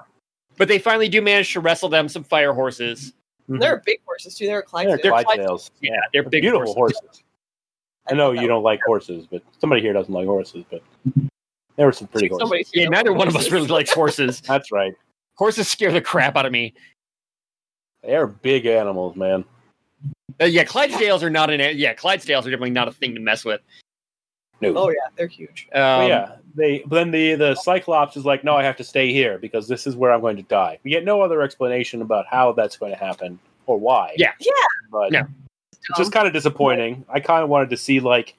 Speaker 1: But they finally do manage to wrestle them some fire horses.
Speaker 3: There
Speaker 1: mhm.
Speaker 3: are big horses too. There are
Speaker 2: They're
Speaker 3: Clydesdales.
Speaker 2: Clydesdales.
Speaker 1: Yeah, they're big
Speaker 2: Beautiful
Speaker 1: horses.
Speaker 2: horses. I know you don't like horses, but somebody here doesn't like horses, but there were some pretty horses.
Speaker 3: Somebody's <laughs>
Speaker 1: Yeah, neither one of us
Speaker 2: <laughs>
Speaker 3: horses.
Speaker 1: really likes horses.
Speaker 2: That's right.
Speaker 1: Horses scare the crap out of me.
Speaker 2: They're big animals, man.
Speaker 1: Uh, yeah, Clydesdales are not an. a- Yeah, Clydesdales are definitely not a thing to mess with.
Speaker 2: No.
Speaker 3: Oh yeah, they're huge.
Speaker 1: Um,
Speaker 2: But yeah, they but then the the Cyclops is like, no, I have to stay here because this is where I'm going to die. We get no other explanation about how that's going to happen or why.
Speaker 1: Yeah.
Speaker 3: Yeah.
Speaker 2: but
Speaker 1: No.
Speaker 2: it's just kind of disappointing. I kind of wanted to see like,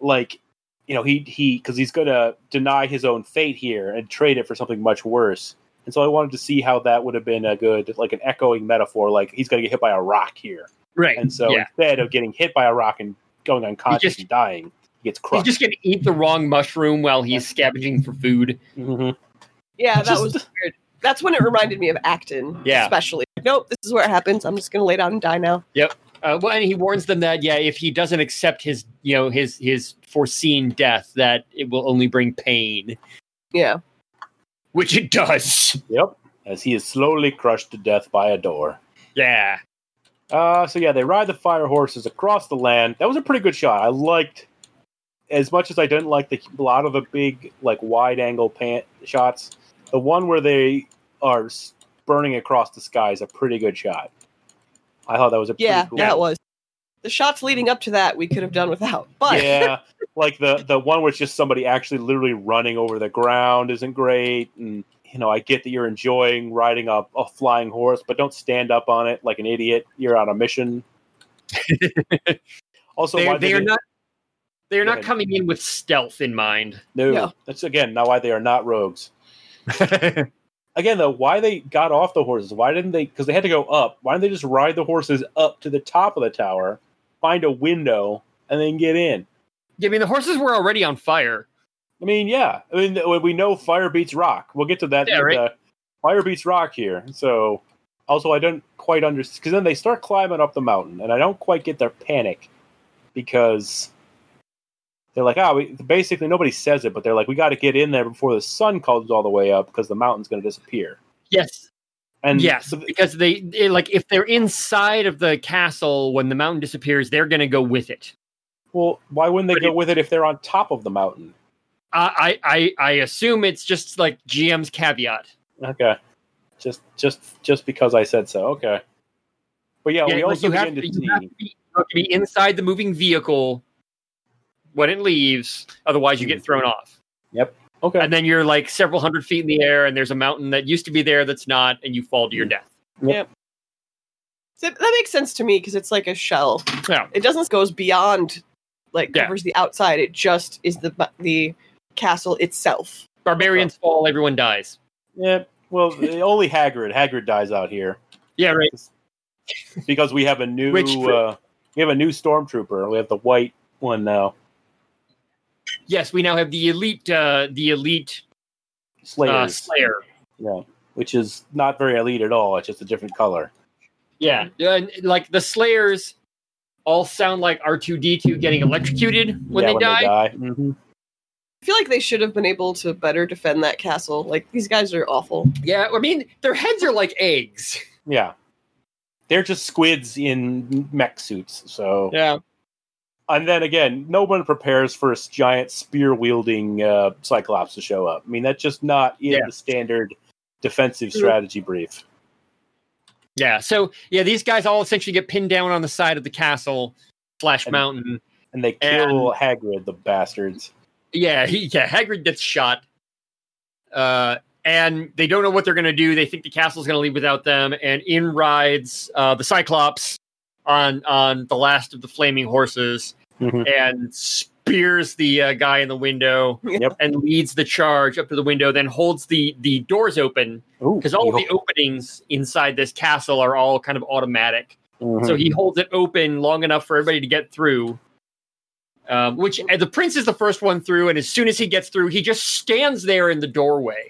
Speaker 2: like, you know, he he because he's going to deny his own fate here and trade it for something much worse. And so I wanted to see how that would have been a good like an echoing metaphor, like he's going to get hit by a rock here.
Speaker 1: right.
Speaker 2: And so
Speaker 1: yeah.
Speaker 2: instead of getting hit by a rock and going unconscious
Speaker 1: just-
Speaker 2: and dying, he gets
Speaker 1: he's
Speaker 2: crushed.
Speaker 1: just gonna eat the wrong mushroom while he's scavenging for food.
Speaker 2: Mhm.
Speaker 3: Yeah, that
Speaker 2: Just-
Speaker 3: was weird. That's when it reminded me of Acton.
Speaker 1: Yeah.
Speaker 3: Especially. Nope, this is where it happens. I'm just gonna lay down and die now.
Speaker 1: Uh, well, and he warns them that yeah, if he doesn't accept his you know his his foreseen death, that it will only bring pain,
Speaker 3: Yeah.
Speaker 1: which it does.
Speaker 2: Yep. As he is slowly crushed to death by a door.
Speaker 1: Yeah,
Speaker 2: Uh, so yeah, they ride the fire horses across the land. That was a pretty good shot. I liked, as much as I didn't like the a lot of the big like wide angle pan shots. The one where they are s- burning across the sky is a pretty good shot. I thought that was a pretty
Speaker 3: Yeah,
Speaker 2: cool
Speaker 3: that was. The shots leading up to that we could have done without. But
Speaker 2: yeah, like the the one where it's just somebody actually literally running over the ground isn't great. And you know, I get that you're enjoying riding a, a flying horse, but don't stand up on it like an idiot. You're on a mission. also,
Speaker 1: they
Speaker 2: why
Speaker 1: are,
Speaker 2: did
Speaker 1: they are
Speaker 2: they-
Speaker 1: not. They are
Speaker 2: Go
Speaker 1: not
Speaker 2: ahead.
Speaker 1: coming in with stealth in
Speaker 2: <laughs>
Speaker 1: mind.
Speaker 2: No,
Speaker 3: No.
Speaker 2: that's again not why they are not rogues. Again, though, why they got off the horses? Why didn't they? Because they had to go up. Why didn't they just ride the horses up to the top of the tower, find a window, and then get in?
Speaker 1: I mean, the horses were already on fire.
Speaker 2: I mean, yeah. I mean, th- we know fire beats rock. We'll get to that.
Speaker 1: Yeah, right.
Speaker 2: uh, fire beats rock here. So, also, I don't quite understand because then they start climbing up the mountain, and I don't quite get their panic because they're like, ah, we, basically nobody says it, but they're like, we got to get in there before the sun comes all the way up because the mountain's going to disappear.
Speaker 1: Yes,
Speaker 2: And
Speaker 1: yes,
Speaker 2: so th-
Speaker 1: because they, they- like if they're inside of the castle when the mountain disappears, they're gonna go with it.
Speaker 2: well, why wouldn't they
Speaker 1: But
Speaker 2: go
Speaker 1: it-
Speaker 2: with it if they're on top of the mountain?
Speaker 1: I, I, I I assume it's just like GM's caveat.
Speaker 2: Okay, just just just because I said so. Okay, but yeah, we
Speaker 1: like,
Speaker 2: also
Speaker 1: you, have
Speaker 2: begin
Speaker 1: to,
Speaker 2: to
Speaker 1: you have
Speaker 2: see.
Speaker 1: to be, you have to be inside the moving vehicle when it leaves, otherwise
Speaker 2: Hmm.
Speaker 1: you get thrown off.
Speaker 2: Okay.
Speaker 1: And then you're like several hundred feet in the air, and there's a mountain that used to be there that's not, and you fall
Speaker 2: Hmm.
Speaker 1: to your death.
Speaker 3: so that makes sense to me because it's like a shell.
Speaker 1: Yeah.
Speaker 3: It doesn't goes beyond like
Speaker 1: Yeah.
Speaker 3: covers the outside. It just is the the castle itself.
Speaker 1: Barbarians fall, everyone dies.
Speaker 2: Yeah. Well,
Speaker 1: <laughs>
Speaker 2: only Hagrid. Hagrid dies out here
Speaker 1: Yeah, right.
Speaker 2: because we have a new
Speaker 1: Which-
Speaker 2: uh, we have a new stormtrooper. We have the white one now,
Speaker 1: Yes, we now have the elite, uh, the elite
Speaker 2: Slayer.
Speaker 1: Uh, Slayer.
Speaker 2: yeah, which is not very elite at all. It's just a different color.
Speaker 1: Yeah, yeah, and like the Slayers all sound like R two D two getting electrocuted when,
Speaker 2: yeah,
Speaker 1: they, die. Mm-hmm.
Speaker 2: Mhm.
Speaker 3: I feel like they should have been able to better defend that castle. Like these guys are awful.
Speaker 1: Yeah, I mean their heads are like eggs.
Speaker 2: Yeah, they're just squids in mech suits. So,
Speaker 1: <laughs> Yeah,
Speaker 2: and then again, no one prepares for a s- giant spear wielding uh, Cyclops to show up. I mean, that's just not in
Speaker 1: Yeah.
Speaker 2: the standard defensive
Speaker 3: True.
Speaker 2: strategy brief.
Speaker 1: yeah. So yeah, these guys all essentially get pinned down on the side of the castle slash
Speaker 2: And-
Speaker 1: mountain.
Speaker 2: And they
Speaker 1: And-
Speaker 2: kill Hagrid, the bastards.
Speaker 1: Yeah, he, yeah. Hagrid gets shot, uh, and they don't know what they're gonna do. They think the castle's gonna leave without them, and in rides uh, the Cyclops on on the last of the flaming horses. and spears the uh, guy in the window
Speaker 2: Yep.
Speaker 1: and leads the charge up to the window then holds the the doors open
Speaker 2: Ooh,
Speaker 1: because all
Speaker 2: you
Speaker 1: of the openings inside this castle are all kind of automatic
Speaker 2: Mhm.
Speaker 1: so he holds it open long enough for everybody to get through um, which and the prince is the first one through and as soon as he gets through he just stands there in the doorway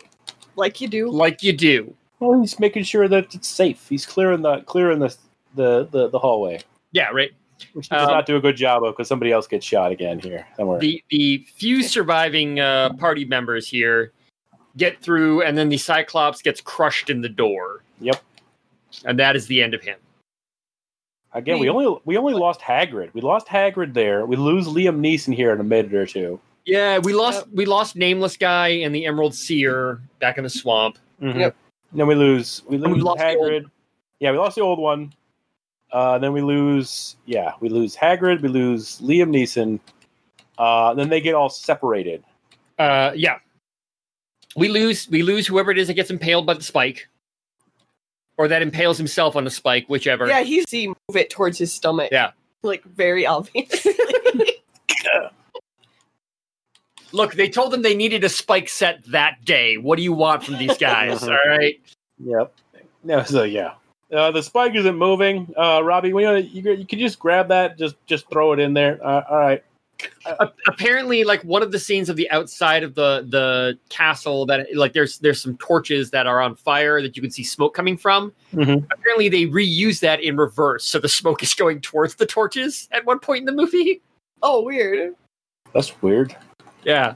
Speaker 3: Like you do.
Speaker 1: like you do
Speaker 2: well, he's making sure that it's safe. He's clearing the clearing the the the, the hallway,
Speaker 1: yeah right
Speaker 2: which he does
Speaker 1: Um,
Speaker 2: not do a good job of because somebody else gets shot again here somewhere.
Speaker 1: the the few surviving uh, party members here get through, and then the Cyclops gets crushed in the door.
Speaker 2: Yep.
Speaker 1: And that is the end of him.
Speaker 2: again, we only we only lost Hagrid. We lost Hagrid there. We lose Liam Neeson here in a minute or two.
Speaker 1: Yeah, we lost we lost nameless guy and the Emerald Seer back in the swamp.
Speaker 3: Yep.
Speaker 2: And then we lose we
Speaker 1: we
Speaker 2: lose
Speaker 1: lost the
Speaker 2: Hagrid. yeah, we lost the old one. Uh, then we lose, yeah, we lose Hagrid, we lose Liam Neeson. Uh, then they get all separated.
Speaker 1: Uh, yeah. We lose we lose whoever it is that gets impaled by the spike. Or that impales himself on the spike, whichever.
Speaker 3: Yeah, he see move it towards his stomach.
Speaker 1: Yeah.
Speaker 3: Like very obviously.
Speaker 1: Look, they told them they needed a spike set that day. What do you want from these guys? all right.
Speaker 2: Yep. <laughs> No, so yeah. Uh, the spike isn't moving. Uh, Robbie, we, you, you can just grab that, just just throw it in there. Uh, all right.
Speaker 1: A- apparently, like one of the scenes of the outside of the the castle that like there's there's some torches that are on fire that you can see smoke coming from.
Speaker 2: Mhm.
Speaker 1: Apparently, they reuse that in reverse, so the smoke is going towards the torches at one point in the movie.
Speaker 3: <laughs> oh, weird.
Speaker 2: That's weird.
Speaker 1: Yeah,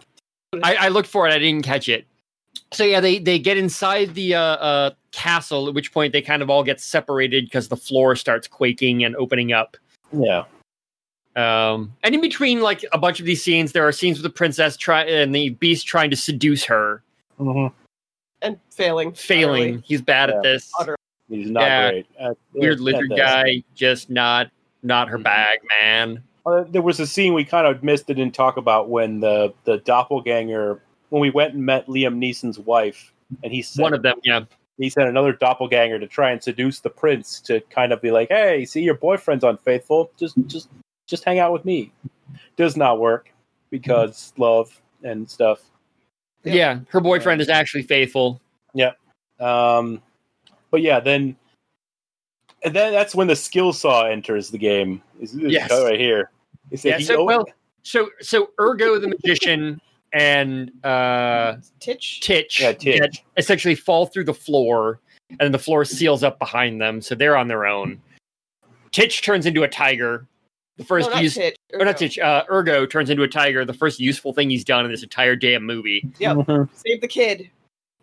Speaker 1: I, I looked for it. I didn't catch it. So yeah, they they get inside the uh, uh, castle, at which point they kind of all get separated because the floor starts quaking and opening up.
Speaker 2: Yeah.
Speaker 1: Um, and in between, like a bunch of these scenes, there are scenes with the princess try and the beast trying to seduce her,
Speaker 2: Mm-hmm.
Speaker 3: And failing.
Speaker 1: failing.
Speaker 3: utterly.
Speaker 1: He's bad
Speaker 2: Yeah.
Speaker 1: at this.
Speaker 3: Utter-
Speaker 2: He's not
Speaker 1: Yeah.
Speaker 2: great. Uh,
Speaker 1: Weird
Speaker 2: yeah,
Speaker 1: lizard
Speaker 2: that-
Speaker 1: guy, just not not her
Speaker 2: Mhm.
Speaker 1: bag, man.
Speaker 2: Uh, there was a scene we kind of missed and didn't talk about when the the doppelganger when we went and met Liam Neeson's wife and he sent,
Speaker 1: One of them, yeah,
Speaker 2: he sent another doppelganger to try and seduce the prince to kind of be like, "Hey, see your boyfriend's unfaithful. Just just just hang out with me." Does not work because love and stuff.
Speaker 1: yeah. her boyfriend is actually faithful.
Speaker 2: Um, but yeah, then and then that's when the skill saw enters the game. Is
Speaker 1: Yes.
Speaker 2: right here. He said
Speaker 1: Yeah,
Speaker 2: he
Speaker 1: so
Speaker 2: o-
Speaker 1: well, so so Ergo the magician and uh
Speaker 3: Titch.
Speaker 1: Titch,
Speaker 2: yeah, Titch.
Speaker 1: get- essentially fall through the floor, and then the floor seals up behind them, so they're on their own. Titch turns into a tiger. The
Speaker 3: No,
Speaker 1: first
Speaker 3: Oh, not
Speaker 1: use,
Speaker 3: Titch.
Speaker 1: or not
Speaker 3: Ergo.
Speaker 1: Titch, uh, Ergo turns into a tiger. The first useful thing he's done in this entire damn movie.
Speaker 3: Yep.
Speaker 2: Mhm.
Speaker 3: Save the kid.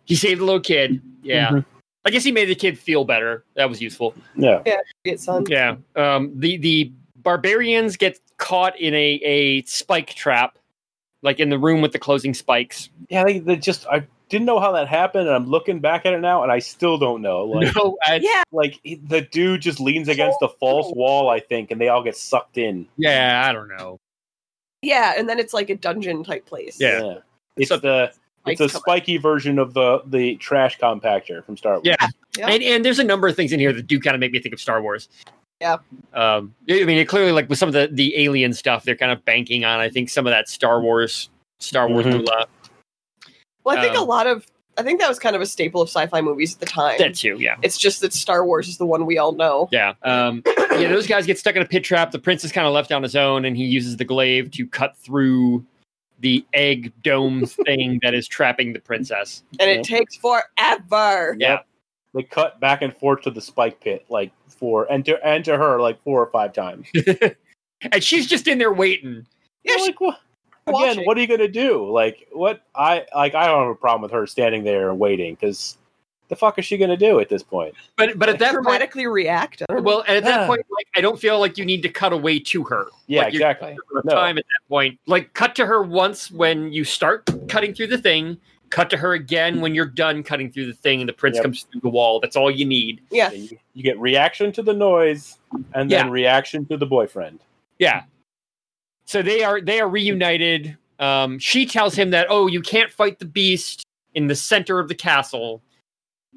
Speaker 1: He saved the little kid. Yeah,
Speaker 2: Mhm.
Speaker 1: I guess he made the kid feel better. That was useful.
Speaker 2: <laughs> yeah.
Speaker 3: Get son.
Speaker 1: Yeah. Um, the the barbarians get caught in a a spike trap, like in the room with the closing spikes.
Speaker 2: yeah, they, they just I didn't know how that happened, and I'm looking back at it now, and I still don't know.
Speaker 1: <laughs>
Speaker 2: Like,
Speaker 1: no, I-
Speaker 3: Yeah.
Speaker 2: like he- the dude just leans against the false wall, I think, and they all get sucked in.
Speaker 1: yeah, I don't know.
Speaker 3: Yeah, and then it's like a dungeon type place.
Speaker 1: Yeah.
Speaker 2: it's
Speaker 1: So-
Speaker 2: the
Speaker 3: Like,
Speaker 2: it's a
Speaker 3: come on.
Speaker 2: spiky version of the the trash compactor from Star Wars.
Speaker 1: Yeah.
Speaker 3: Yeah.
Speaker 1: And, and there's a number of things in here that do kind of make me think of Star Wars.
Speaker 3: Yeah.
Speaker 1: Um, I mean, it clearly, like with some of the, the alien stuff, they're kind of banking on, I think, some of that Star Wars, Star Wars uh,
Speaker 2: Mhm.
Speaker 1: moolah.
Speaker 3: Well, I think a
Speaker 1: Um,
Speaker 3: lot of I think that was kind of a staple of sci-fi movies at the time.
Speaker 1: That too, yeah.
Speaker 3: It's just that Star Wars is the one we all know.
Speaker 1: Yeah. Um, yeah, those guys get stuck in a pit trap. The prince is kind of left on his own, and he uses the glaive to cut through the egg dome thing that is trapping the princess.
Speaker 3: And it takes forever.
Speaker 1: Yeah.
Speaker 2: They cut back and forth to the spike pit, like four and to and to her like four or five times.
Speaker 1: And she's just in there waiting.
Speaker 3: Yeah,
Speaker 2: I'm
Speaker 3: she-
Speaker 2: like, what?
Speaker 3: watching.
Speaker 2: Again, what are you gonna do? Like, what? I like, I don't have a problem with her standing there and waiting because the fuck is she gonna do at this point?
Speaker 1: But but at that point,
Speaker 3: dramatically react. I don't know.
Speaker 1: well, and at that
Speaker 2: Ah.
Speaker 1: point, like I don't feel like you need to cut away to her.
Speaker 2: Yeah,
Speaker 1: Like, you're-
Speaker 2: exactly.
Speaker 1: of
Speaker 2: No.
Speaker 1: time at that point. Like, cut to her once when you start cutting through the thing. Cut to her again when you're done cutting through the thing, and the prince
Speaker 2: Yep.
Speaker 1: comes through the wall. That's all you need.
Speaker 3: yeah.
Speaker 2: Yeah, you, you get reaction to the noise and then
Speaker 1: Yeah.
Speaker 2: reaction to the boyfriend.
Speaker 1: Yeah. So they are they are reunited. Um, she tells him that oh, you can't fight the beast in the center of the castle.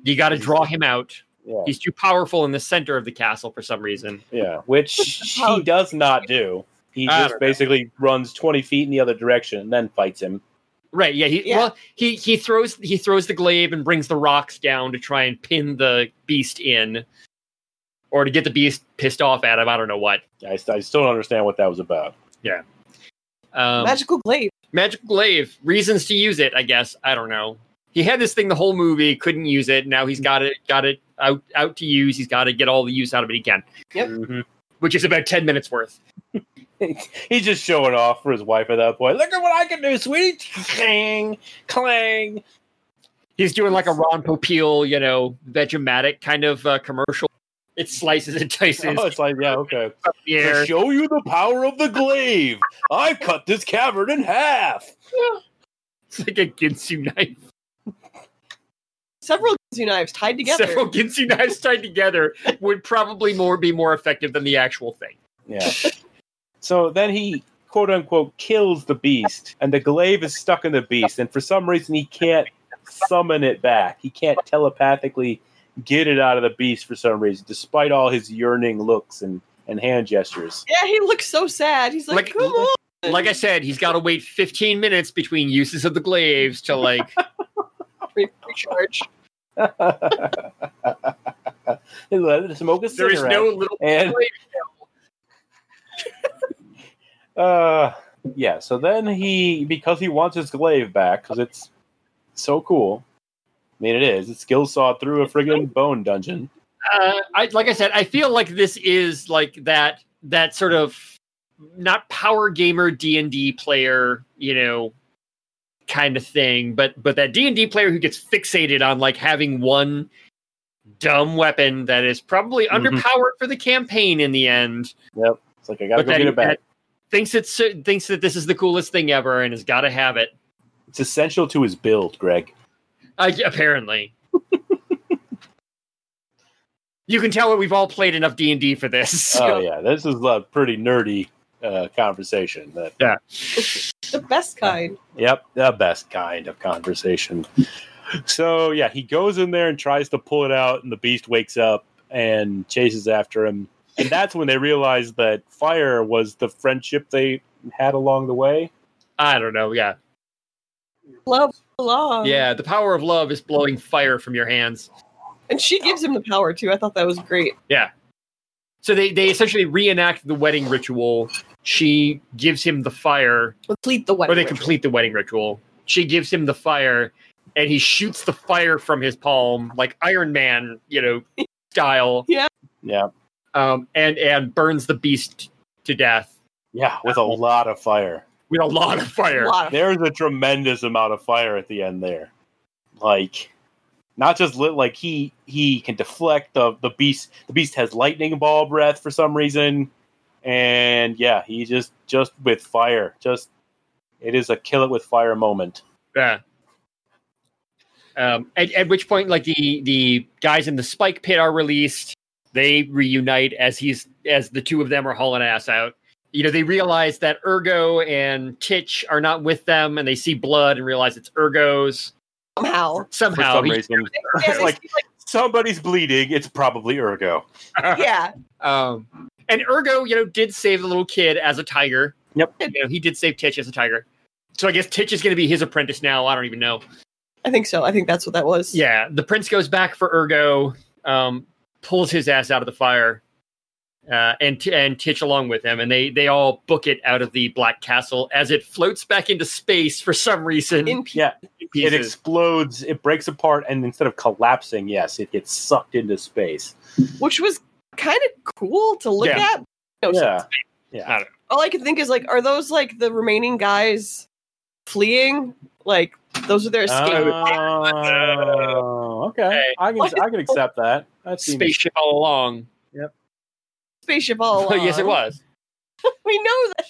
Speaker 1: You got to draw him out.
Speaker 2: Yeah,
Speaker 1: He's too powerful in the center of the castle for some reason.
Speaker 2: yeah, which
Speaker 3: How-
Speaker 2: she does not do. He
Speaker 1: I
Speaker 2: just
Speaker 1: don't
Speaker 2: basically runs twenty feet in the other direction and then fights him.
Speaker 1: Right? Yeah. He
Speaker 3: Yeah.
Speaker 1: well he he throws he throws the glaive and brings the rocks down to try and pin the beast in, or to get the beast pissed off at him. I don't know what.
Speaker 2: I, st- I still don't understand what that was about.
Speaker 1: Um,
Speaker 3: Magical glaive.
Speaker 1: Magic glaive. Reasons to use it, I guess. I don't know. He had this thing the whole movie, couldn't use it. Now he's got it, got it out, out to use. He's got to get all the use out of it he can,
Speaker 3: Yep.
Speaker 2: Mhm.
Speaker 1: which is about ten minutes worth.
Speaker 2: <laughs> He's just showing off for his wife at that point. Look at what I can do, sweetie! Clang, clang.
Speaker 1: He's doing like a Ron Popeil, you know, Vegematic kind of uh, commercial. It slices and dices
Speaker 2: Oh, it's like yeah, okay.
Speaker 1: up the
Speaker 2: To
Speaker 1: air.
Speaker 2: show you the power of the glaive, I cut this cavern in half.
Speaker 1: It's like a Ginsu knife.
Speaker 3: Several Ginsu knives tied together.
Speaker 1: Several <laughs> Ginsu knives tied together would probably more be more effective than the actual thing.
Speaker 2: Yeah. so then he quote unquote kills the beast, and the glaive is stuck in the beast, and for some reason he can't summon it back. He can't telepathically get it out of the beast for some reason, despite all his yearning looks and, and hand gestures.
Speaker 3: yeah, he looks so sad. He's like,
Speaker 1: Like-
Speaker 3: come on.
Speaker 1: Like I said, he's got to wait 15 minutes between uses of the glaives to like
Speaker 3: Re- recharge.
Speaker 2: He let it smoke a
Speaker 1: there
Speaker 2: cigarette.
Speaker 1: is no little
Speaker 2: and <laughs> uh, yeah, so then he because he wants his glaive back because it's so cool. I mean, it is. It's skill saw through a friggin' bone dungeon.
Speaker 1: uh, I like I said, I feel like this is like that that sort of not power gamer D and D player, you know, kind of thing, but but that D and D player who gets fixated on like having one dumb weapon that is probably
Speaker 2: Mhm.
Speaker 1: underpowered for the campaign in the end,
Speaker 2: It's like I gotta
Speaker 1: but
Speaker 2: go
Speaker 1: that, e-
Speaker 2: get it back.
Speaker 1: that thinks it's thinks that this is the coolest thing ever and has got to have it.
Speaker 2: It's essential to his build, Greg.
Speaker 1: Uh, yeah, apparently. <laughs> You can tell that we've all played enough D and D for this. <laughs>
Speaker 2: Oh yeah, this is a pretty nerdy uh, conversation. That
Speaker 3: The best kind.
Speaker 2: Yep, the best kind of conversation. So yeah, he goes in there and tries to pull it out, and the beast wakes up and chases after him. And that's when they realize that fire was the friendship they had along the way.
Speaker 1: I don't know. Yeah.
Speaker 3: Love belongs.
Speaker 1: Yeah. The power of love is blowing fire from your hands.
Speaker 3: And she gives him the power too. I thought that was great.
Speaker 1: So they, they essentially reenact the wedding ritual. She gives him the fire,
Speaker 3: Complete the wedding.
Speaker 1: or they
Speaker 3: ritual.
Speaker 1: complete the wedding ritual. She gives him the fire, and he shoots the fire from his palm, like Iron Man, you know, style,
Speaker 2: Yeah,
Speaker 1: um, and, and burns the beast to death
Speaker 2: yeah, with a lot of fire.
Speaker 1: with a lot of fire.
Speaker 3: Lot of-
Speaker 2: There's a tremendous amount of fire at the end there. Like, not just lit. Like he he can deflect the the beast. The beast has lightning ball breath for some reason, and yeah, he just just with fire. Just it is a kill it with fire moment.
Speaker 1: Yeah. Um, at, at which point, like the the guys in the spike pit are released. They reunite as he's as the two of them are hauling ass out. You know, they realize that Ergo and Titch are not with them, and they see blood and realize it's Ergo's. <laughs>
Speaker 3: somehow.
Speaker 2: For
Speaker 1: Somehow,
Speaker 2: some
Speaker 1: he-
Speaker 2: reason, <laughs>
Speaker 3: Yeah, they
Speaker 2: Like-
Speaker 3: seem like-
Speaker 2: somebody's bleeding. It's probably Ergo.
Speaker 1: <laughs>
Speaker 3: yeah.
Speaker 1: um, and Ergo, you know, did save the little kid as a tiger.
Speaker 2: Yep.
Speaker 1: You know, he did save Titch as a tiger. So I guess Titch is going to be his apprentice now. I don't even know.
Speaker 3: I think so. I think that's what that was.
Speaker 1: Yeah, the prince goes back for Ergo, um, pulls his ass out of the fire, uh, and T- and Titch along with him, and they they all book it out of the Black Castle as it floats back into space for some reason.
Speaker 3: In pe-
Speaker 2: Yeah,
Speaker 1: in
Speaker 2: it
Speaker 1: pieces.
Speaker 2: explodes. It breaks apart, and instead of collapsing, yes, it gets sucked into space.
Speaker 3: which was kind of cool to look
Speaker 1: Yeah.
Speaker 3: at. No sense.
Speaker 2: Yeah,
Speaker 3: All I can think is like, are those like the remaining guys fleeing? Like those are their escape.
Speaker 1: Uh,
Speaker 2: Oh, okay. I can
Speaker 3: What?
Speaker 2: I can accept that. That seems
Speaker 1: spaceship all along.
Speaker 3: spaceship all along.
Speaker 1: <laughs> yes, it was.
Speaker 3: We know that.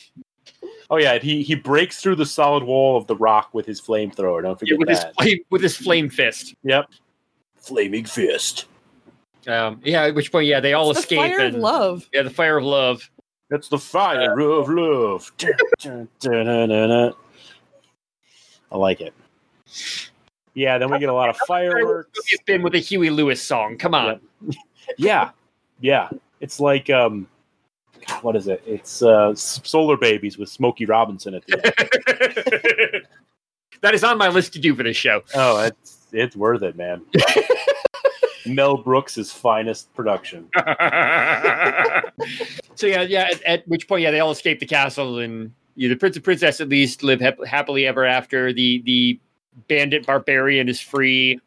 Speaker 2: Oh yeah, he he breaks through the solid wall of the rock with his flamethrower. Don't
Speaker 1: Yeah,
Speaker 2: forget
Speaker 1: with his
Speaker 2: that.
Speaker 1: flame, with his flame fist.
Speaker 2: Flaming fist.
Speaker 1: Um, yeah, at which point, yeah, they all
Speaker 3: It's the
Speaker 1: escape.
Speaker 3: fire of
Speaker 1: and-
Speaker 3: love.
Speaker 1: Yeah, the fire of love.
Speaker 2: That's the fire
Speaker 1: Uh.
Speaker 2: of love. <laughs> Dun, dun, dun, dun, dun, dun. I like it. Yeah, then we get
Speaker 1: <laughs>
Speaker 2: a lot of fireworks.
Speaker 1: It's been with a Huey Lewis song. Come on.
Speaker 2: Yeah, yeah. It's like um, God, what is it? It's uh, Solar Babies with Smokey Robinson at the end.
Speaker 1: <laughs> that is on my list to do for this
Speaker 2: <laughs>
Speaker 1: show.
Speaker 2: Oh, it's it's worth it, <laughs> man. Mel Brooks' finest production.
Speaker 1: so yeah, yeah. At, at which point, yeah, they all escape the castle, and yeah, the prince and princess at least live hap- happily ever after. The the bandit barbarian is free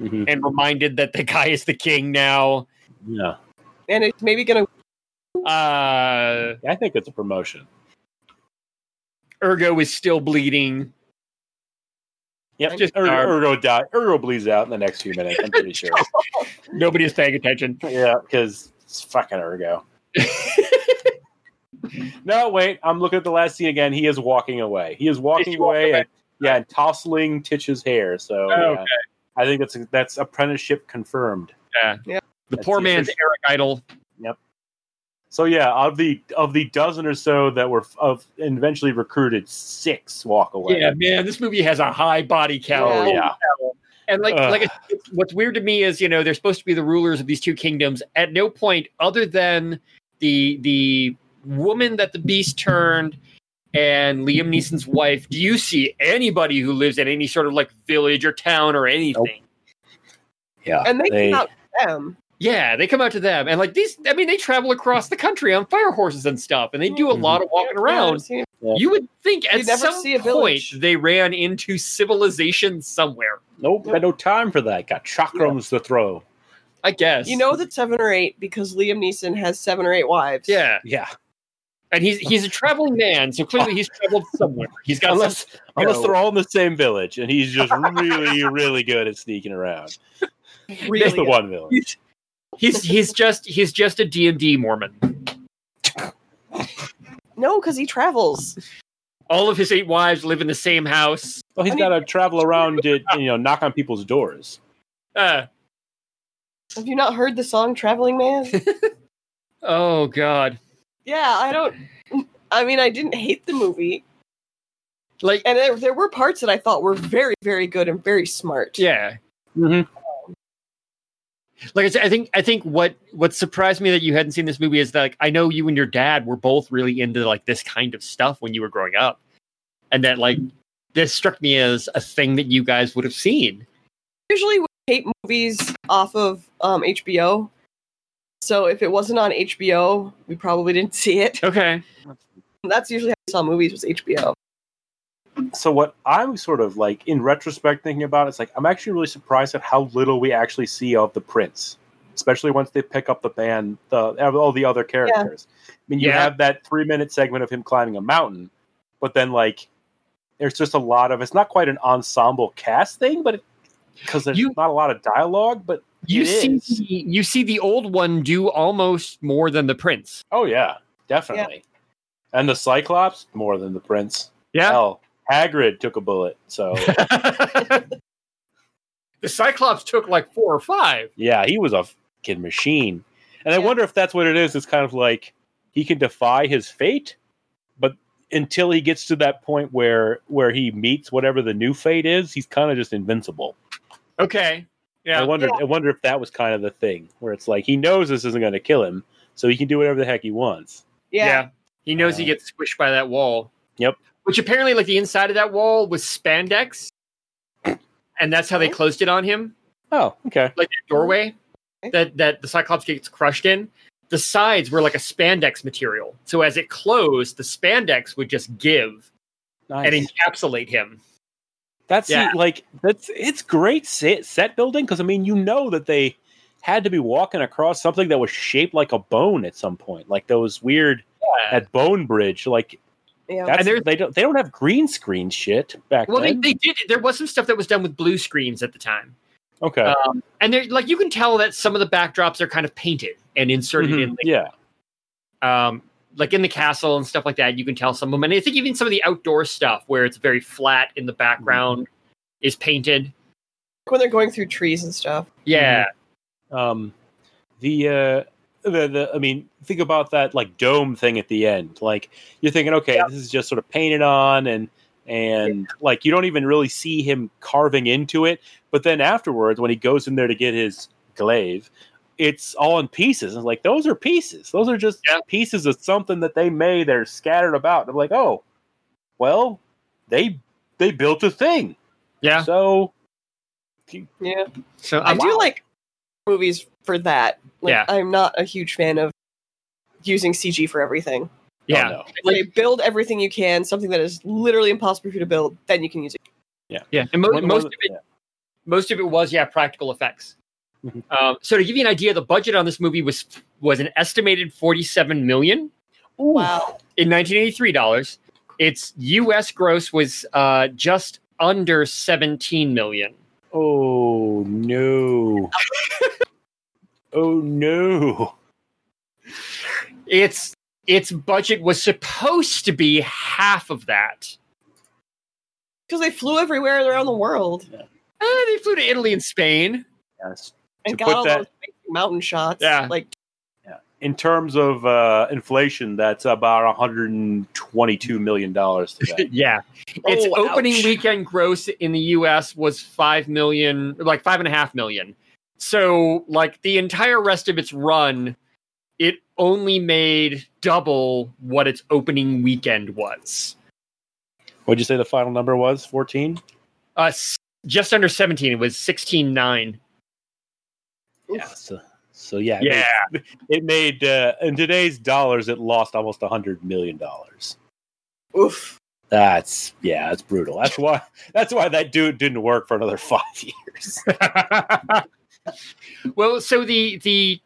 Speaker 2: Mhm.
Speaker 1: and reminded that the guy is the king now.
Speaker 2: Yeah,
Speaker 3: And it's maybe gonna
Speaker 1: Uh,
Speaker 2: I think it's a promotion.
Speaker 1: Ergo is still bleeding.
Speaker 2: Yep,
Speaker 1: Just-
Speaker 2: just er- Ergo die. Ergo bleeds out in the next few minutes. I'm <laughs> pretty sure.
Speaker 1: Nobody is paying attention.
Speaker 2: yeah, because it's fucking <laughs> Ergo. no, wait. I'm looking at the last scene again. He is walking away. He is walking
Speaker 1: walk
Speaker 2: away.
Speaker 1: away?
Speaker 2: And, yeah, and tousling Titch's hair. So
Speaker 1: Oh,
Speaker 2: yeah.
Speaker 1: okay.
Speaker 2: I think that's that's apprenticeship confirmed.
Speaker 1: The
Speaker 2: That's
Speaker 1: poor
Speaker 2: the
Speaker 1: man's
Speaker 2: official-
Speaker 1: Eric Idle.
Speaker 2: So yeah, of the of the dozen or so that were f- of and eventually recruited, six walk away.
Speaker 1: Yeah, man, this movie has a high body count.
Speaker 3: Yeah.
Speaker 2: Oh yeah.
Speaker 1: And like,
Speaker 2: Ugh.
Speaker 1: like I- it's- what's weird to me is you know they're supposed to be the rulers of these two kingdoms. At no point, other than the the woman that the beast turned and Liam Neeson's wife, do you see anybody who lives in any sort of like village or town or anything?
Speaker 2: Yeah.
Speaker 3: and they, came out with them.
Speaker 1: Yeah, they come out to them and like these. I mean, they travel across the country on fire horses and stuff, and they do a
Speaker 2: Mhm.
Speaker 1: lot of walking around.
Speaker 3: Mm-hmm. Yeah,
Speaker 1: You would think at
Speaker 3: You never
Speaker 1: some
Speaker 3: see a
Speaker 1: point
Speaker 3: village.
Speaker 1: they ran into civilization somewhere.
Speaker 2: Nope, got no time for that. Got chakrams to throw.
Speaker 1: I guess
Speaker 3: you know that seven or eight because Liam Neeson has seven or eight wives.
Speaker 1: Yeah,
Speaker 2: Yeah.
Speaker 1: and he's he's a traveling man, so clearly he's traveled somewhere. He's got
Speaker 2: Unless unless
Speaker 1: No.
Speaker 2: they're all in the same village and he's
Speaker 3: <laughs>
Speaker 2: just really, really good at sneaking around. Just the
Speaker 3: really.
Speaker 2: one village.
Speaker 1: some, he's he's just he's just a D and D Mormon.
Speaker 3: No, because he travels.
Speaker 1: All of his eight wives live in the same house.
Speaker 2: Well, he's
Speaker 3: I
Speaker 2: got to travel around to you know knock on people's doors.
Speaker 1: Uh,
Speaker 3: Have you not heard the song "Traveling
Speaker 1: <laughs>
Speaker 3: Man"?
Speaker 1: oh God!
Speaker 3: yeah, I don't. I mean, I didn't hate the movie,
Speaker 1: Like
Speaker 3: and there, there were parts that I thought were very, very good and very smart.
Speaker 1: yeah,
Speaker 2: Mm-hmm.
Speaker 1: like I said, I think I think what what surprised me that you hadn't seen this movie is that like I know you and your dad were both really into like this kind of stuff when you were growing up, and that like this struck me as a thing that you guys would have seen.
Speaker 3: usually we hate movies off of um, HBO. So if it wasn't on HBO, we probably didn't see it. <laughs>
Speaker 1: Okay,
Speaker 3: That's usually how we saw movies was HBO.
Speaker 2: So what I'm sort of like in retrospect thinking about it's like I'm actually really surprised at how little we actually see of the prince, especially once they pick up the band, the all the other characters. I mean, you
Speaker 1: Yeah.
Speaker 2: have that three minute segment of him climbing a mountain, but then like there's just a lot of it's not quite an ensemble cast thing, but because there's
Speaker 1: You-
Speaker 2: not a lot of dialogue, but
Speaker 1: you
Speaker 2: It
Speaker 1: see
Speaker 2: is.
Speaker 1: the- you see the old one do almost more than the prince.
Speaker 2: oh yeah, definitely. And the Cyclops more than the prince.
Speaker 1: Yeah,
Speaker 2: Hell, Hagrid took a bullet. So <laughs>
Speaker 1: the Cyclops took like four or five.
Speaker 2: yeah, he was a fucking machine. And I
Speaker 3: Yeah.
Speaker 2: wonder if that's what it is. It's kind of like he can defy his fate, but until he gets to that point where where he meets whatever the new fate is, he's kind of just invincible.
Speaker 1: Okay,
Speaker 2: I
Speaker 1: yeah,
Speaker 2: wonder. I wonder if that was kind of the thing where it's like he knows this isn't going to kill him, so he can do whatever the heck he wants.
Speaker 1: Yeah.
Speaker 3: Yeah.
Speaker 1: He knows he
Speaker 2: Uh,
Speaker 1: gets squished by that wall.
Speaker 2: Yep.
Speaker 1: Which apparently, like, the inside of that wall was spandex. And that's how they
Speaker 3: Okay.
Speaker 1: closed it on him,
Speaker 2: Oh, okay.
Speaker 1: like the doorway
Speaker 3: Okay.
Speaker 1: that, that the Cyclops gets crushed in. The sides were like a spandex material. So as it closed, the spandex would just give
Speaker 2: Nice.
Speaker 1: and encapsulate him.
Speaker 2: That's
Speaker 1: Yeah.
Speaker 2: the- like that's it's great set, set building because I mean you know that they had to be walking across something that was shaped like a bone at some point, like those weird
Speaker 1: Yeah.
Speaker 2: at Bone Bridge. Like
Speaker 3: Yeah.
Speaker 2: that's,
Speaker 1: And there's-
Speaker 2: they don't they don't have green screen shit back
Speaker 1: Well, they,
Speaker 2: then.
Speaker 1: they did. There was some stuff that was done with blue screens at the time.
Speaker 2: okay, Mm-hmm.
Speaker 1: uh, And they're like, you can tell that some of the backdrops are kind of painted and inserted
Speaker 2: Mhm.
Speaker 1: in like,
Speaker 2: yeah,
Speaker 1: um, like in the castle and stuff like that. You can tell some of them, and I think even some of the outdoor stuff where it's very flat in the background is painted.
Speaker 3: When they're going through trees and stuff.
Speaker 1: Yeah,
Speaker 2: um, the uh, the the I mean think about that like dome thing at the end. Like you're thinking, okay, this is just sort of painted on and. And like you don't even really see him carving into it, but then afterwards, when he goes in there to get his glaive, it's all in pieces. And like those are pieces; those are just
Speaker 1: Yeah.
Speaker 2: pieces of something that they made. They're scattered about. And I'm like, oh, well, they they built a thing.
Speaker 1: yeah.
Speaker 2: So
Speaker 3: Yeah.
Speaker 1: So
Speaker 3: I
Speaker 1: um,
Speaker 3: do like movies for that. Like,
Speaker 1: Yeah.
Speaker 3: I'm not a huge fan of using CG for everything.
Speaker 1: yeah,
Speaker 2: no.
Speaker 1: Like-
Speaker 3: Like, build everything you can, something that is literally impossible for you to build, then you can use it.
Speaker 1: yeah. And mo-
Speaker 2: One-
Speaker 1: most
Speaker 2: one-
Speaker 1: of it, most of it was yeah, practical effects. um, so to give you an idea, the budget on this movie was was an estimated forty seven million
Speaker 2: Ooh.
Speaker 3: Wow.
Speaker 1: in nineteen eighty three dollars. Its U.S. gross was uh, just under seventeen million.
Speaker 2: Oh <laughs> no. oh no.
Speaker 1: its its budget was supposed to be half of that.
Speaker 3: Because they flew everywhere around the world.
Speaker 1: Eh, they flew to Italy and Spain.
Speaker 2: Yes.
Speaker 3: and
Speaker 2: to
Speaker 3: got
Speaker 2: put
Speaker 3: all
Speaker 2: that-
Speaker 3: those mountain shots.
Speaker 1: Yeah.
Speaker 3: Like
Speaker 2: In terms of uh, inflation, that's about $122 million today.
Speaker 1: Yeah. <laughs> Its
Speaker 3: Oh,
Speaker 1: opening
Speaker 3: ouch.
Speaker 1: weekend gross in the US was five million, like five and a half million. So like the entire rest of its run, it only made double what its opening weekend was.
Speaker 2: <laughs> What'd you say the final number was? 14?
Speaker 1: Uh s- just under 17. It was 16.9.
Speaker 2: Yeah. So, so yeah. it
Speaker 1: Yeah.
Speaker 2: It made uh, in today's dollars, it lost almost a hundred million dollars.
Speaker 3: oof.
Speaker 2: That's yeah, that's brutal. That's why <laughs> that's why that dude didn't work for another <laughs> five years.
Speaker 1: well, so the the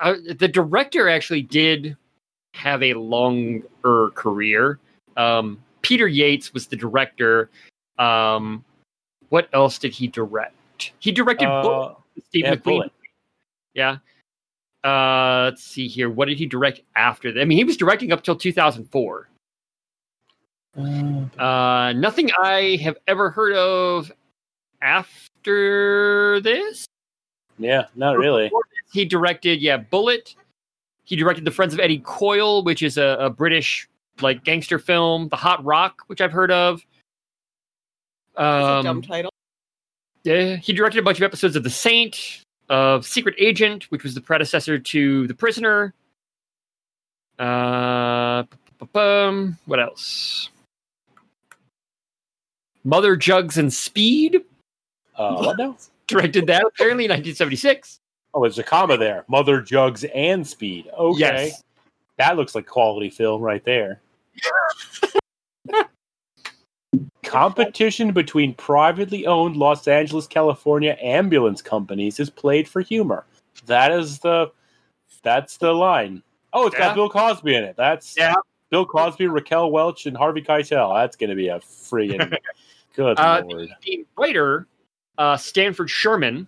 Speaker 1: uh, the director actually did have a longer career. Um, Peter Yates was the director. Um, what else did he direct? He directed Bullet,
Speaker 2: Uh,
Speaker 1: Steve
Speaker 2: yeah,
Speaker 1: McQueen.
Speaker 2: Bullet.
Speaker 1: Yeah. Uh, let's see here. What did he direct after that? I mean, he was directing up till 2004. Uh, nothing I have ever heard of after this.
Speaker 2: yeah, not really.
Speaker 1: He directed, yeah, Bullet. He directed The Friends of Eddie Coyle, which is a, a British like gangster film. The Hot Rock, which I've heard of.
Speaker 3: That's a dumb
Speaker 1: Um,
Speaker 3: title.
Speaker 1: yeah, he directed a bunch of episodes of The Saint, of Secret Agent, which was the predecessor to The Prisoner. Uh, bu-bu-bum, what else? Mother Jugs and Speed <laughs>
Speaker 2: Uh, what now?
Speaker 1: directed that apparently in 1976.
Speaker 2: Oh, there's a comma there. Mother jugs and speed. Okay,
Speaker 1: Yes.
Speaker 2: that looks like quality film
Speaker 1: <laughs>
Speaker 2: right there. Competition between privately owned Los Angeles, California ambulance companies is played for humor. That is the that's the line. Oh, it's
Speaker 1: Yeah.
Speaker 2: got Bill Cosby in it. That's
Speaker 1: Yeah.
Speaker 2: Bill Cosby, Raquel Welch, and Harvey Keitel. That's going to be
Speaker 1: <laughs>
Speaker 2: a freaking good
Speaker 1: Uh,
Speaker 2: lord.
Speaker 1: The writer, uh, Stanford Sherman.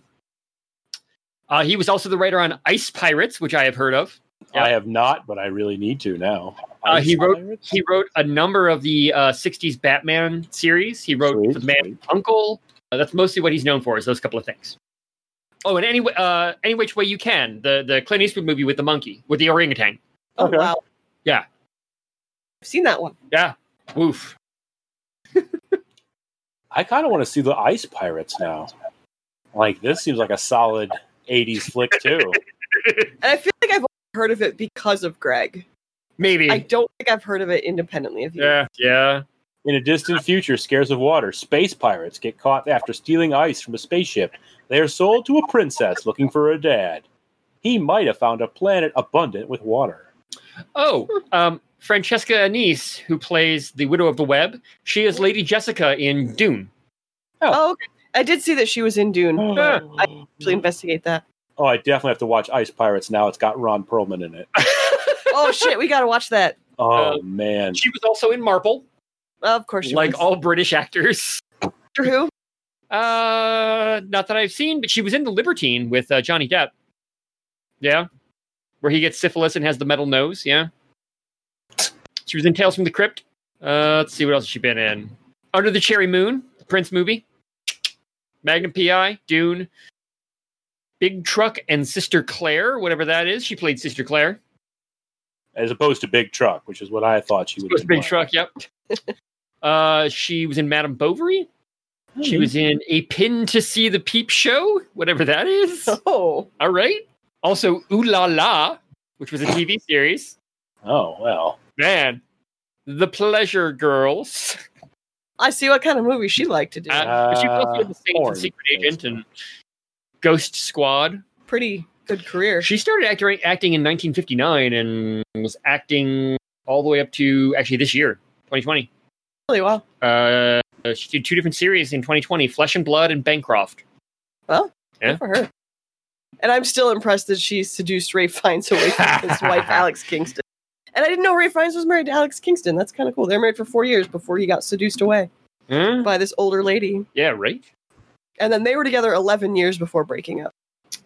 Speaker 1: Uh, he was also the writer on Ice Pirates, which I have heard of. yeah.
Speaker 2: I have not, but I really need to now.
Speaker 1: Uh, he
Speaker 2: Ice
Speaker 1: wrote-
Speaker 2: Pirates?
Speaker 1: He wrote a number of the uh, 60s Batman series. He wrote
Speaker 2: Sweet,
Speaker 1: The Man
Speaker 2: sweet.
Speaker 1: Uncle. Uh, that's mostly what he's known for is those couple of things. Oh, and any uh, any which way you can, the the Clint Eastwood movie with the monkey with the orangutan.
Speaker 3: Oh
Speaker 2: okay.
Speaker 3: wow.
Speaker 1: Yeah.
Speaker 3: I've seen that one.
Speaker 1: Woof.
Speaker 2: I kind of want to see the Ice Pirates now. Like this seems like a solid '80s flick too.
Speaker 3: And I feel like I've only heard of it because of Greg.
Speaker 1: Maybe.
Speaker 3: I don't think I've heard of it independently of you.
Speaker 1: yeah. Yeah.
Speaker 2: In a distant future, scares of water, space pirates get caught after stealing ice from a spaceship. They are sold to a princess looking for a dad. He might have found a planet abundant
Speaker 1: <laughs>
Speaker 2: with water.
Speaker 1: Oh, um, Francesca Anise, who plays the widow of the web, she is Lady Jessica in Dune.
Speaker 3: Oh, okay. I did see that she was in Dune.
Speaker 1: <gasps> Oh,
Speaker 3: I actually
Speaker 2: oh,
Speaker 3: investigate that.
Speaker 2: I definitely have to watch Ice Pirates now. It's got Ron
Speaker 1: <laughs>
Speaker 2: Perlman in it.
Speaker 3: Oh shit, we gotta watch that.
Speaker 2: Oh
Speaker 1: Uh,
Speaker 2: man,
Speaker 1: She was also in Marple,
Speaker 3: Of course, she
Speaker 1: like
Speaker 3: was.
Speaker 1: all British actors.
Speaker 3: Doctor
Speaker 1: <laughs>
Speaker 3: Who.
Speaker 1: Uh, not that I've seen, but she was in The Libertine with uh, Johnny Depp. Yeah, where he gets syphilis and has the metal nose. Yeah, she was in Tales from the Crypt. Uh, let's see what else has she been in. Under the Cherry Moon, the Prince movie, Magnum PI, Dune, Big Truck, and Sister Claire, whatever that is. She played Sister Claire.
Speaker 2: as opposed to Big Truck, which is what I thought she would.
Speaker 1: It was
Speaker 2: have been
Speaker 1: Big Truck.
Speaker 2: <laughs>
Speaker 1: Yep. uh, she was in Madame Bovary.
Speaker 2: like.
Speaker 1: She was in A Pin to See the Peep Show, whatever that
Speaker 2: <laughs>
Speaker 1: is.
Speaker 3: Oh,
Speaker 1: All right. Also, Ooh La La, which was a
Speaker 2: <laughs>
Speaker 1: TV series.
Speaker 2: Oh well.
Speaker 1: Man, The Pleasure Girls.
Speaker 3: I see what kind of movie she liked to do.
Speaker 1: Uh, but she was also in The Saints
Speaker 2: porn.
Speaker 1: and Secret Agent and Ghost Squad.
Speaker 3: Pretty good career.
Speaker 1: She started acting, acting in 1959 and was acting all the way up to actually this year, 2020.
Speaker 3: really well.
Speaker 1: Uh, she did two different series in 2020 Flesh and Blood and Bancroft. Yeah.
Speaker 3: Good for her. And I'm still impressed that she seduced Ray Fiennes away from
Speaker 1: <laughs>
Speaker 3: his wife, Alex Kingston. And I didn't know Ray Fiennes was married to Alex Kingston. That's kind of cool. They're married for four years before he got seduced away
Speaker 1: Huh?
Speaker 3: by this older lady.
Speaker 1: Yeah, right?
Speaker 3: And then they were together 11 years before breaking up.
Speaker 1: Uh,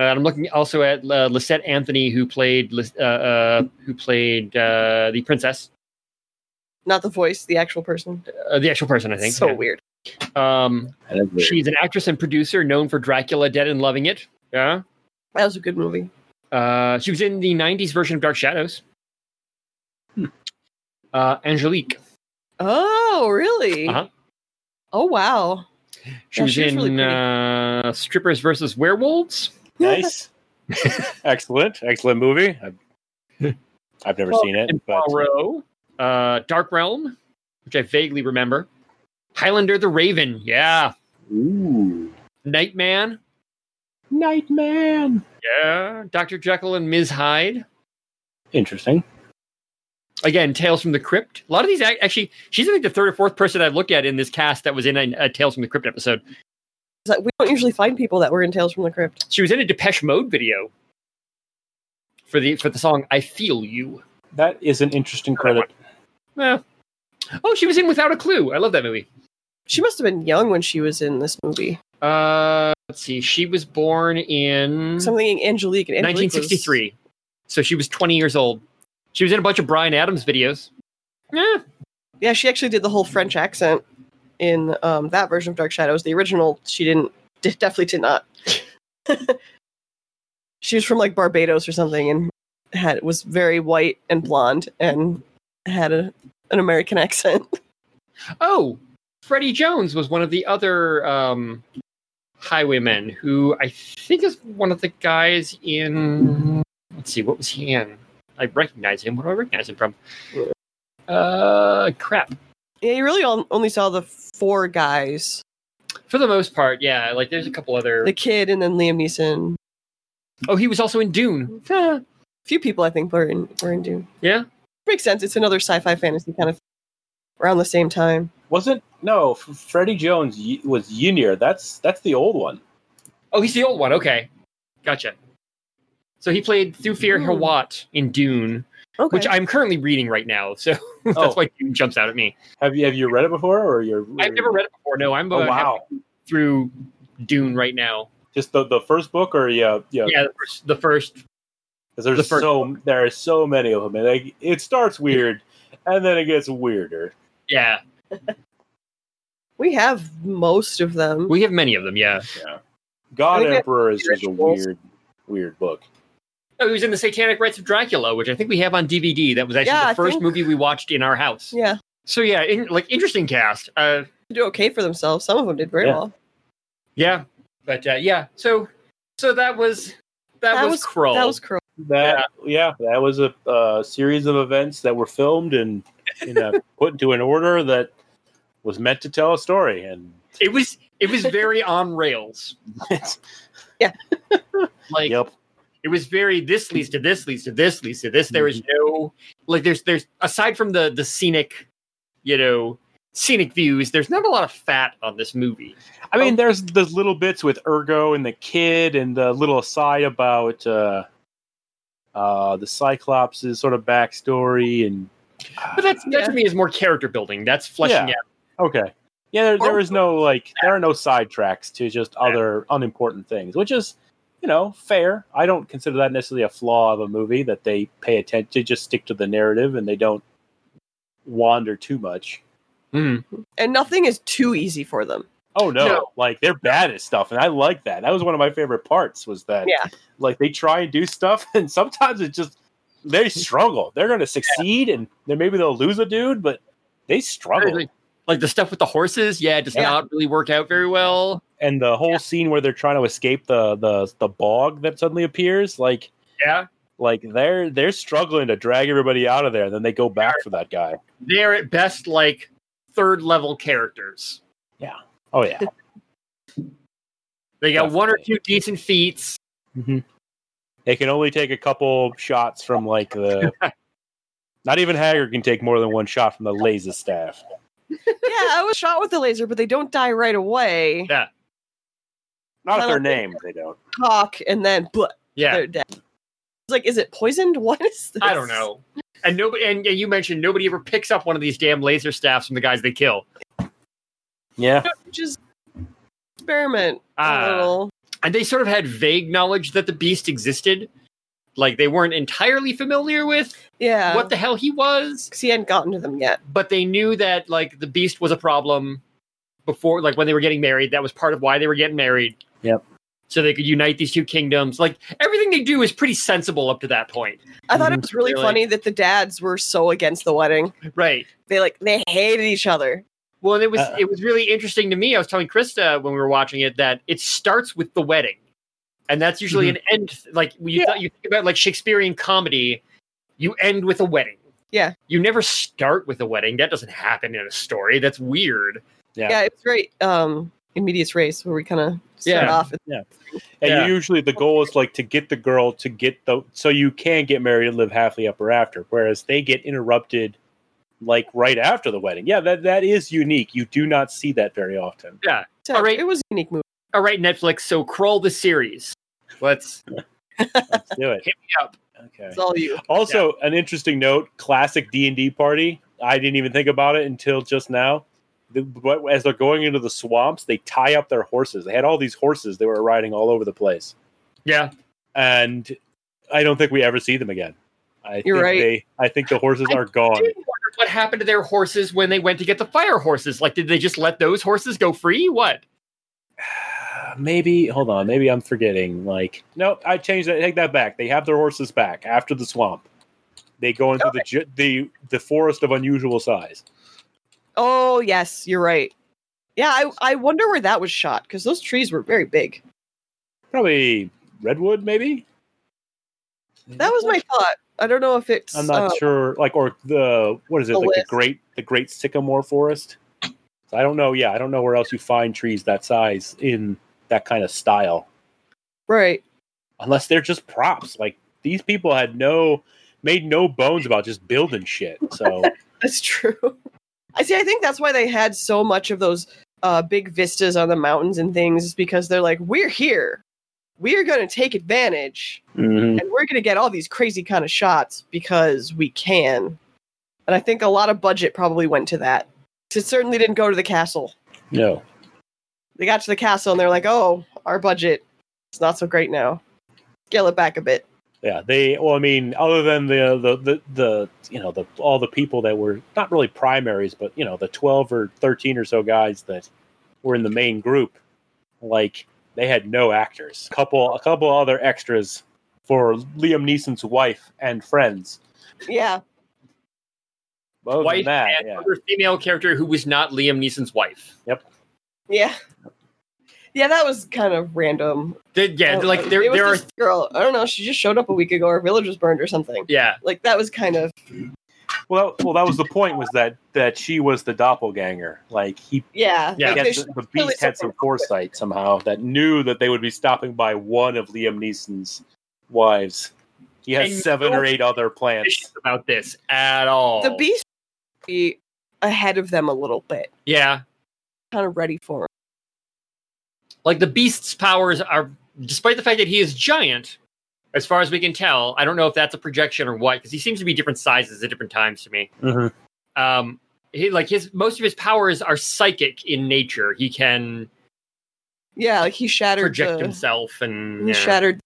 Speaker 1: and I'm looking also at uh, Lisette Anthony, who played Lis- uh, uh, who played uh, the princess,
Speaker 3: Not the voice, the actual person.
Speaker 1: uh, the actual person, I think.
Speaker 3: so
Speaker 1: yeah.
Speaker 3: weird.
Speaker 1: Um,
Speaker 2: I never-
Speaker 1: she's an actress and producer known for Dracula, Dead and Loving It. Yeah.
Speaker 3: That was a good movie.
Speaker 1: Uh, she was in the 90s version of Dark Shadows.
Speaker 3: Hmm.
Speaker 1: Uh, Angelique.
Speaker 3: Oh, really?
Speaker 1: Uh-huh.
Speaker 3: Oh, wow.
Speaker 1: She
Speaker 3: Yeah,
Speaker 1: was
Speaker 3: she was
Speaker 1: in
Speaker 3: really pretty.
Speaker 1: uh, Strippers versus Werewolves.
Speaker 2: nice. <laughs> excellent, excellent movie. I've, <laughs> I've never seen it,
Speaker 1: And
Speaker 2: but
Speaker 1: Poirot. Uh, Dark Realm, which I vaguely remember. Highlander the Raven. Yeah.
Speaker 2: ooh,
Speaker 1: Nightman.
Speaker 2: Nightman.
Speaker 1: Yeah. Dr. Jekyll and Ms. Hyde.
Speaker 2: Interesting.
Speaker 1: Again, Tales from the Crypt. A lot of these, ac- actually, she's I think the third or fourth person I've looked at in this cast that was in a, a Tales from the Crypt episode.
Speaker 3: It's like, we don't usually find people that were in Tales from the Crypt.
Speaker 1: She was in a Depeche Mode video for the for the song "I Feel You."
Speaker 2: That is an interesting credit.
Speaker 1: Eh. Oh, she was in Without a Clue. I love that movie.
Speaker 3: She must have been young when she was in this movie.
Speaker 1: Uh, let's see. She was born in
Speaker 3: So I'm thinking Angelique. And Angelique was-
Speaker 1: 1963, so she was 20 years old. She was in a bunch of Brian Adams videos. Yeah,
Speaker 3: yeah, she actually did the whole French accent in um, that version of Dark Shadows. The original, she didn't, d- definitely did <laughs> not. she was from like Barbados or something and had was very white and blonde and had a, an American <laughs> accent.
Speaker 1: Oh, Freddie Jones was one of the other um, highwaymen who I think is one of the guys in. Let's see, what was he in? I recognize him. What do I recognize him from? Uh, crap.
Speaker 3: Yeah, you really on- only saw the four guys
Speaker 1: For the most part, yeah. Like, there's a couple other.
Speaker 3: the kid and then Liam Neeson.
Speaker 1: oh, he was also in Dune. Huh.
Speaker 3: few people I think were in, were in Dune.
Speaker 1: yeah.
Speaker 3: Makes sense. It's another sci fi fantasy kind of around the same time.
Speaker 2: Wasn't no F- Freddie Jones y- was Junior. That's that's the old one.
Speaker 1: Oh, he's the old one. Okay, gotcha. So he played Thufir
Speaker 3: Ooh.
Speaker 1: Hawat in Dune,
Speaker 3: Okay.
Speaker 1: which I'm currently reading right now. So <laughs> that's
Speaker 2: Oh.
Speaker 1: why Dune jumps out at me.
Speaker 2: Have you have you read it before, or you're?
Speaker 1: I've never read it before. No, I'm.
Speaker 2: Oh
Speaker 1: uh,
Speaker 2: wow!
Speaker 1: through Dune right now.
Speaker 2: Just the, the first book, or yeah, yeah.
Speaker 1: Yeah, the first, the first.
Speaker 2: 'Cause
Speaker 1: the
Speaker 2: there's
Speaker 1: first
Speaker 2: so there are so many of them, and like, it starts weird, and then it gets weirder.
Speaker 1: Yeah,
Speaker 3: we have most of them.
Speaker 1: we have many of them. Yeah,
Speaker 2: God
Speaker 3: I think
Speaker 2: Emperor is
Speaker 3: that's
Speaker 2: just a
Speaker 3: Rituals.
Speaker 2: weird, weird book.
Speaker 1: oh, he was in the Satanic Rites of Dracula, which I think we have on DVD. That was actually
Speaker 3: Yeah, I
Speaker 1: the first
Speaker 3: think-
Speaker 1: movie we watched in our house.
Speaker 3: yeah.
Speaker 1: So yeah, in, like interesting cast. Uh,
Speaker 3: do okay for themselves. Some of them did very
Speaker 2: Yeah.
Speaker 3: well.
Speaker 1: yeah, but uh, yeah, so so that was that, was, Krull.
Speaker 3: That was Krull.
Speaker 2: That yeah, that was a uh, series of events that were filmed and you know, <laughs> put into an order that was meant to tell a story, and
Speaker 1: it was it was very on rails.
Speaker 3: Yeah.
Speaker 1: like
Speaker 2: <laughs> yep,
Speaker 1: it was very this leads to this leads to this leads to this there is
Speaker 3: Mm-hmm.
Speaker 1: no like there's there's aside from the the scenic you know scenic views there's not a lot of fat on this movie
Speaker 2: I mean, there's those little bits with Ergo and the kid, and the little aside about uh, uh, the Cyclops' sort of backstory, and
Speaker 1: but that's that
Speaker 3: Yeah.
Speaker 1: to me is more character building that's fleshing
Speaker 2: Yeah.
Speaker 1: out
Speaker 2: okay, yeah, there, there is no like, there are no sidetracks to just other unimportant things, which is, you know, fair. I don't consider that necessarily a flaw of a movie that they pay attention to, just stick to the narrative, and they don't wander too much.
Speaker 3: Mm-hmm. And nothing is too easy for them.
Speaker 2: Oh no,
Speaker 1: No.
Speaker 2: like they're bad at stuff, and I like that. That was one of my favorite parts was that
Speaker 3: Yeah.
Speaker 2: like they try and do stuff <laughs> and sometimes it's just they struggle they're going to succeed and then maybe they'll lose a dude but they struggle
Speaker 1: Like, like the stuff with the horses yeah it does
Speaker 3: Yeah.
Speaker 1: not really work out very well
Speaker 2: and the whole scene where they're trying to escape the the the bog that suddenly appears like
Speaker 1: yeah
Speaker 2: like they're they're struggling to drag everybody out of there then they go back for that guy
Speaker 1: they're at best like third level characters
Speaker 2: oh <laughs> yeah
Speaker 1: they got one or two decent feats
Speaker 2: Mm-hmm. they can only take a couple shots from like the <laughs> not even Hager can take more than one shot from the laser staff
Speaker 3: <laughs> yeah, I was shot with the laser, but they don't die right away.
Speaker 1: Yeah.
Speaker 2: not if
Speaker 3: I
Speaker 2: they're
Speaker 3: don't think-
Speaker 2: named they don't
Speaker 3: Talk and then blah,
Speaker 1: yeah
Speaker 3: they're dead. It's like, is it poisoned? <laughs> What is this?
Speaker 1: I don't know. And nobody, and you mentioned nobody ever picks up one of these damn laser staffs from the guys they kill.
Speaker 2: yeah
Speaker 3: Just experiment a
Speaker 1: Ah.
Speaker 3: little.
Speaker 1: And they sort of had vague knowledge that the beast existed, like they weren't entirely familiar with
Speaker 3: Yeah.
Speaker 1: what the hell he was,
Speaker 3: 'Cause he hadn't gotten to them yet.
Speaker 1: but they knew that like the beast was a problem, before, like when they were getting married. That was part of why they were getting married.
Speaker 2: Yep.
Speaker 1: So they could unite these two kingdoms. Like everything they do is pretty sensible up to that point.
Speaker 3: I thought it was really
Speaker 1: Mm-hmm. Really?
Speaker 3: funny that the dads were so against the wedding.
Speaker 1: Right.
Speaker 3: They like they hated each other.
Speaker 1: Well, and it was
Speaker 2: Uh,
Speaker 1: it was really interesting to me. I was telling Krista when we were watching it that it starts with the wedding, and that's usually an
Speaker 2: Mm-hmm.
Speaker 1: end. Like when you
Speaker 2: Yeah.
Speaker 1: thought you think about like Shakespearean comedy, you end with a wedding.
Speaker 3: Yeah.
Speaker 1: you never start with a wedding. That doesn't happen in a story. That's weird.
Speaker 2: Yeah.
Speaker 3: Yeah, it was very um immediate race where we kind of start
Speaker 1: Yeah.
Speaker 3: off. At,
Speaker 2: And
Speaker 1: Yeah.
Speaker 2: usually the goal is like to get the girl to get the so you can get married and live happily ever after. Whereas they get interrupted like right after the wedding. Yeah, that that is unique. You do not see that very often.
Speaker 3: so
Speaker 1: All right.
Speaker 3: It was a unique movie.
Speaker 1: All right, Netflix. So crawl the series. Let's
Speaker 2: Let's do it.
Speaker 1: Hit me up.
Speaker 2: Okay.
Speaker 3: It's all you.
Speaker 2: Also, an interesting note: classic D and D party. I didn't even think about it until just now. The, what- as they're going into the swamps, they tie up their horses. They had all these horses they were riding all over the place,
Speaker 1: yeah.
Speaker 2: and I don't think we ever see them again. I
Speaker 3: You're
Speaker 2: think
Speaker 3: right.
Speaker 2: They, I think the horses
Speaker 1: I
Speaker 2: are gone.
Speaker 1: did wonder what happened to their horses when they went to get the fire horses. Like, did they just let those horses go free? What?
Speaker 2: maybe hold on. Maybe I'm forgetting. Like, no, I changed that. Take that back. They have their horses back after the swamp. They go into the the the the forest of unusual size.
Speaker 3: Oh yes, you're right. Yeah, I, I wonder where that was shot because those trees were very big.
Speaker 2: Probably redwood, maybe.
Speaker 3: That was my thought. I don't know if it's
Speaker 2: I'm not
Speaker 3: uh,
Speaker 2: sure, like, or the what is it,
Speaker 3: The
Speaker 2: like
Speaker 3: list.
Speaker 2: the great, the great sycamore forest. So I don't know. Yeah, I don't know where else you find trees that size in that kind of style,
Speaker 3: right. <laughs>
Speaker 2: unless they're just props. Like these people had no, made no bones about just building shit. So
Speaker 3: That's true. I see. I think that's why they had so much of those uh, big vistas on the mountains and things, is because they're like, we're here, we're gonna take advantage.
Speaker 2: mhm.
Speaker 3: and we're going to get all these crazy kind of shots because we can. And I think a lot of budget probably went to that. It certainly didn't go to the castle.
Speaker 2: no,
Speaker 3: They got to the castle and they're like, "Oh, our budget is not so great now. Scale it back a bit."
Speaker 2: yeah, they. Well, I mean, other than the the the, the you know the all the people that were not really primaries, but you know the twelve or thirteen or so guys that were in the main group, like they had no actors. couple a couple other extras for Liam Neeson's wife and friends.
Speaker 3: Yeah,
Speaker 2: But Other
Speaker 1: wife
Speaker 2: than that,
Speaker 1: and
Speaker 2: yeah.
Speaker 1: other female character who was not Liam Neeson's wife.
Speaker 3: yeah, yeah. That was kind of random.
Speaker 1: They- yeah,
Speaker 3: Oh,
Speaker 1: like
Speaker 3: it
Speaker 1: there
Speaker 3: was
Speaker 1: there are
Speaker 3: this girl. I don't know. She just showed up a week ago. Her village was burned or something.
Speaker 1: yeah.
Speaker 3: Like that was kind of
Speaker 2: well, that, well, that was the point was that that she was the doppelganger. Like he
Speaker 3: yeah.
Speaker 1: Yeah.
Speaker 3: like,
Speaker 2: had
Speaker 3: they
Speaker 2: the,
Speaker 3: should-
Speaker 2: the
Speaker 3: really
Speaker 2: beast had some
Speaker 3: something
Speaker 2: foresight somehow that knew that they would be stopping by one of Liam Neeson's wives. He
Speaker 1: And
Speaker 2: has seven
Speaker 1: no-
Speaker 2: or eight other
Speaker 1: <laughs>
Speaker 2: plants.
Speaker 1: issues about this at all.
Speaker 3: the beast should be ahead of them a little bit,
Speaker 1: Yeah.
Speaker 3: kind of ready for 'em.
Speaker 1: Like the beast's powers are despite the fact that he is giant, as far as we can tell, I don't know if that's a projection or what, because he seems to be different sizes at different times to me. Um he, like his most of his powers are psychic in nature. He can
Speaker 3: Yeah, like he shattered
Speaker 1: project
Speaker 3: the,
Speaker 1: himself and
Speaker 3: he
Speaker 1: yeah.
Speaker 3: shattered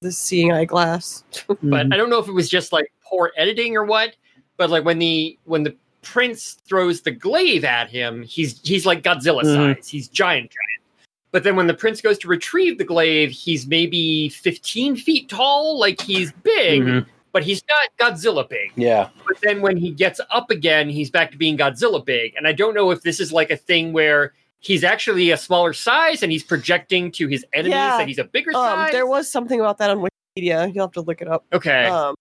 Speaker 3: the seeing eye glass.
Speaker 2: Mm-hmm.
Speaker 1: but I don't know if it was just like poor editing or what. But like when the when the prince throws the glaive at him, he's he's like Godzilla
Speaker 2: Mhm.
Speaker 1: size. He's giant, giant. But then when the prince goes to retrieve the glaive, he's maybe fifteen feet tall. Like he's big,
Speaker 2: Mhm.
Speaker 1: but he's not Godzilla big.
Speaker 2: yeah,
Speaker 1: But then when he gets up again, he's back to being Godzilla big. And I don't know if this is like a thing where. He's actually a smaller size, and he's projecting to his enemies
Speaker 3: Yeah.
Speaker 1: that he's a bigger
Speaker 3: Um,
Speaker 1: size.
Speaker 3: there was something about that on Wikipedia. You'll have to look it up.
Speaker 1: okay,
Speaker 3: Um,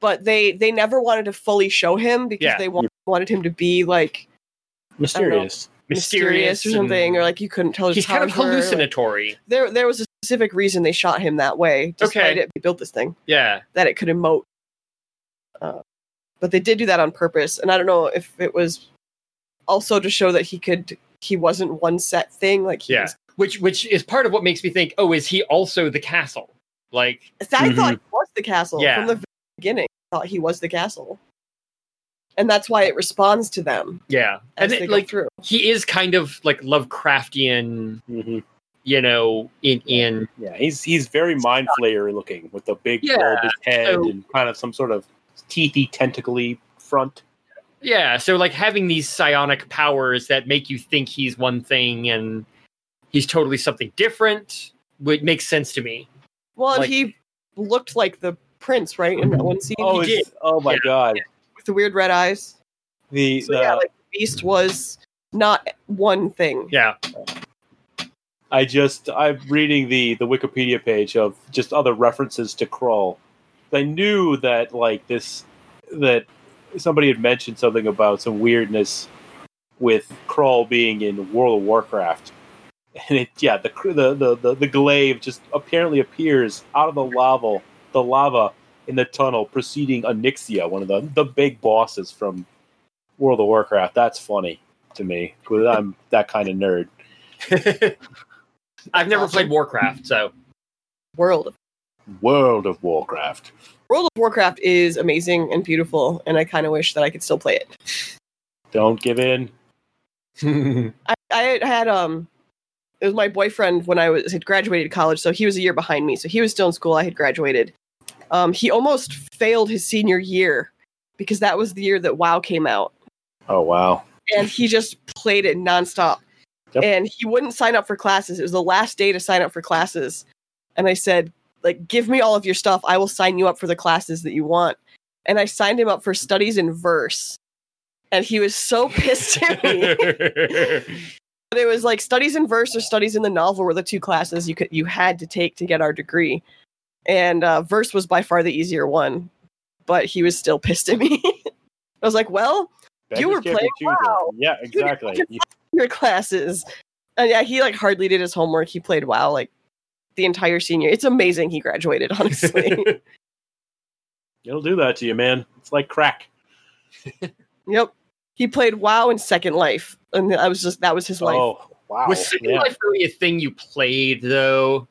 Speaker 3: but they they never wanted to fully show him because
Speaker 1: Yeah.
Speaker 3: they wa- wanted him to be like
Speaker 2: mysterious.
Speaker 3: mysterious, or
Speaker 1: and-
Speaker 3: something, or like you couldn't tell. his
Speaker 1: he's kind of
Speaker 3: powers were, like-
Speaker 1: hallucinatory.
Speaker 3: there there was a specific reason they shot him that way. Despite
Speaker 1: Okay.
Speaker 3: it, they built this thing
Speaker 1: yeah,
Speaker 3: that it could emote. Uh, but they did do that on purpose, and I don't know if it was also to show that he could he wasn't one set thing like he
Speaker 1: Yeah.
Speaker 3: was
Speaker 1: which which is part of what makes me think, oh, is he also the castle? Like,
Speaker 3: I
Speaker 2: Mhm.
Speaker 3: thought he was the castle
Speaker 1: Mm-hmm. Yeah.
Speaker 3: from the very beginning. I thought he was the castle, and that's why it responds to them
Speaker 1: yeah,
Speaker 3: as
Speaker 1: and
Speaker 3: they
Speaker 1: it,
Speaker 3: go
Speaker 1: like
Speaker 3: through.
Speaker 1: he is kind of like Lovecraftian,
Speaker 2: hmm
Speaker 1: you know, in in
Speaker 2: Yeah, he's he's very mind flayer looking with the big
Speaker 1: Yeah,
Speaker 2: bulbous head
Speaker 1: so-
Speaker 2: and kind of some sort of teethy tentacly front.
Speaker 1: Yeah, so like having these psionic powers that make you think he's one thing and he's totally something different would make sense to me.
Speaker 3: Well, and
Speaker 1: Like-
Speaker 3: he looked like the prince, right, in that one scene
Speaker 2: Oh,
Speaker 1: He
Speaker 2: it's- oh my
Speaker 1: Yeah.
Speaker 2: god.
Speaker 3: with the weird red eyes.
Speaker 2: The, uh,
Speaker 3: So
Speaker 2: the-
Speaker 3: yeah, like the beast was not one thing.
Speaker 1: Yeah.
Speaker 2: I just I'm reading the the Wikipedia page of just other references to Krull. I knew that like this that somebody had mentioned something about some weirdness with Krull being in World of Warcraft. And it yeah, the cr- the the the, the glaive just apparently appears out of the lava, the lava in the tunnel preceding Onyxia, one of the the big bosses from World of Warcraft. That's funny to me cuz I'm that kind of nerd.
Speaker 1: I've never
Speaker 3: Awesome.
Speaker 1: played Warcraft, so <laughs>
Speaker 3: World of
Speaker 2: World of Warcraft.
Speaker 3: World of Warcraft is amazing and beautiful, and I kind of wish that I could still play it.
Speaker 2: Don't give in.
Speaker 3: I, I had- had um, it was my boyfriend when I was had graduated college, so he was a year behind me, so he was still in school. I had graduated. Um, he almost failed his senior year because that was the year that WoW came out.
Speaker 2: Oh wow.
Speaker 3: and he just played it nonstop.
Speaker 2: Yep.
Speaker 3: And he wouldn't sign up for classes. It was the last day to sign up for classes. And I said, like, give me all of your stuff. I will sign you up for the classes that you want. And I signed him up for studies in verse. And he was so pissed at
Speaker 1: <laughs>
Speaker 3: me. but it was like studies in verse or studies in the novel were the two classes you could you had to take to get our degree. And uh, verse was by far the easier one, but he was still pissed at me. <laughs> I was like, well, You were
Speaker 2: can't be
Speaker 3: playing
Speaker 2: choosers.
Speaker 3: WoW.
Speaker 2: Yeah, exactly. You-
Speaker 3: your classes. And yeah, he like hardly did his homework. He played WoW like the entire senior. It's amazing he graduated,
Speaker 1: <laughs>
Speaker 3: honestly.
Speaker 2: It'll do that to you, man. It's like crack.
Speaker 3: yep. He played WoW in Second Life. And I was just that was his life.
Speaker 2: Oh wow.
Speaker 1: Was Second
Speaker 2: Yeah.
Speaker 1: Life really a thing you played though?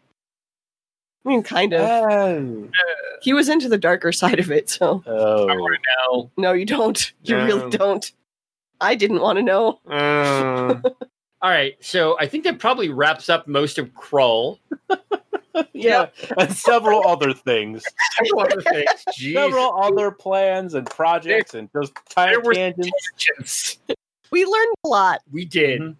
Speaker 3: I mean kind of.
Speaker 2: Oh.
Speaker 3: He was into the darker side of it, so
Speaker 2: Oh.
Speaker 1: No.
Speaker 3: no, you don't. You
Speaker 1: No.
Speaker 3: really don't. I didn't want to know.
Speaker 1: All right, so I think that probably wraps up most of Krull.
Speaker 2: <laughs> <laughs> yeah. And several other things.
Speaker 1: Several other <laughs> things. Jesus.
Speaker 2: Several other plans and projects and just tiny
Speaker 1: there were-
Speaker 2: tangents.
Speaker 3: We learned a
Speaker 1: <laughs>
Speaker 3: lot.
Speaker 1: We did.
Speaker 2: Mhm.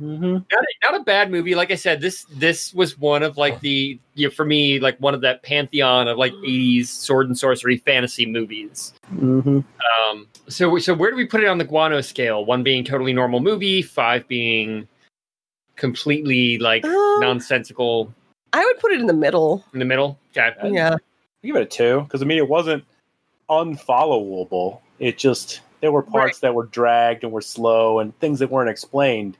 Speaker 2: Mhm.
Speaker 1: not a, not a bad movie. Like I said, this this was one of like the you know, for me like one of that pantheon of like '80s sword and sorcery fantasy movies.
Speaker 2: Mhm.
Speaker 1: Um, so so where do we put it on the guano scale? One being totally normal movie, five being completely like
Speaker 3: Um,
Speaker 1: nonsensical
Speaker 3: I would put it in the middle.
Speaker 1: in the middle. Okay.
Speaker 2: Uh,
Speaker 3: Yeah.
Speaker 2: I Give it a two because I mean it wasn't unfollowable. It just there were parts that were dragged and were slow and things that weren't explained.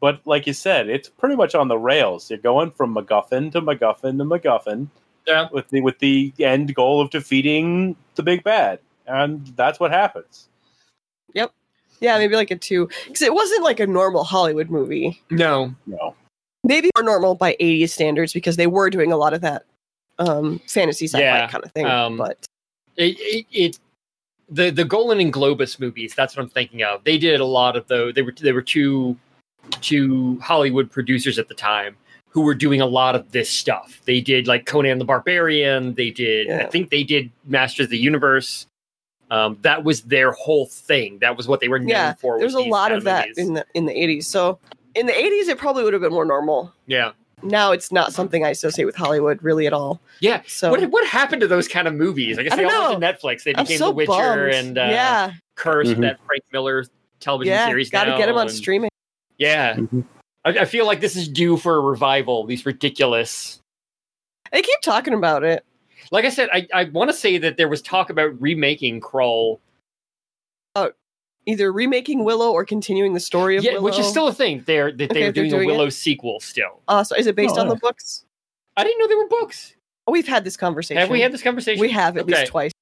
Speaker 2: But like you said, it's pretty much on the rails. You're going from MacGuffin to MacGuffin to MacGuffin
Speaker 1: Yeah.
Speaker 2: with the with the end goal of defeating the big bad, and that's what happens.
Speaker 3: Yeah, maybe like a two. Because it wasn't like a normal Hollywood movie.
Speaker 1: No.
Speaker 2: No,
Speaker 3: maybe more normal by 80s standards because they were doing a lot of that um fantasy sci-fi
Speaker 1: Yeah,
Speaker 3: kind of thing
Speaker 1: um,
Speaker 3: but
Speaker 1: It, it, it the the Golan and Globus movies. That's what I'm thinking of. They did a lot of those. They were they were two two Hollywood producers at the time who were doing a lot of this stuff. They did like Conan the Barbarian. They did. I
Speaker 3: Yeah.
Speaker 1: think they did Masters of the Universe. Um, that was their whole thing. That was what they were known
Speaker 3: Yeah,
Speaker 1: for. was
Speaker 3: there's a
Speaker 1: these
Speaker 3: lot
Speaker 1: kind
Speaker 3: of that
Speaker 1: movies.
Speaker 3: in the in the 80s so in the 80s it probably would have been more normal
Speaker 1: yeah,
Speaker 3: now it's not something i associate with hollywood really at all
Speaker 1: yeah.
Speaker 3: so
Speaker 1: what what happened to those kind of movies? I guess
Speaker 3: I
Speaker 1: they
Speaker 3: don't
Speaker 1: all went to Netflix. They
Speaker 3: i'm
Speaker 1: became
Speaker 3: so
Speaker 1: The Witcher
Speaker 3: bummed
Speaker 1: and uh,
Speaker 3: yeah
Speaker 1: Curse,
Speaker 2: Mhm.
Speaker 1: that Frank Miller television
Speaker 3: yeah
Speaker 1: series.
Speaker 3: gotta
Speaker 1: now,
Speaker 3: get them on
Speaker 1: and-
Speaker 3: streaming
Speaker 1: Yeah.
Speaker 2: Mhm.
Speaker 1: I, I feel like this is due for a revival. These ridiculous.
Speaker 3: they keep talking about it
Speaker 1: Like I said, I, I want to say that there was talk about remaking Crawl,
Speaker 3: either remaking willow or continuing the story of
Speaker 1: yeah,
Speaker 3: willow
Speaker 1: which is still a thing. They're that
Speaker 3: Okay,
Speaker 1: they
Speaker 3: they're
Speaker 1: were doing,
Speaker 3: doing
Speaker 1: a
Speaker 3: it?
Speaker 1: Willow sequel still.
Speaker 3: uh, so is it based
Speaker 2: Oh,
Speaker 3: on the
Speaker 2: yeah.
Speaker 3: books
Speaker 1: I didn't know there were books.
Speaker 3: oh, we've had this conversation
Speaker 1: Have we had this conversation?
Speaker 3: we have at
Speaker 1: Okay.
Speaker 3: least twice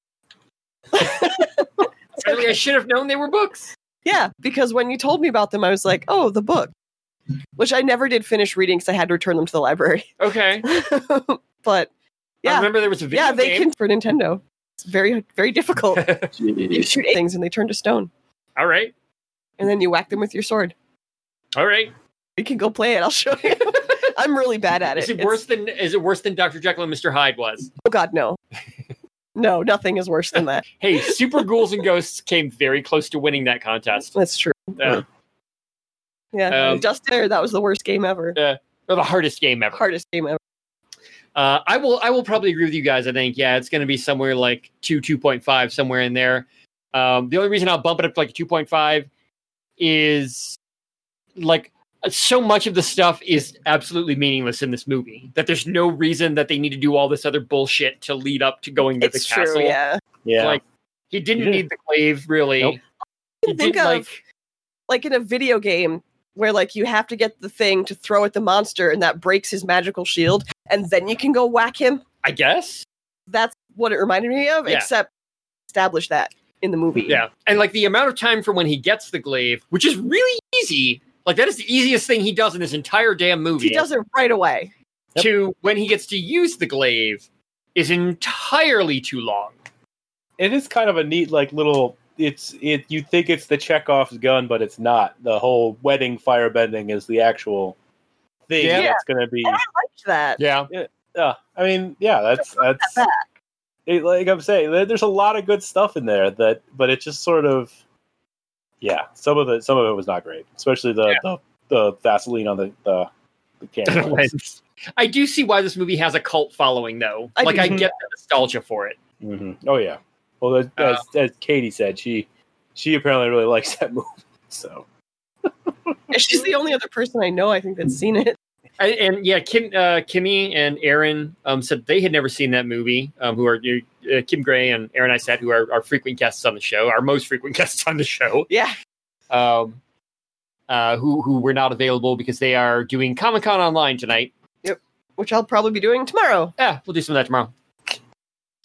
Speaker 1: Apparently I should have known they were books.
Speaker 3: Yeah, because when you told me about them, I was like, oh, the book, which I never did finish reading because I had to return them to the library. <laughs>
Speaker 1: Okay.
Speaker 3: but
Speaker 1: I
Speaker 3: yeah,
Speaker 1: remember there was a video
Speaker 3: yeah, they
Speaker 1: game.
Speaker 3: can for Nintendo. It's very, very
Speaker 1: <laughs>
Speaker 3: difficult. you shoot things and they turn to stone,
Speaker 1: All right.
Speaker 3: and then you whack them with your sword.
Speaker 1: All right.
Speaker 3: You can go play it. I'll show you. <laughs> I'm really bad at it.
Speaker 1: Is it
Speaker 3: It's-
Speaker 1: <laughs> worse than is it worse than Dr. Jekyll and Mr. Hyde was?
Speaker 3: Oh God, no. No, nothing is worse than that.
Speaker 1: Hey, Super Ghouls and Ghosts came very close to winning that contest.
Speaker 3: That's true.
Speaker 1: Uh,
Speaker 3: Yeah,
Speaker 1: Um,
Speaker 3: just there, that was the worst game ever.
Speaker 1: or the hardest game ever.
Speaker 3: Hardest game ever.
Speaker 1: Uh, I will. I will probably agree with you guys. I think yeah, it's going to be somewhere like two, two point five, somewhere in there. Um, the only reason I'll bump it up to like two point five is like so much of the stuff is absolutely meaningless in this movie that there's no reason that they need to do all this other bullshit to lead up to going to
Speaker 3: It's
Speaker 1: the castle.
Speaker 3: true. Yeah.
Speaker 2: Yeah.
Speaker 1: Like he didn't
Speaker 2: Yeah.
Speaker 1: need the glaive really.
Speaker 2: Nope.
Speaker 1: He
Speaker 3: Think
Speaker 1: did,
Speaker 3: of-
Speaker 1: like
Speaker 3: Like in a video game where like you have to get the thing to throw at the monster and that breaks his magical shield and then you can go whack him.
Speaker 1: I guess.
Speaker 3: That's what it reminded me of,
Speaker 1: Yeah.
Speaker 3: except establish that in the movie.
Speaker 1: Yeah. And like the amount of time from when he gets the glaive, which is really easy. Like that is the easiest thing he does in this entire damn movie.
Speaker 3: He does it right away.
Speaker 2: Yep.
Speaker 1: to when he gets to use the glaive is entirely too long.
Speaker 2: it is kind of a neat like little it's it you think it's the Chekhov's gun, but it's not. The whole wedding firebending is the actual thing
Speaker 1: Yeah.
Speaker 2: that's gonna be
Speaker 3: Watch That
Speaker 1: Yeah.
Speaker 2: yeah. I mean, yeah, that's that's
Speaker 3: that
Speaker 2: it, like I'm saying, there- there's a lot of good stuff in there that but it just sort of yeah, some of it some of it was not great. Especially the the, the Vaseline on the the,
Speaker 1: <laughs>
Speaker 2: the camera.
Speaker 1: <laughs> I do see why this movie has a cult following though.
Speaker 3: I
Speaker 1: like
Speaker 3: do.
Speaker 1: I get the nostalgia for it.
Speaker 2: hmm Oh yeah. Well, as,
Speaker 1: Uh,
Speaker 2: as, as Katie said, she she apparently really likes that <laughs> movie. So
Speaker 3: she's the only other person I know I think that's seen it. <laughs>
Speaker 1: And, and yeah, Kim uh, Kimmy and Aaron um, said they had never seen that movie. Um, who are uh, Kim Gray and Aaron Isat, who are our frequent guests on the show, our most frequent <laughs> guests on the show.
Speaker 3: Yeah.
Speaker 1: um, uh, who who were not available because they are doing Comic Con online tonight.
Speaker 3: Which I'll probably be doing tomorrow.
Speaker 1: Yeah, we'll do some of that tomorrow.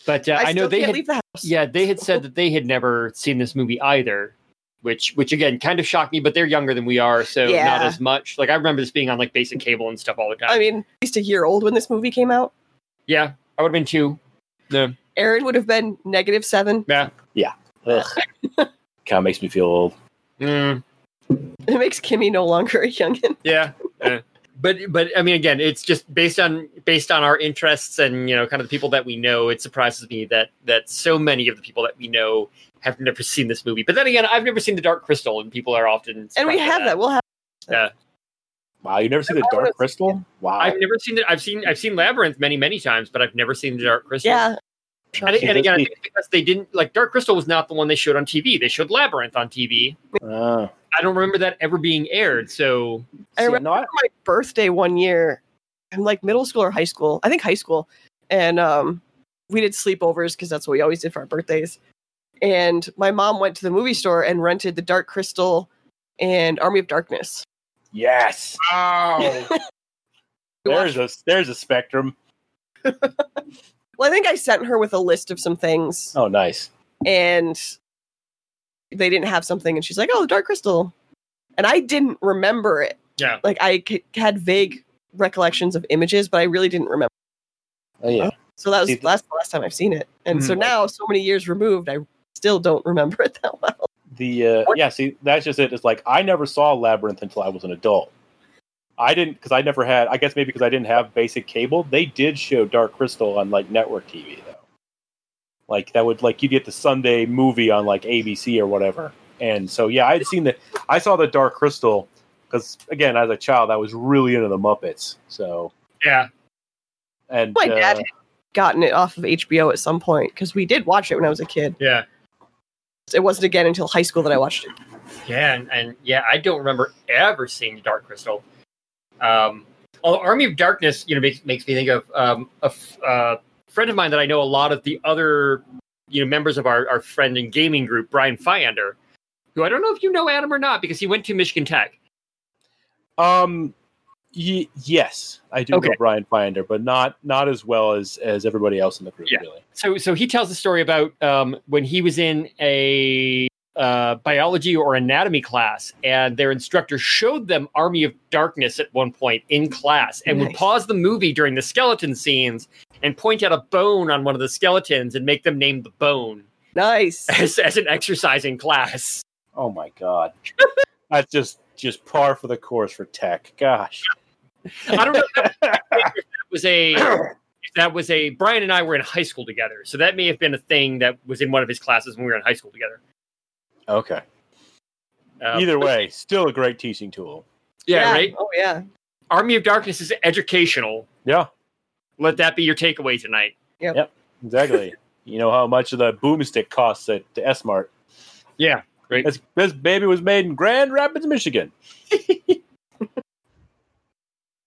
Speaker 1: But uh, I, know
Speaker 3: still
Speaker 1: they
Speaker 3: can't
Speaker 1: had,
Speaker 3: leave the house.
Speaker 1: yeah they
Speaker 3: <laughs>
Speaker 1: had said that they had never seen this movie either, which which again kind of shocked me. But they're younger than we are, so not
Speaker 3: Yeah.
Speaker 1: as much. Like I remember this being on like basic cable and stuff all the time.
Speaker 3: I mean, at least a year old when this movie came out.
Speaker 1: yeah, I would have been two. No,
Speaker 3: Aaron would have been negative seven. <laughs>
Speaker 1: yeah,
Speaker 2: ugh. kind of makes me feel old.
Speaker 1: Mm,
Speaker 3: It makes Kimmy no longer a youngin.
Speaker 1: yeah. eh. But but I mean again, it's just based on based on our interests and you know kind of the people that we know. It surprises me that that so many of the people that we know have never seen this movie. But then again, I've never seen The Dark Crystal, and people are often
Speaker 3: And we
Speaker 1: surprised by
Speaker 3: have that. We'll have
Speaker 2: Wow, you never see the Dark Crystal? Wow,
Speaker 1: I've never seen it. I've seen I've seen Labyrinth many many times, but I've never seen the Dark Crystal.
Speaker 3: yeah.
Speaker 1: and, and again, I
Speaker 2: Is
Speaker 1: think it's because they didn't like Dark Crystal was not the one they showed on TV. They showed Labyrinth on TV.
Speaker 2: this the- Uh,
Speaker 1: I don't remember that ever being aired. So
Speaker 3: I
Speaker 2: see,
Speaker 3: remember-
Speaker 2: no, I-
Speaker 3: my birthday one year in like middle school or high school. I think high school. And um we did sleepovers because that's what we always did for our birthdays. And my mom went to the movie store and rented The Dark Crystal and Army of Darkness.
Speaker 2: yes,
Speaker 1: oh,
Speaker 3: We
Speaker 2: there's a there's a spectrum.
Speaker 3: Well, I think I sent her with a list of some things
Speaker 2: Oh, nice.
Speaker 3: and they didn't have something and she's like, "Oh, The Dark Crystal." And I didn't remember it.
Speaker 1: Yeah.
Speaker 3: Like I c- had vague recollections of images, but I really didn't remember
Speaker 2: Oh yeah,
Speaker 3: So that was
Speaker 2: See, th-
Speaker 3: that's the last time I've seen it. And so
Speaker 1: Mhm.
Speaker 3: now, so many years removed, I still don't remember <laughs> it that well.
Speaker 2: the uh, yeah. See, that's just it. It's like I never saw Labyrinth until I was an adult. I didn't because I never had. I guess maybe because I didn't have basic cable. They did show Dark Crystal on like network TV though. Like that would like you get the Sunday movie on like ABC or whatever. And so yeah, I had seen the I saw the Dark Crystal because again as a child I was really into the Muppets. So
Speaker 1: yeah.
Speaker 2: and
Speaker 3: My dad
Speaker 2: uh,
Speaker 3: had gotten it off of HBO at some point because we did watch it when I was a kid.
Speaker 1: Yeah,
Speaker 3: It wasn't again until high school that I watched it.
Speaker 1: yeah, and, and yeah, I don't remember ever seeing the Dark Crystal. Um, although Army of Darkness, you know, makes makes me think of um, a f- uh, friend of mine that I know a lot of the other you know members of our, our friend and gaming group, Brian Fyander, who I don't know if you know Adam or not because he went to Michigan Tech.
Speaker 2: Um, y- yes, I do
Speaker 1: Okay.
Speaker 2: know Brian Finder, but not not as well as as everybody else in the group.
Speaker 1: Yeah.
Speaker 2: Really,
Speaker 1: So so he tells the story about um, when he was in a uh, biology or anatomy class, and their instructor showed them Army of Darkness at one point in class, and would
Speaker 3: Nice.
Speaker 1: pause the movie during the skeleton scenes and point out a bone on one of the skeletons and make them name the bone <laughs>
Speaker 3: Nice.
Speaker 1: as, as an exercise in class.
Speaker 2: oh my god, that's just just par for the course for tech. Gosh,
Speaker 1: I don't know if that was a if that was a Brian and I were in high school together, so that may have been a thing that was in one of his classes when we were in high school together.
Speaker 2: Okay.
Speaker 1: Uh,
Speaker 2: Either
Speaker 1: but-
Speaker 2: way, still a great teaching tool.
Speaker 1: yeah, right.
Speaker 3: Oh yeah.
Speaker 1: Army of Darkness is educational.
Speaker 2: Yeah,
Speaker 1: Let that be your takeaway tonight.
Speaker 2: exactly. you know how much of the boomstick costs at the S Mart.
Speaker 1: Yeah, right.
Speaker 2: This, this baby was made in Grand Rapids, Michigan.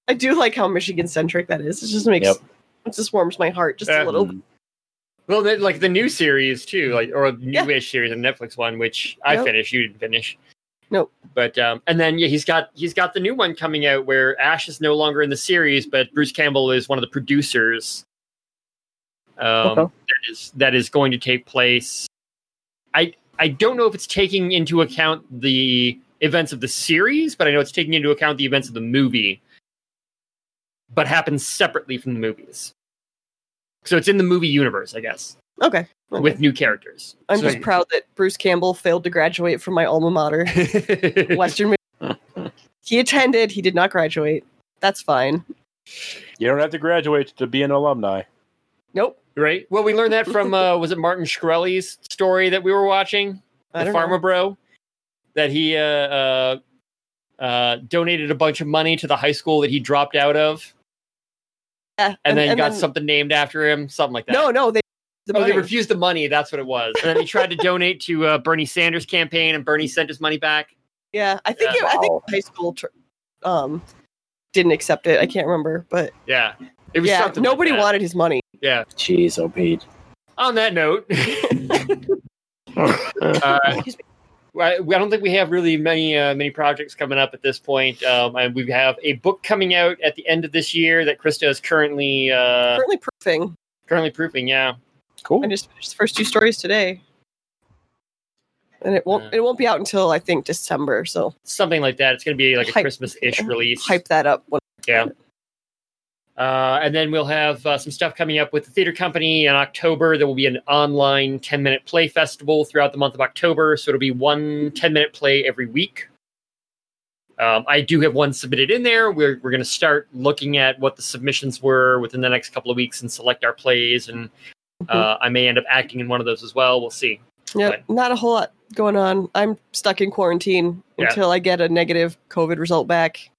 Speaker 3: I do like how Michigan centric that is. It just makes
Speaker 2: Yep.
Speaker 3: it just warms my heart just
Speaker 1: Yeah.
Speaker 3: a little.
Speaker 1: Well, then, like the new series too, like or
Speaker 3: Yeah.
Speaker 1: newish series, a Netflix one, which I
Speaker 3: Yep.
Speaker 1: finished. You didn't finish.
Speaker 3: Nope.
Speaker 1: But um, and then yeah, he's got he's got the new one coming out where Ash is no longer in the series, but Bruce Campbell is one of the producers. Um,
Speaker 3: Okay.
Speaker 1: that is that is going to take place. I I don't know if it's taking into account the events of the series, but I know it's taking into account the events of the movie, but happens separately from the movies. So it's in the movie universe, I guess
Speaker 3: Okay. Okay.
Speaker 1: with new characters.
Speaker 3: I'm
Speaker 1: So-
Speaker 3: just proud that Bruce Campbell failed to graduate from my alma mater,
Speaker 1: <laughs>
Speaker 3: Western. Mi- he attended. He did not graduate. That's fine.
Speaker 2: You don't have to graduate to be an alumni.
Speaker 3: Nope.
Speaker 1: right? Well, we learned that from uh, was it Martin Shkreli's story that we were watching,
Speaker 3: I
Speaker 1: the
Speaker 3: don't
Speaker 1: Farmer
Speaker 3: know.
Speaker 1: Bro, that he uh, uh, uh, donated a bunch of money to the high school that he dropped out of,
Speaker 3: Yeah,
Speaker 1: and, then got
Speaker 3: then-
Speaker 1: something named after him, something like that.
Speaker 3: No, no, they. The
Speaker 1: oh,
Speaker 3: money.
Speaker 1: they refused the money. That's what it was. And then
Speaker 3: <laughs>
Speaker 1: he tried to donate to uh, Bernie Sanders' campaign, and Bernie sent his money back.
Speaker 3: yeah, I think
Speaker 1: Yeah.
Speaker 3: it- I think
Speaker 2: Wow.
Speaker 3: high school tr- um didn't accept it. I can't remember, but
Speaker 1: Yeah, it was
Speaker 3: yeah,
Speaker 1: something like
Speaker 3: nobody
Speaker 1: that.
Speaker 3: wanted his money.
Speaker 1: Yeah.
Speaker 2: Jeez, oh Pete.
Speaker 1: on
Speaker 3: <laughs>
Speaker 1: that note, <laughs> uh, I, I don't think we have really many uh, many projects coming up at this point. Um, and we have a book coming out at the end of this year that Krista is currently uh,
Speaker 3: Currently proofing.
Speaker 1: currently proofing. Yeah,
Speaker 2: <laughs> Cool.
Speaker 3: I just finished the first two stories today, and it won't
Speaker 1: Yeah.
Speaker 3: it won't be out until I think December. So
Speaker 1: something like that. It's going to be like a
Speaker 3: Hype.
Speaker 1: Christmas ish release.
Speaker 3: hype that up. When-
Speaker 1: Yeah. Uh, and then we'll have uh, some stuff coming up with the theater company in October. There will be an online 10 minute play festival throughout the month of October. So it'll be one 10 minute play every week. Um, I do have one submitted in there. We're, we're going to start looking at what the submissions were within the next couple of weeks and select our plays. And uh, I may end up acting in one of those as well. We'll see.
Speaker 3: yeah,
Speaker 1: but-
Speaker 3: not a whole lot going on. I'm stuck in quarantine
Speaker 1: Yeah.
Speaker 3: until I get a negative COVID result back.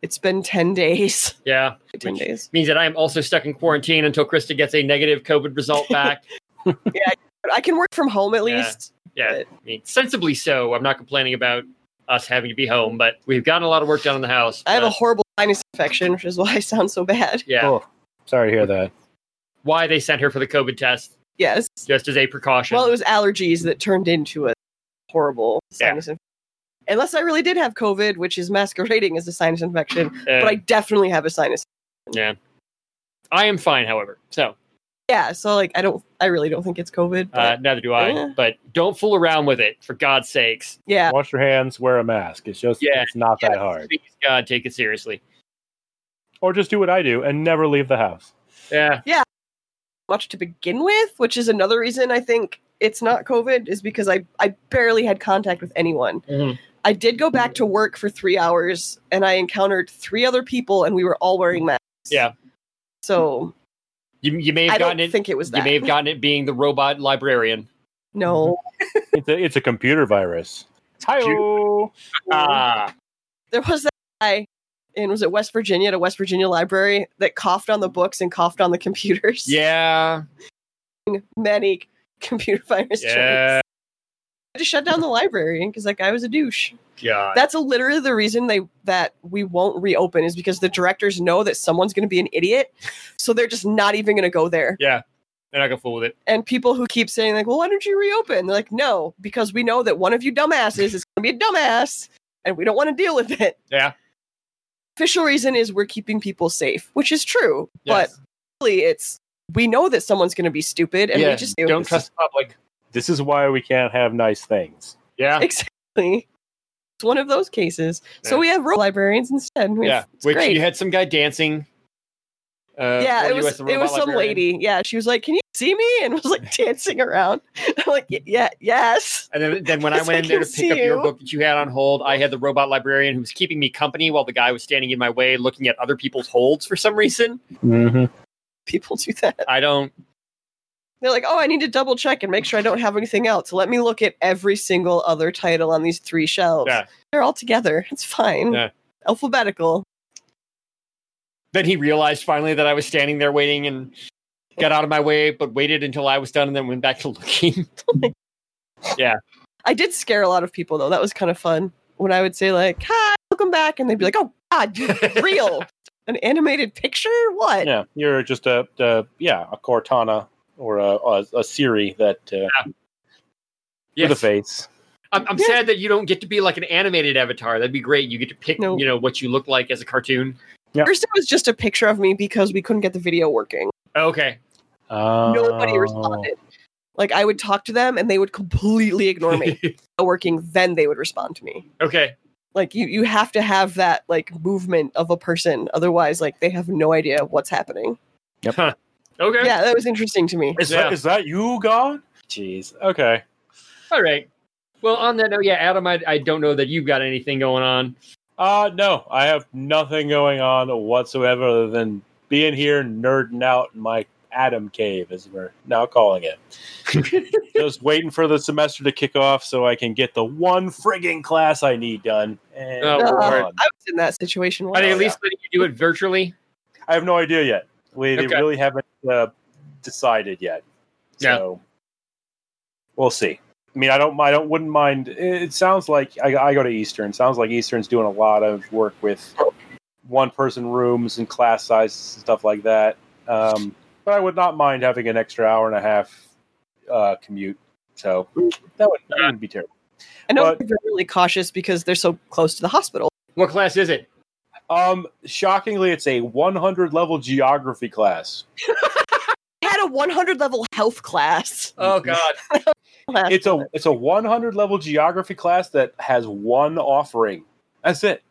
Speaker 3: It's been ten days. <laughs>
Speaker 1: Yeah.
Speaker 3: Ten days.
Speaker 1: Means that I am also stuck in quarantine until Krista gets a negative COVID result back.
Speaker 3: But I can work from home at
Speaker 1: Yeah.
Speaker 3: least.
Speaker 1: Yeah, I mean, sensibly so. I'm not complaining about us having to be home, but we've gotten a lot of work done in the house.
Speaker 3: I have a
Speaker 1: but
Speaker 3: horrible sinus infection, which is why I sound so bad. <laughs>
Speaker 1: yeah.
Speaker 2: Oh, sorry to hear that.
Speaker 1: Why they sent her for the COVID test
Speaker 3: Yes.
Speaker 1: just as a precaution?
Speaker 3: Well, it was allergies that turned into a horrible
Speaker 1: Yeah.
Speaker 3: sinus infection. Unless I really did have COVID, which is masquerading as a sinus infection,
Speaker 1: Uh,
Speaker 3: but I definitely have a sinus.
Speaker 1: I am fine, however. So
Speaker 3: Yeah, so like I don't, I really don't think it's COVID.
Speaker 1: uh,
Speaker 3: But
Speaker 1: neither do I.
Speaker 3: Yeah.
Speaker 1: But don't fool around with it, for God's sakes.
Speaker 3: yeah,
Speaker 2: Wash your hands, wear a mask. It's just
Speaker 1: Yeah.
Speaker 2: it's not that
Speaker 1: Yeah,
Speaker 2: hard.
Speaker 1: Please, God, take it seriously.
Speaker 2: Or just do what I do and never leave the house.
Speaker 1: Yeah,
Speaker 3: much to begin with, which is another reason I think it's not COVID is because I I barely had contact with anyone.
Speaker 1: Mhm.
Speaker 3: I did go back to work for three hours, and I encountered three other people, and we were all wearing masks.
Speaker 1: Yeah.
Speaker 3: So
Speaker 1: you, you may have
Speaker 3: I
Speaker 1: gotten
Speaker 3: don't
Speaker 1: it.
Speaker 3: think it was
Speaker 1: you
Speaker 3: that.
Speaker 1: may have gotten it being the robot librarian.
Speaker 3: no.
Speaker 2: It's a it's a computer virus. Hi-oh.
Speaker 1: Ah,
Speaker 3: there was that guy in was it West Virginia at a West Virginia library that coughed on the books and coughed on the computers.
Speaker 1: yeah,
Speaker 3: <laughs> Many computer virus
Speaker 1: yeah,
Speaker 3: jokes. Had to shut down the library because that guy was a douche.
Speaker 1: God.
Speaker 3: That's a, literally the reason they that we won't reopen is because the directors know that someone's going to be an idiot, so they're just not even going to go there.
Speaker 1: yeah. They're not gonna fool with it.
Speaker 3: And people who keep saying like, "Well, why don't you reopen?" They're like, "No, because we know that one of you dumbasses is going to be a dumbass, and we don't want to deal with it."
Speaker 1: Yeah,
Speaker 3: official reason is we're keeping people safe, which is true.
Speaker 1: yes.
Speaker 3: But really, it's we know that someone's going to be stupid, and
Speaker 1: yeah.
Speaker 3: we just
Speaker 1: don't trust the public.
Speaker 2: This is why we can't have nice things.
Speaker 1: Yeah,
Speaker 3: exactly. It's one of those cases. So
Speaker 1: Yeah.
Speaker 3: we have role librarians instead. We
Speaker 1: yeah,
Speaker 3: have- it's
Speaker 1: which
Speaker 3: great.
Speaker 1: you had some guy dancing. Uh,
Speaker 3: yeah,
Speaker 1: for
Speaker 3: it
Speaker 1: you as
Speaker 3: was
Speaker 1: the
Speaker 3: it was
Speaker 1: robot
Speaker 3: some
Speaker 1: librarian.
Speaker 3: lady. Yeah, she was like, "Can you see me?" <laughs> and was
Speaker 1: <laughs>
Speaker 3: like dancing around. <laughs> I'm like, "Y- "Yeah, yes."
Speaker 1: And then, then when
Speaker 3: <laughs>
Speaker 1: I
Speaker 3: It's
Speaker 1: went in there to
Speaker 3: like,
Speaker 1: pick up
Speaker 3: "See
Speaker 1: your
Speaker 3: you."
Speaker 1: book that you had on hold, I had the robot librarian who was keeping me company while the guy was standing in my way looking at other people's holds for some reason.
Speaker 2: Mm-hmm.
Speaker 3: people do that.
Speaker 1: I don't.
Speaker 3: They're like, oh, I need to double check and make sure I don't have anything else. Let me look at every single other title on these three shelves.
Speaker 1: Yeah.
Speaker 3: They're all together. It's fine.
Speaker 1: Yeah.
Speaker 3: Alphabetical.
Speaker 1: Then he realized finally that I was standing there waiting and got out of my way, but waited until I was done and then went back to <laughs> looking.
Speaker 3: I did scare a lot of people though. That was kind of fun. When I would say like, hi, welcome back, and they'd be like, oh god, real. An animated picture? What?
Speaker 2: Yeah, you're just a, a yeah a Cortana or a, a, a Siri that uh, with a
Speaker 1: Yes.
Speaker 2: face.
Speaker 1: I'm, I'm
Speaker 3: Yeah.
Speaker 1: sad that you don't get to be like an animated avatar. That'd be great. You get to pick,
Speaker 3: No.
Speaker 1: you know, what you look like as a cartoon.
Speaker 3: First, it was just a picture of me because we couldn't get the video working.
Speaker 1: Okay.
Speaker 3: Nobody
Speaker 2: Oh.
Speaker 3: responded. Like I would talk to them and they would completely ignore me working, then they would respond to me.
Speaker 1: <laughs> okay.
Speaker 3: Like you you have to have that like movement of a person. Otherwise, like they have no idea what's happening.
Speaker 1: Okay.
Speaker 3: Yeah, that was interesting to me.
Speaker 2: Um, Is
Speaker 1: Yeah.
Speaker 2: that is that you, God? Jeez. Okay.
Speaker 1: All right. Well, on that note, yeah, Adam, I, I don't know that you've got anything going on.
Speaker 2: Uh no, I have nothing going on whatsoever other than being here nerding out in my Adam cave, as we're now calling it. Just waiting for the semester to kick off so I can get the one frigging class I need done. And
Speaker 1: Oh,
Speaker 2: we're
Speaker 3: Lord.
Speaker 2: on.
Speaker 3: I was in that situation.
Speaker 1: Are they
Speaker 3: once.
Speaker 1: at least letting you do it virtually?
Speaker 2: I have no idea yet. We they
Speaker 1: Okay.
Speaker 2: really haven't uh, decided yet. So we'll see. I mean, I don't, I don't, wouldn't mind. It sounds like I, I go to Eastern. Sounds like Eastern's doing a lot of work with one-person rooms and class sizes and stuff like that. Um, but I would not mind having an extra hour and a half uh, commute. So that would that wouldn't be terrible.
Speaker 3: I know
Speaker 2: but-
Speaker 3: they're really cautious because they're so close to the hospital.
Speaker 1: What class is it?
Speaker 2: Um, shockingly, it's a 100 level geography class.
Speaker 3: I had a 100 level health class. <laughs>
Speaker 1: Oh, God.
Speaker 3: Last
Speaker 2: it's a
Speaker 3: time.
Speaker 2: it's a 100 level geography class that has one offering. That's it.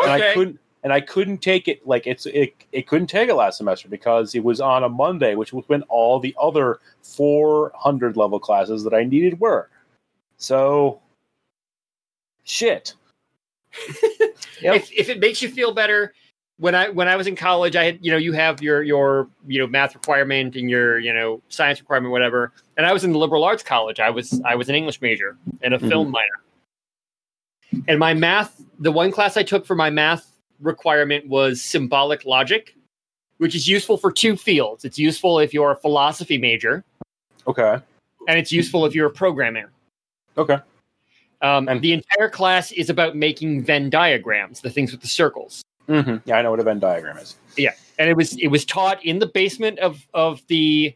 Speaker 2: And I
Speaker 1: Okay.
Speaker 2: couldn't and I couldn't take it like it's it, it couldn't take it last semester because it was on a Monday, which was when all the other 400 level classes that I needed were. So shit.
Speaker 3: Yep.
Speaker 1: if, if it makes you feel better when i when i was in college i had you know you have your your you know math requirement and your you know science requirement whatever and i was in the liberal arts college i was i was an english major and a film minor and my math the one class i took for my math requirement was symbolic logic which is useful for two fields it's useful if you're a philosophy major
Speaker 2: Okay.
Speaker 1: and it's useful if you're a programmer
Speaker 2: Okay.
Speaker 1: um,
Speaker 2: And-
Speaker 1: the entire class is about making venn diagrams the things with the circles
Speaker 2: hmm Yeah, I know what a Venn diagram is.
Speaker 1: and it was it was taught in the basement of of the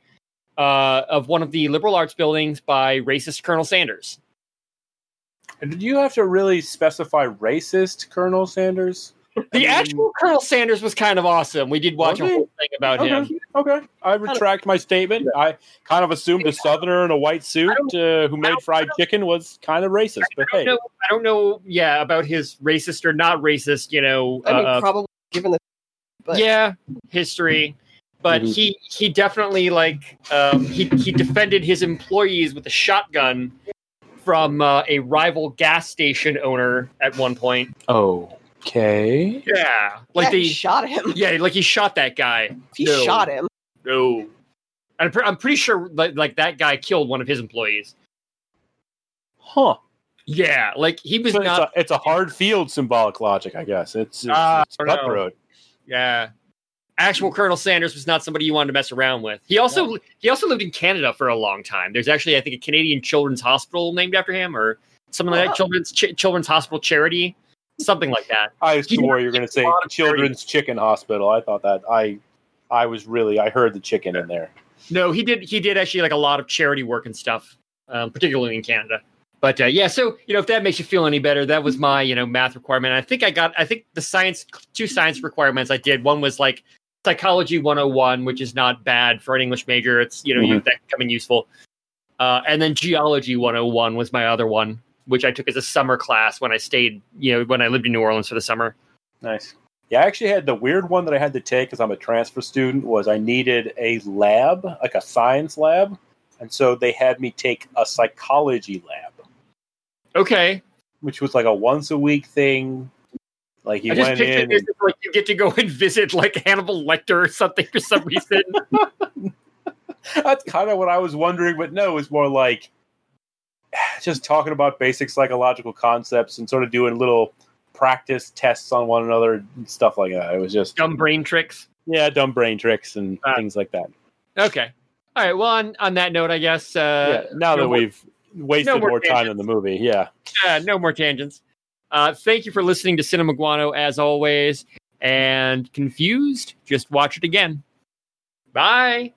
Speaker 1: uh, of one of the liberal arts buildings by racist Colonel Sanders.
Speaker 2: And did you have to really specify racist, Colonel Sanders? I
Speaker 1: The
Speaker 2: mean-
Speaker 1: actual Colonel Sanders was kind of awesome. We did watch
Speaker 2: Was
Speaker 1: a
Speaker 2: he?
Speaker 1: whole thing about
Speaker 2: okay.
Speaker 1: him.
Speaker 2: Okay. I retract my statement. I kind of assumed a southerner in a white suit
Speaker 1: I
Speaker 2: uh, who made fried chicken was kind of racist, but
Speaker 1: I
Speaker 2: hey.
Speaker 1: don't know. I don't know. Yeah, about his racist or not racist. You know.
Speaker 3: I mean,
Speaker 1: uh,
Speaker 3: probably given the. But
Speaker 1: yeah, history. But
Speaker 2: Mhm.
Speaker 1: he he definitely like um, he he defended his employees with a shotgun from uh, a rival gas station owner at one point.
Speaker 2: Okay.
Speaker 1: Yeah, like
Speaker 3: yeah, he
Speaker 1: the
Speaker 3: shot him. <laughs>
Speaker 1: Yeah, like he shot that guy.
Speaker 3: He
Speaker 1: No.
Speaker 3: shot him.
Speaker 1: No. Oh. And I'm, pre- I'm pretty sure like, like that guy killed one of his employees.
Speaker 2: Huh.
Speaker 1: Yeah, like he was
Speaker 2: So it's, a,
Speaker 1: not.
Speaker 2: it's a hard field symbolic logic, I guess. It's, it's,
Speaker 1: Ah,
Speaker 2: it's
Speaker 1: I don't
Speaker 2: cut
Speaker 1: know.
Speaker 2: road.
Speaker 1: yeah. Actual Colonel Sanders was not somebody you wanted to mess around with. He also he also lived in Canada for a long time. There's actually I think a Canadian Children's Hospital named after him or something like
Speaker 3: Oh.
Speaker 1: that. Children's Ch- Children's Hospital Charity, something like that.
Speaker 2: I
Speaker 1: He-
Speaker 2: swore you were going to say
Speaker 1: lot of
Speaker 2: children's chicken hospital. I thought that I, I was really I heard the chicken in there.
Speaker 1: No, he did. He did actually like a lot of charity work and stuff, um, particularly in Canada. But uh, yeah, so you know, if that makes you feel any better, that was my you know math requirement. I think I got. I think the science two science requirements I did. One was like psychology 101, which is not bad for an English major. It's you know
Speaker 2: Mm-hmm.
Speaker 1: you, that can come in useful. Uh, and then geology 101 was my other one, which I took as a summer class when I stayed. You know, when I lived in New Orleans for the summer.
Speaker 2: Nice. Yeah, I actually had the weird one that I had to take because I'm a transfer student was I needed a lab, like a science lab, and so they had me take a psychology lab,
Speaker 1: Okay.
Speaker 2: which was like a once a week thing. Like he
Speaker 1: I just
Speaker 2: went
Speaker 1: pictured
Speaker 2: in.
Speaker 1: this
Speaker 2: And,
Speaker 1: as like you get to go <laughs> and visit like Hannibal Lecter or something for
Speaker 2: <laughs>
Speaker 1: some reason.
Speaker 2: that's kind of what I was wondering, but no, it's more like <sighs> just talking about basic psychological concepts and sort of doing little practice tests on one another and stuff like that. It was just
Speaker 1: Dumb brain tricks.
Speaker 2: yeah, dumb brain tricks and
Speaker 1: Uh,
Speaker 2: things like that.
Speaker 1: Okay. All right. Well, on, on that note, I guess uh,
Speaker 2: yeah, now
Speaker 1: no
Speaker 2: that
Speaker 1: more-
Speaker 2: we've wasted
Speaker 1: no more
Speaker 2: more time in
Speaker 1: tangents.
Speaker 2: the movie, yeah.
Speaker 1: yeah, no more tangents. Uh, thank you for listening to Cinema Guano as always. And confused, just watch it again. Bye.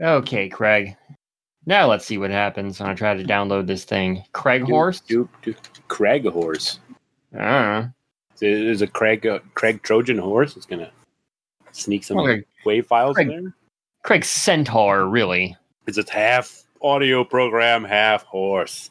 Speaker 1: Okay, Craig. Now let's see what happens when I try to download this thing. Craig Horse?
Speaker 2: Duke, Duke, Craig horse.
Speaker 1: Uh,
Speaker 2: There's a Craig uh, Craig Trojan horse. It's gonna sneak some
Speaker 1: Craig,
Speaker 2: wave files
Speaker 1: Craig.
Speaker 2: in there.
Speaker 1: Craig Centaur, really.
Speaker 2: It's a half audio program, half horse.